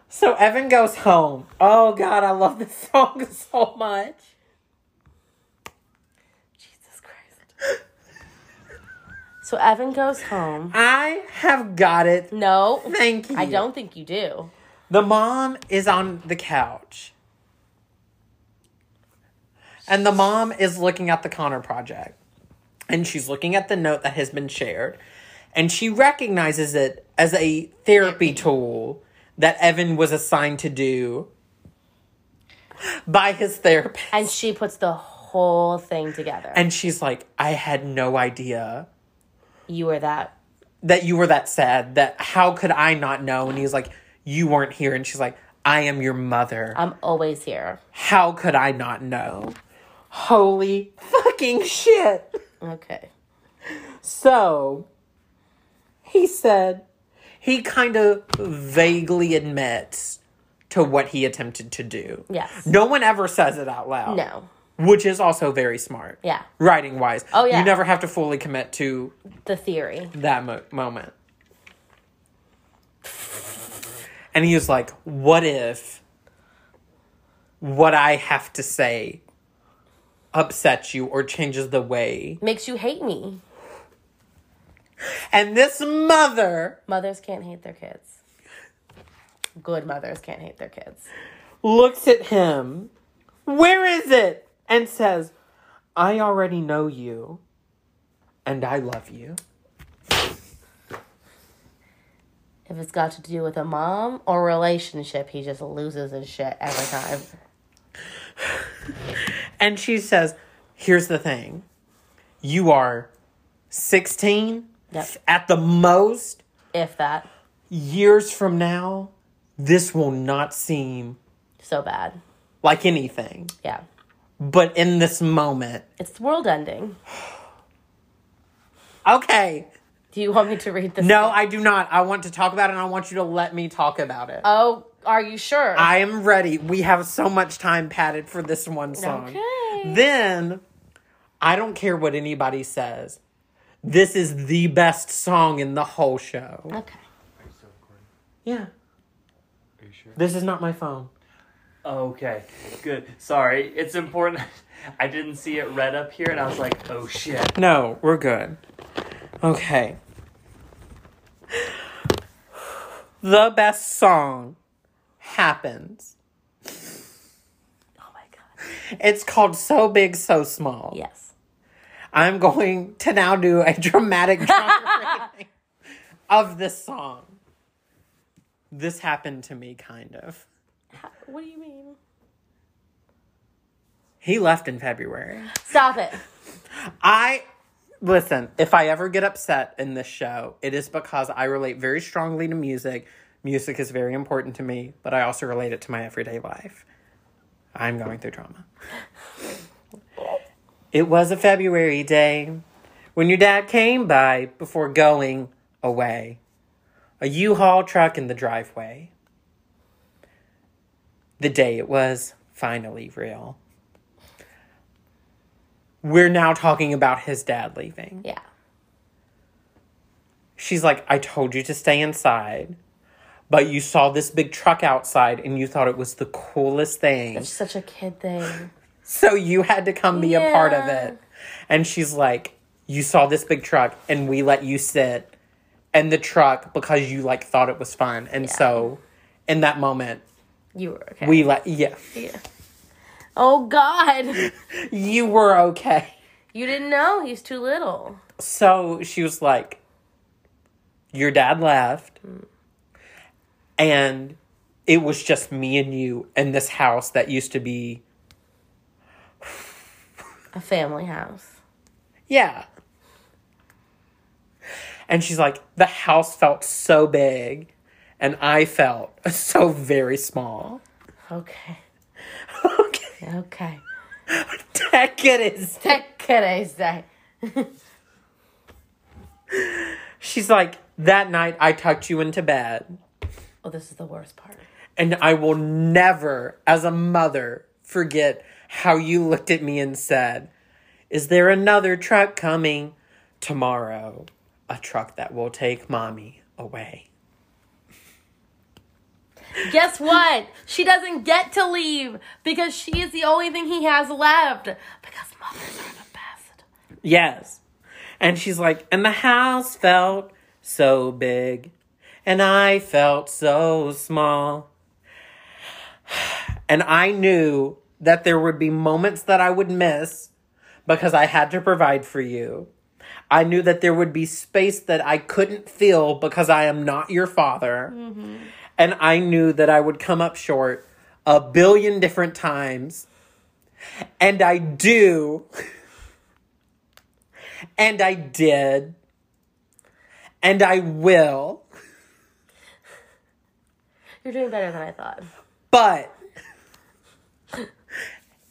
Speaker 1: So Evan goes home. Oh God, I love this *laughs* song so much.
Speaker 2: Jesus Christ. so Evan goes home.
Speaker 1: I have got it.
Speaker 2: No,
Speaker 1: Thank you.
Speaker 2: I don't think you do.
Speaker 1: The mom is on the couch. And the mom is looking at the Connor project. And she's looking at the note that has been shared. And she recognizes it as a therapy tool that Evan was assigned to do by his therapist.
Speaker 2: And she puts the whole thing together.
Speaker 1: And she's like, I had no idea
Speaker 2: you were that
Speaker 1: that you were that sad. That how could I not know? And he's like, You weren't here. And she's like, I am your mother.
Speaker 2: I'm always here.
Speaker 1: How could I not know? Holy fucking shit.
Speaker 2: Okay.
Speaker 1: So, he said, he kind of vaguely admits to what he attempted to do.
Speaker 2: Yes.
Speaker 1: No one ever says it out loud.
Speaker 2: No.
Speaker 1: Which is also very smart.
Speaker 2: Yeah.
Speaker 1: Writing wise.
Speaker 2: Oh, yeah.
Speaker 1: You never have to fully commit to
Speaker 2: The theory.
Speaker 1: that mo- moment. And he was like, What if what I have to say upsets you or changes the way?
Speaker 2: Makes you hate me.
Speaker 1: And this mother
Speaker 2: Mothers can't hate their kids. Good mothers can't hate their kids.
Speaker 1: looks at him, Where is it? and says, I already know you, and I love you.
Speaker 2: If it's got to do with a mom or relationship, he just loses his shit every time.
Speaker 1: And she says, Here's the thing you are 16
Speaker 2: Yep.
Speaker 1: at the most.
Speaker 2: If that,
Speaker 1: Years from now, this will not seem
Speaker 2: so bad.
Speaker 1: like anything.
Speaker 2: Yeah.
Speaker 1: But in this moment,
Speaker 2: It's world ending.
Speaker 1: okay.
Speaker 2: Do you want me to read this?
Speaker 1: No, I do not. I want to talk about it and I want you to let me talk about it.
Speaker 2: Oh, are you sure?
Speaker 1: I am ready. We have so much time padded for this one song.
Speaker 2: Okay.
Speaker 1: Then, I don't care what anybody says. This is the best song in the whole show.
Speaker 2: okay.
Speaker 3: Are you still recording?
Speaker 1: Yeah.
Speaker 3: Are you sure?
Speaker 1: This is not my phone.
Speaker 3: Okay, good. Sorry, it's important. *laughs* I didn't see it red up here, and I was like, oh shit.
Speaker 1: No, we're good. Okay. The best song happens.
Speaker 2: Oh my god.
Speaker 1: It's called So Big, So Small.
Speaker 2: Yes.
Speaker 1: I'm going to now do a dramatic drama reading of this song. This happened to me, kind of.
Speaker 2: What do you mean?
Speaker 1: He left in February.
Speaker 2: Stop it.
Speaker 1: I listen, if I ever get upset in this show, it is because I relate very strongly to music. Music is very important to me, but I also relate it to my everyday life. I'm going through trauma. It was a February day when your dad came by before going away. A U Haul truck in the driveway. The day it was finally real. We're now talking about his dad leaving.
Speaker 2: Yeah.
Speaker 1: She's like, I told you to stay inside, but you saw this big truck outside and you thought it was the coolest thing.
Speaker 2: It's such a kid thing.
Speaker 1: So you had to come be a part of
Speaker 2: Yeah.
Speaker 1: it. And she's like, You saw this big truck and we let you sit in the truck because you like thought it was fun. And so in that moment,
Speaker 2: You were okay.
Speaker 1: we let, yeah,
Speaker 2: Yeah. Oh god.
Speaker 1: you were okay.
Speaker 2: You didn't know. He's too little.
Speaker 1: So she was like, Your dad left, and it was just me and you in this house that used to be,
Speaker 2: A family house.
Speaker 1: yeah. And she's like, The house felt so big, and I felt *laughs* so very small. *laughs*
Speaker 2: Okay.
Speaker 1: okay.
Speaker 2: Okay. *laughs*
Speaker 1: That kid is.
Speaker 2: That could I say.
Speaker 1: She's like, That night I tucked you into bed.
Speaker 2: Oh, this is the worst part.
Speaker 1: And I will never, as a mother, forget how you looked at me and said, Is there another truck coming tomorrow? A truck that will take mommy away.
Speaker 2: Guess what? She doesn't get to leave because she is the only thing he has left. Because mothers are the best.
Speaker 1: Yes. And she's like, And the house felt so big, and I felt so small. *sighs* And I knew that there would be moments that I would miss because I had to provide for you. I knew that there would be space that I couldn't fill because I am not your father. And I knew that I would come up short a billion different times. And I do. and I did. And I will.
Speaker 2: You're doing better than I thought.
Speaker 1: But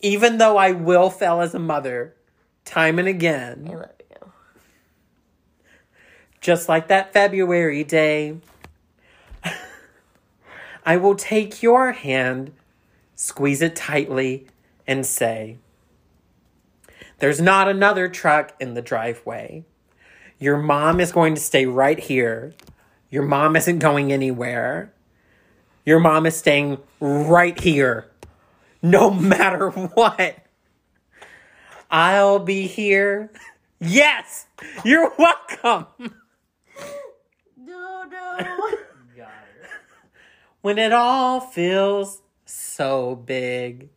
Speaker 1: even though I will fail as a mother time and again,
Speaker 2: I love you.
Speaker 1: just like that February day. *laughs* I will take your hand, squeeze it tightly, and say, There's not another truck in the driveway. Your mom is going to stay right here. Your mom isn't going anywhere. Your mom is staying right here, no *laughs* matter what. I'll be here. *laughs* Yes, you're welcome.
Speaker 2: No, no.
Speaker 3: Got her.
Speaker 1: when it all feels so big.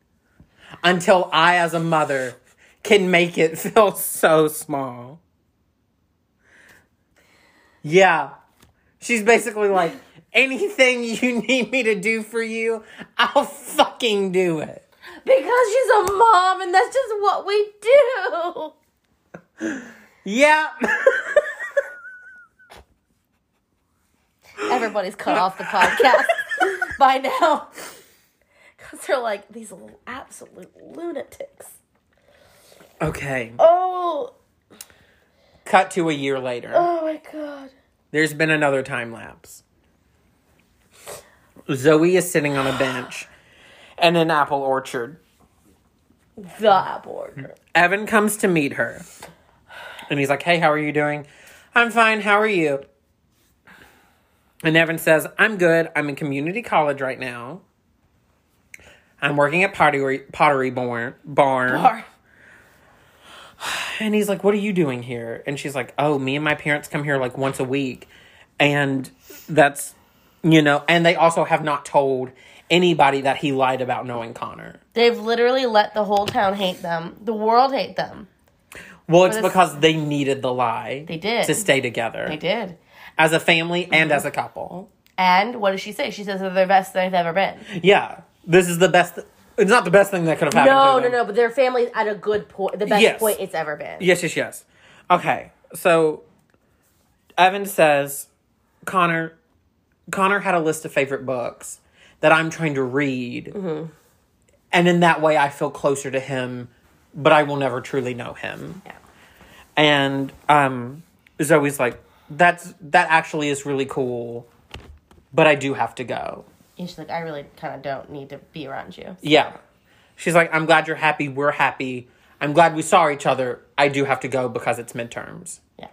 Speaker 1: Until I, as a mother, can make it *laughs* feel so small. Yeah. She's basically like, anything you *laughs* need me to do for you, I'll fucking do it.
Speaker 2: Because she's a mom and that's just what we do.
Speaker 1: Yeah.
Speaker 2: Everybody's cut off the podcast *laughs* by now. Because they're like, these little absolute lunatics.
Speaker 1: *laughs* okay.
Speaker 2: Oh,
Speaker 1: Cut to a year later.
Speaker 2: oh my god.
Speaker 1: There's been another time lapse. Zoe is sitting on a bench in an apple orchard.
Speaker 2: The apple order.
Speaker 1: Evan comes to meet her. And he's like, Hey, how are you doing? I'm fine. How are you? And Evan says, I'm good. I'm in community college right now. I'm working at Pottery, pottery barn, barn.
Speaker 2: Bar.
Speaker 1: And he's like, What are you doing here? And she's like, Oh, me and my parents come here like once a week. And that's, you know, and they also have not told anybody that he lied about knowing Connor.
Speaker 2: They've literally let the whole town hate them. The world hate them.
Speaker 1: Well, it's
Speaker 2: this-
Speaker 1: because they needed the lie.
Speaker 2: They did.
Speaker 1: To stay together.
Speaker 2: They did.
Speaker 1: as a family and as a
Speaker 2: Uh-huh.
Speaker 1: couple.
Speaker 2: And what does she say? She says they're the best they've ever been.
Speaker 1: Yeah, this is the best. it's not the best thing that could have happened. to
Speaker 2: No, no,
Speaker 1: them.
Speaker 2: no. But their family's at a good point, the best
Speaker 1: Yes.
Speaker 2: point it's ever been.
Speaker 1: Yes, yes, yes. Okay, so Evan says, Connor, Connor had a list of favorite books that I'm trying to read,
Speaker 2: Mm-hmm.
Speaker 1: and in that way, I feel closer to him, but I will never truly know him.
Speaker 2: Yeah.
Speaker 1: And um, Zoe's like, that's that actually is really cool, but I do have to go.
Speaker 2: And she's like, I really kind of don't need to be around you.
Speaker 1: Yeah. She's like, I'm glad you're happy. We're happy. I'm glad we saw each other. I do have to go because it's midterms.
Speaker 2: Yeah.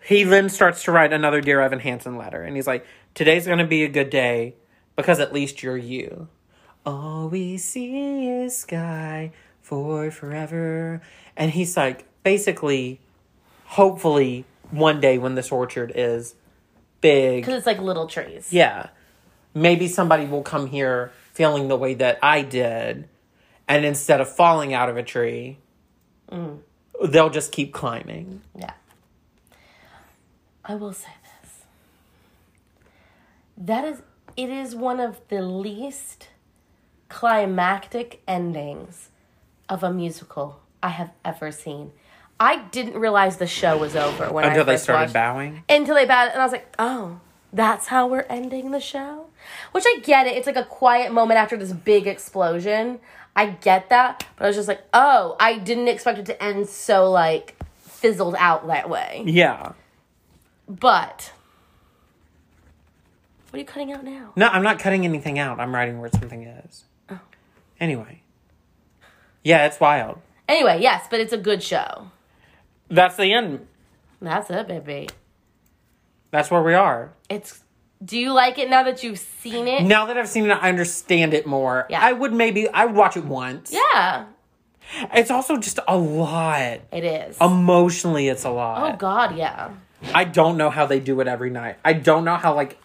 Speaker 1: He then starts to write another Dear Evan Hansen letter. And he's like, Today's going to be a good day because at least you're you. All we see is sky for forever. And he's like, basically, hopefully, one day when this orchard is big.
Speaker 2: Because it's like little trees.
Speaker 1: Yeah. Maybe somebody will come here feeling the way that I did, and instead of falling out of a tree,
Speaker 2: Mm.
Speaker 1: they'll just keep climbing.
Speaker 2: Yeah. I will say this. That is, it is one of the least climactic endings of a musical I have ever seen. I didn't realize the show was over when I
Speaker 1: Until they
Speaker 2: first
Speaker 1: started
Speaker 2: watched-
Speaker 1: bowing.
Speaker 2: Until they bowed, and I was like, oh, that's how we're ending the show? Which I get it. It's like a quiet moment after this big explosion. I get that, but I was just like, oh, I didn't expect it to end so like fizzled out that way.
Speaker 1: Yeah.
Speaker 2: But what are you cutting out now?
Speaker 1: No, I'm not cutting anything out. I'm writing where something is.
Speaker 2: Oh.
Speaker 1: Anyway. Yeah, it's wild.
Speaker 2: Anyway, yes, but it's a good show.
Speaker 1: That's the end.
Speaker 2: That's it, baby.
Speaker 1: That's where we are.
Speaker 2: It's. Do you like it now that you've seen it?
Speaker 1: Now that I've seen it, I understand it more.
Speaker 2: Yeah.
Speaker 1: I would maybe I would watch it once.
Speaker 2: Yeah,
Speaker 1: It's also just a lot.
Speaker 2: it is.
Speaker 1: Um, Emotionally, it's a lot.
Speaker 2: oh God, yeah.
Speaker 1: I don't know how they do it every night. I don't know how like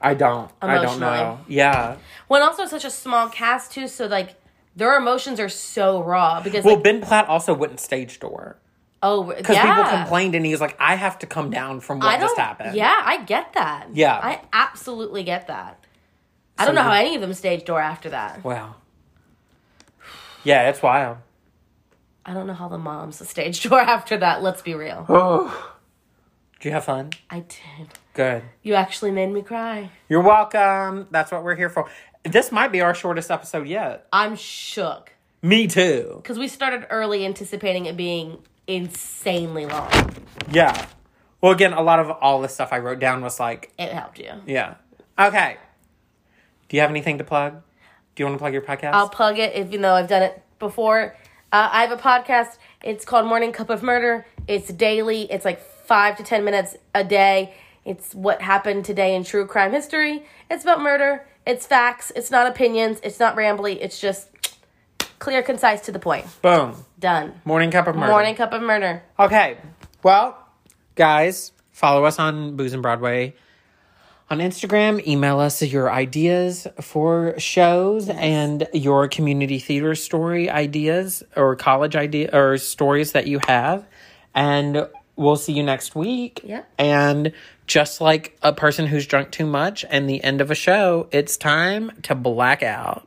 Speaker 1: I don't. I don't know.
Speaker 2: Emotionally.
Speaker 1: Yeah.
Speaker 2: When also it's such a small cast too, so like their emotions are so raw because
Speaker 1: Well,
Speaker 2: like
Speaker 1: Ben Platt also wouldn't stage door
Speaker 2: oh
Speaker 1: because
Speaker 2: yeah.
Speaker 1: people complained, and he was like, "I have to come down from what
Speaker 2: I
Speaker 1: just
Speaker 2: don't.
Speaker 1: happened."
Speaker 2: Yeah, I get that.
Speaker 1: Yeah.
Speaker 2: I absolutely get that. I don't
Speaker 1: So
Speaker 2: know how
Speaker 1: you-
Speaker 2: any of them staged door after that.
Speaker 1: Wow. Yeah, it's wild.
Speaker 2: *sighs* I don't know how the moms *laughs* staged door after that. Let's be real.
Speaker 1: Oh. Did you have fun?
Speaker 2: I did.
Speaker 1: Good.
Speaker 2: You actually made me cry.
Speaker 1: You're welcome. That's what we're here for. This might be our shortest episode yet.
Speaker 2: I'm shook
Speaker 1: Me too.
Speaker 2: because we started early, anticipating it being insanely long.
Speaker 1: Yeah. Well, again, a lot of all the stuff I wrote down was like,
Speaker 2: It helped you.
Speaker 1: yeah. Okay. Do you have anything to plug? Do you want to plug your podcast?
Speaker 2: I'll plug it if you know I've done it before. Uh, I have a podcast. It's called Morning Cup of Murder. It's daily. It's like five to ten minutes a day. It's what happened today in true crime history. It's about murder. It's facts. It's not opinions. It's not rambly. It's just clear, concise, to the point.
Speaker 1: Boom.
Speaker 2: Done.
Speaker 1: Morning cup of murder.
Speaker 2: Morning Cup of Murder.
Speaker 1: Okay. Well, guys, follow us on Booze and Broadway on Instagram. Email us your ideas for shows and your community theater story ideas or college idea or stories that you have. And we'll see you next week.
Speaker 2: Yep.
Speaker 1: And just like a person who's drunk too much and the end of a show, it's time to black out.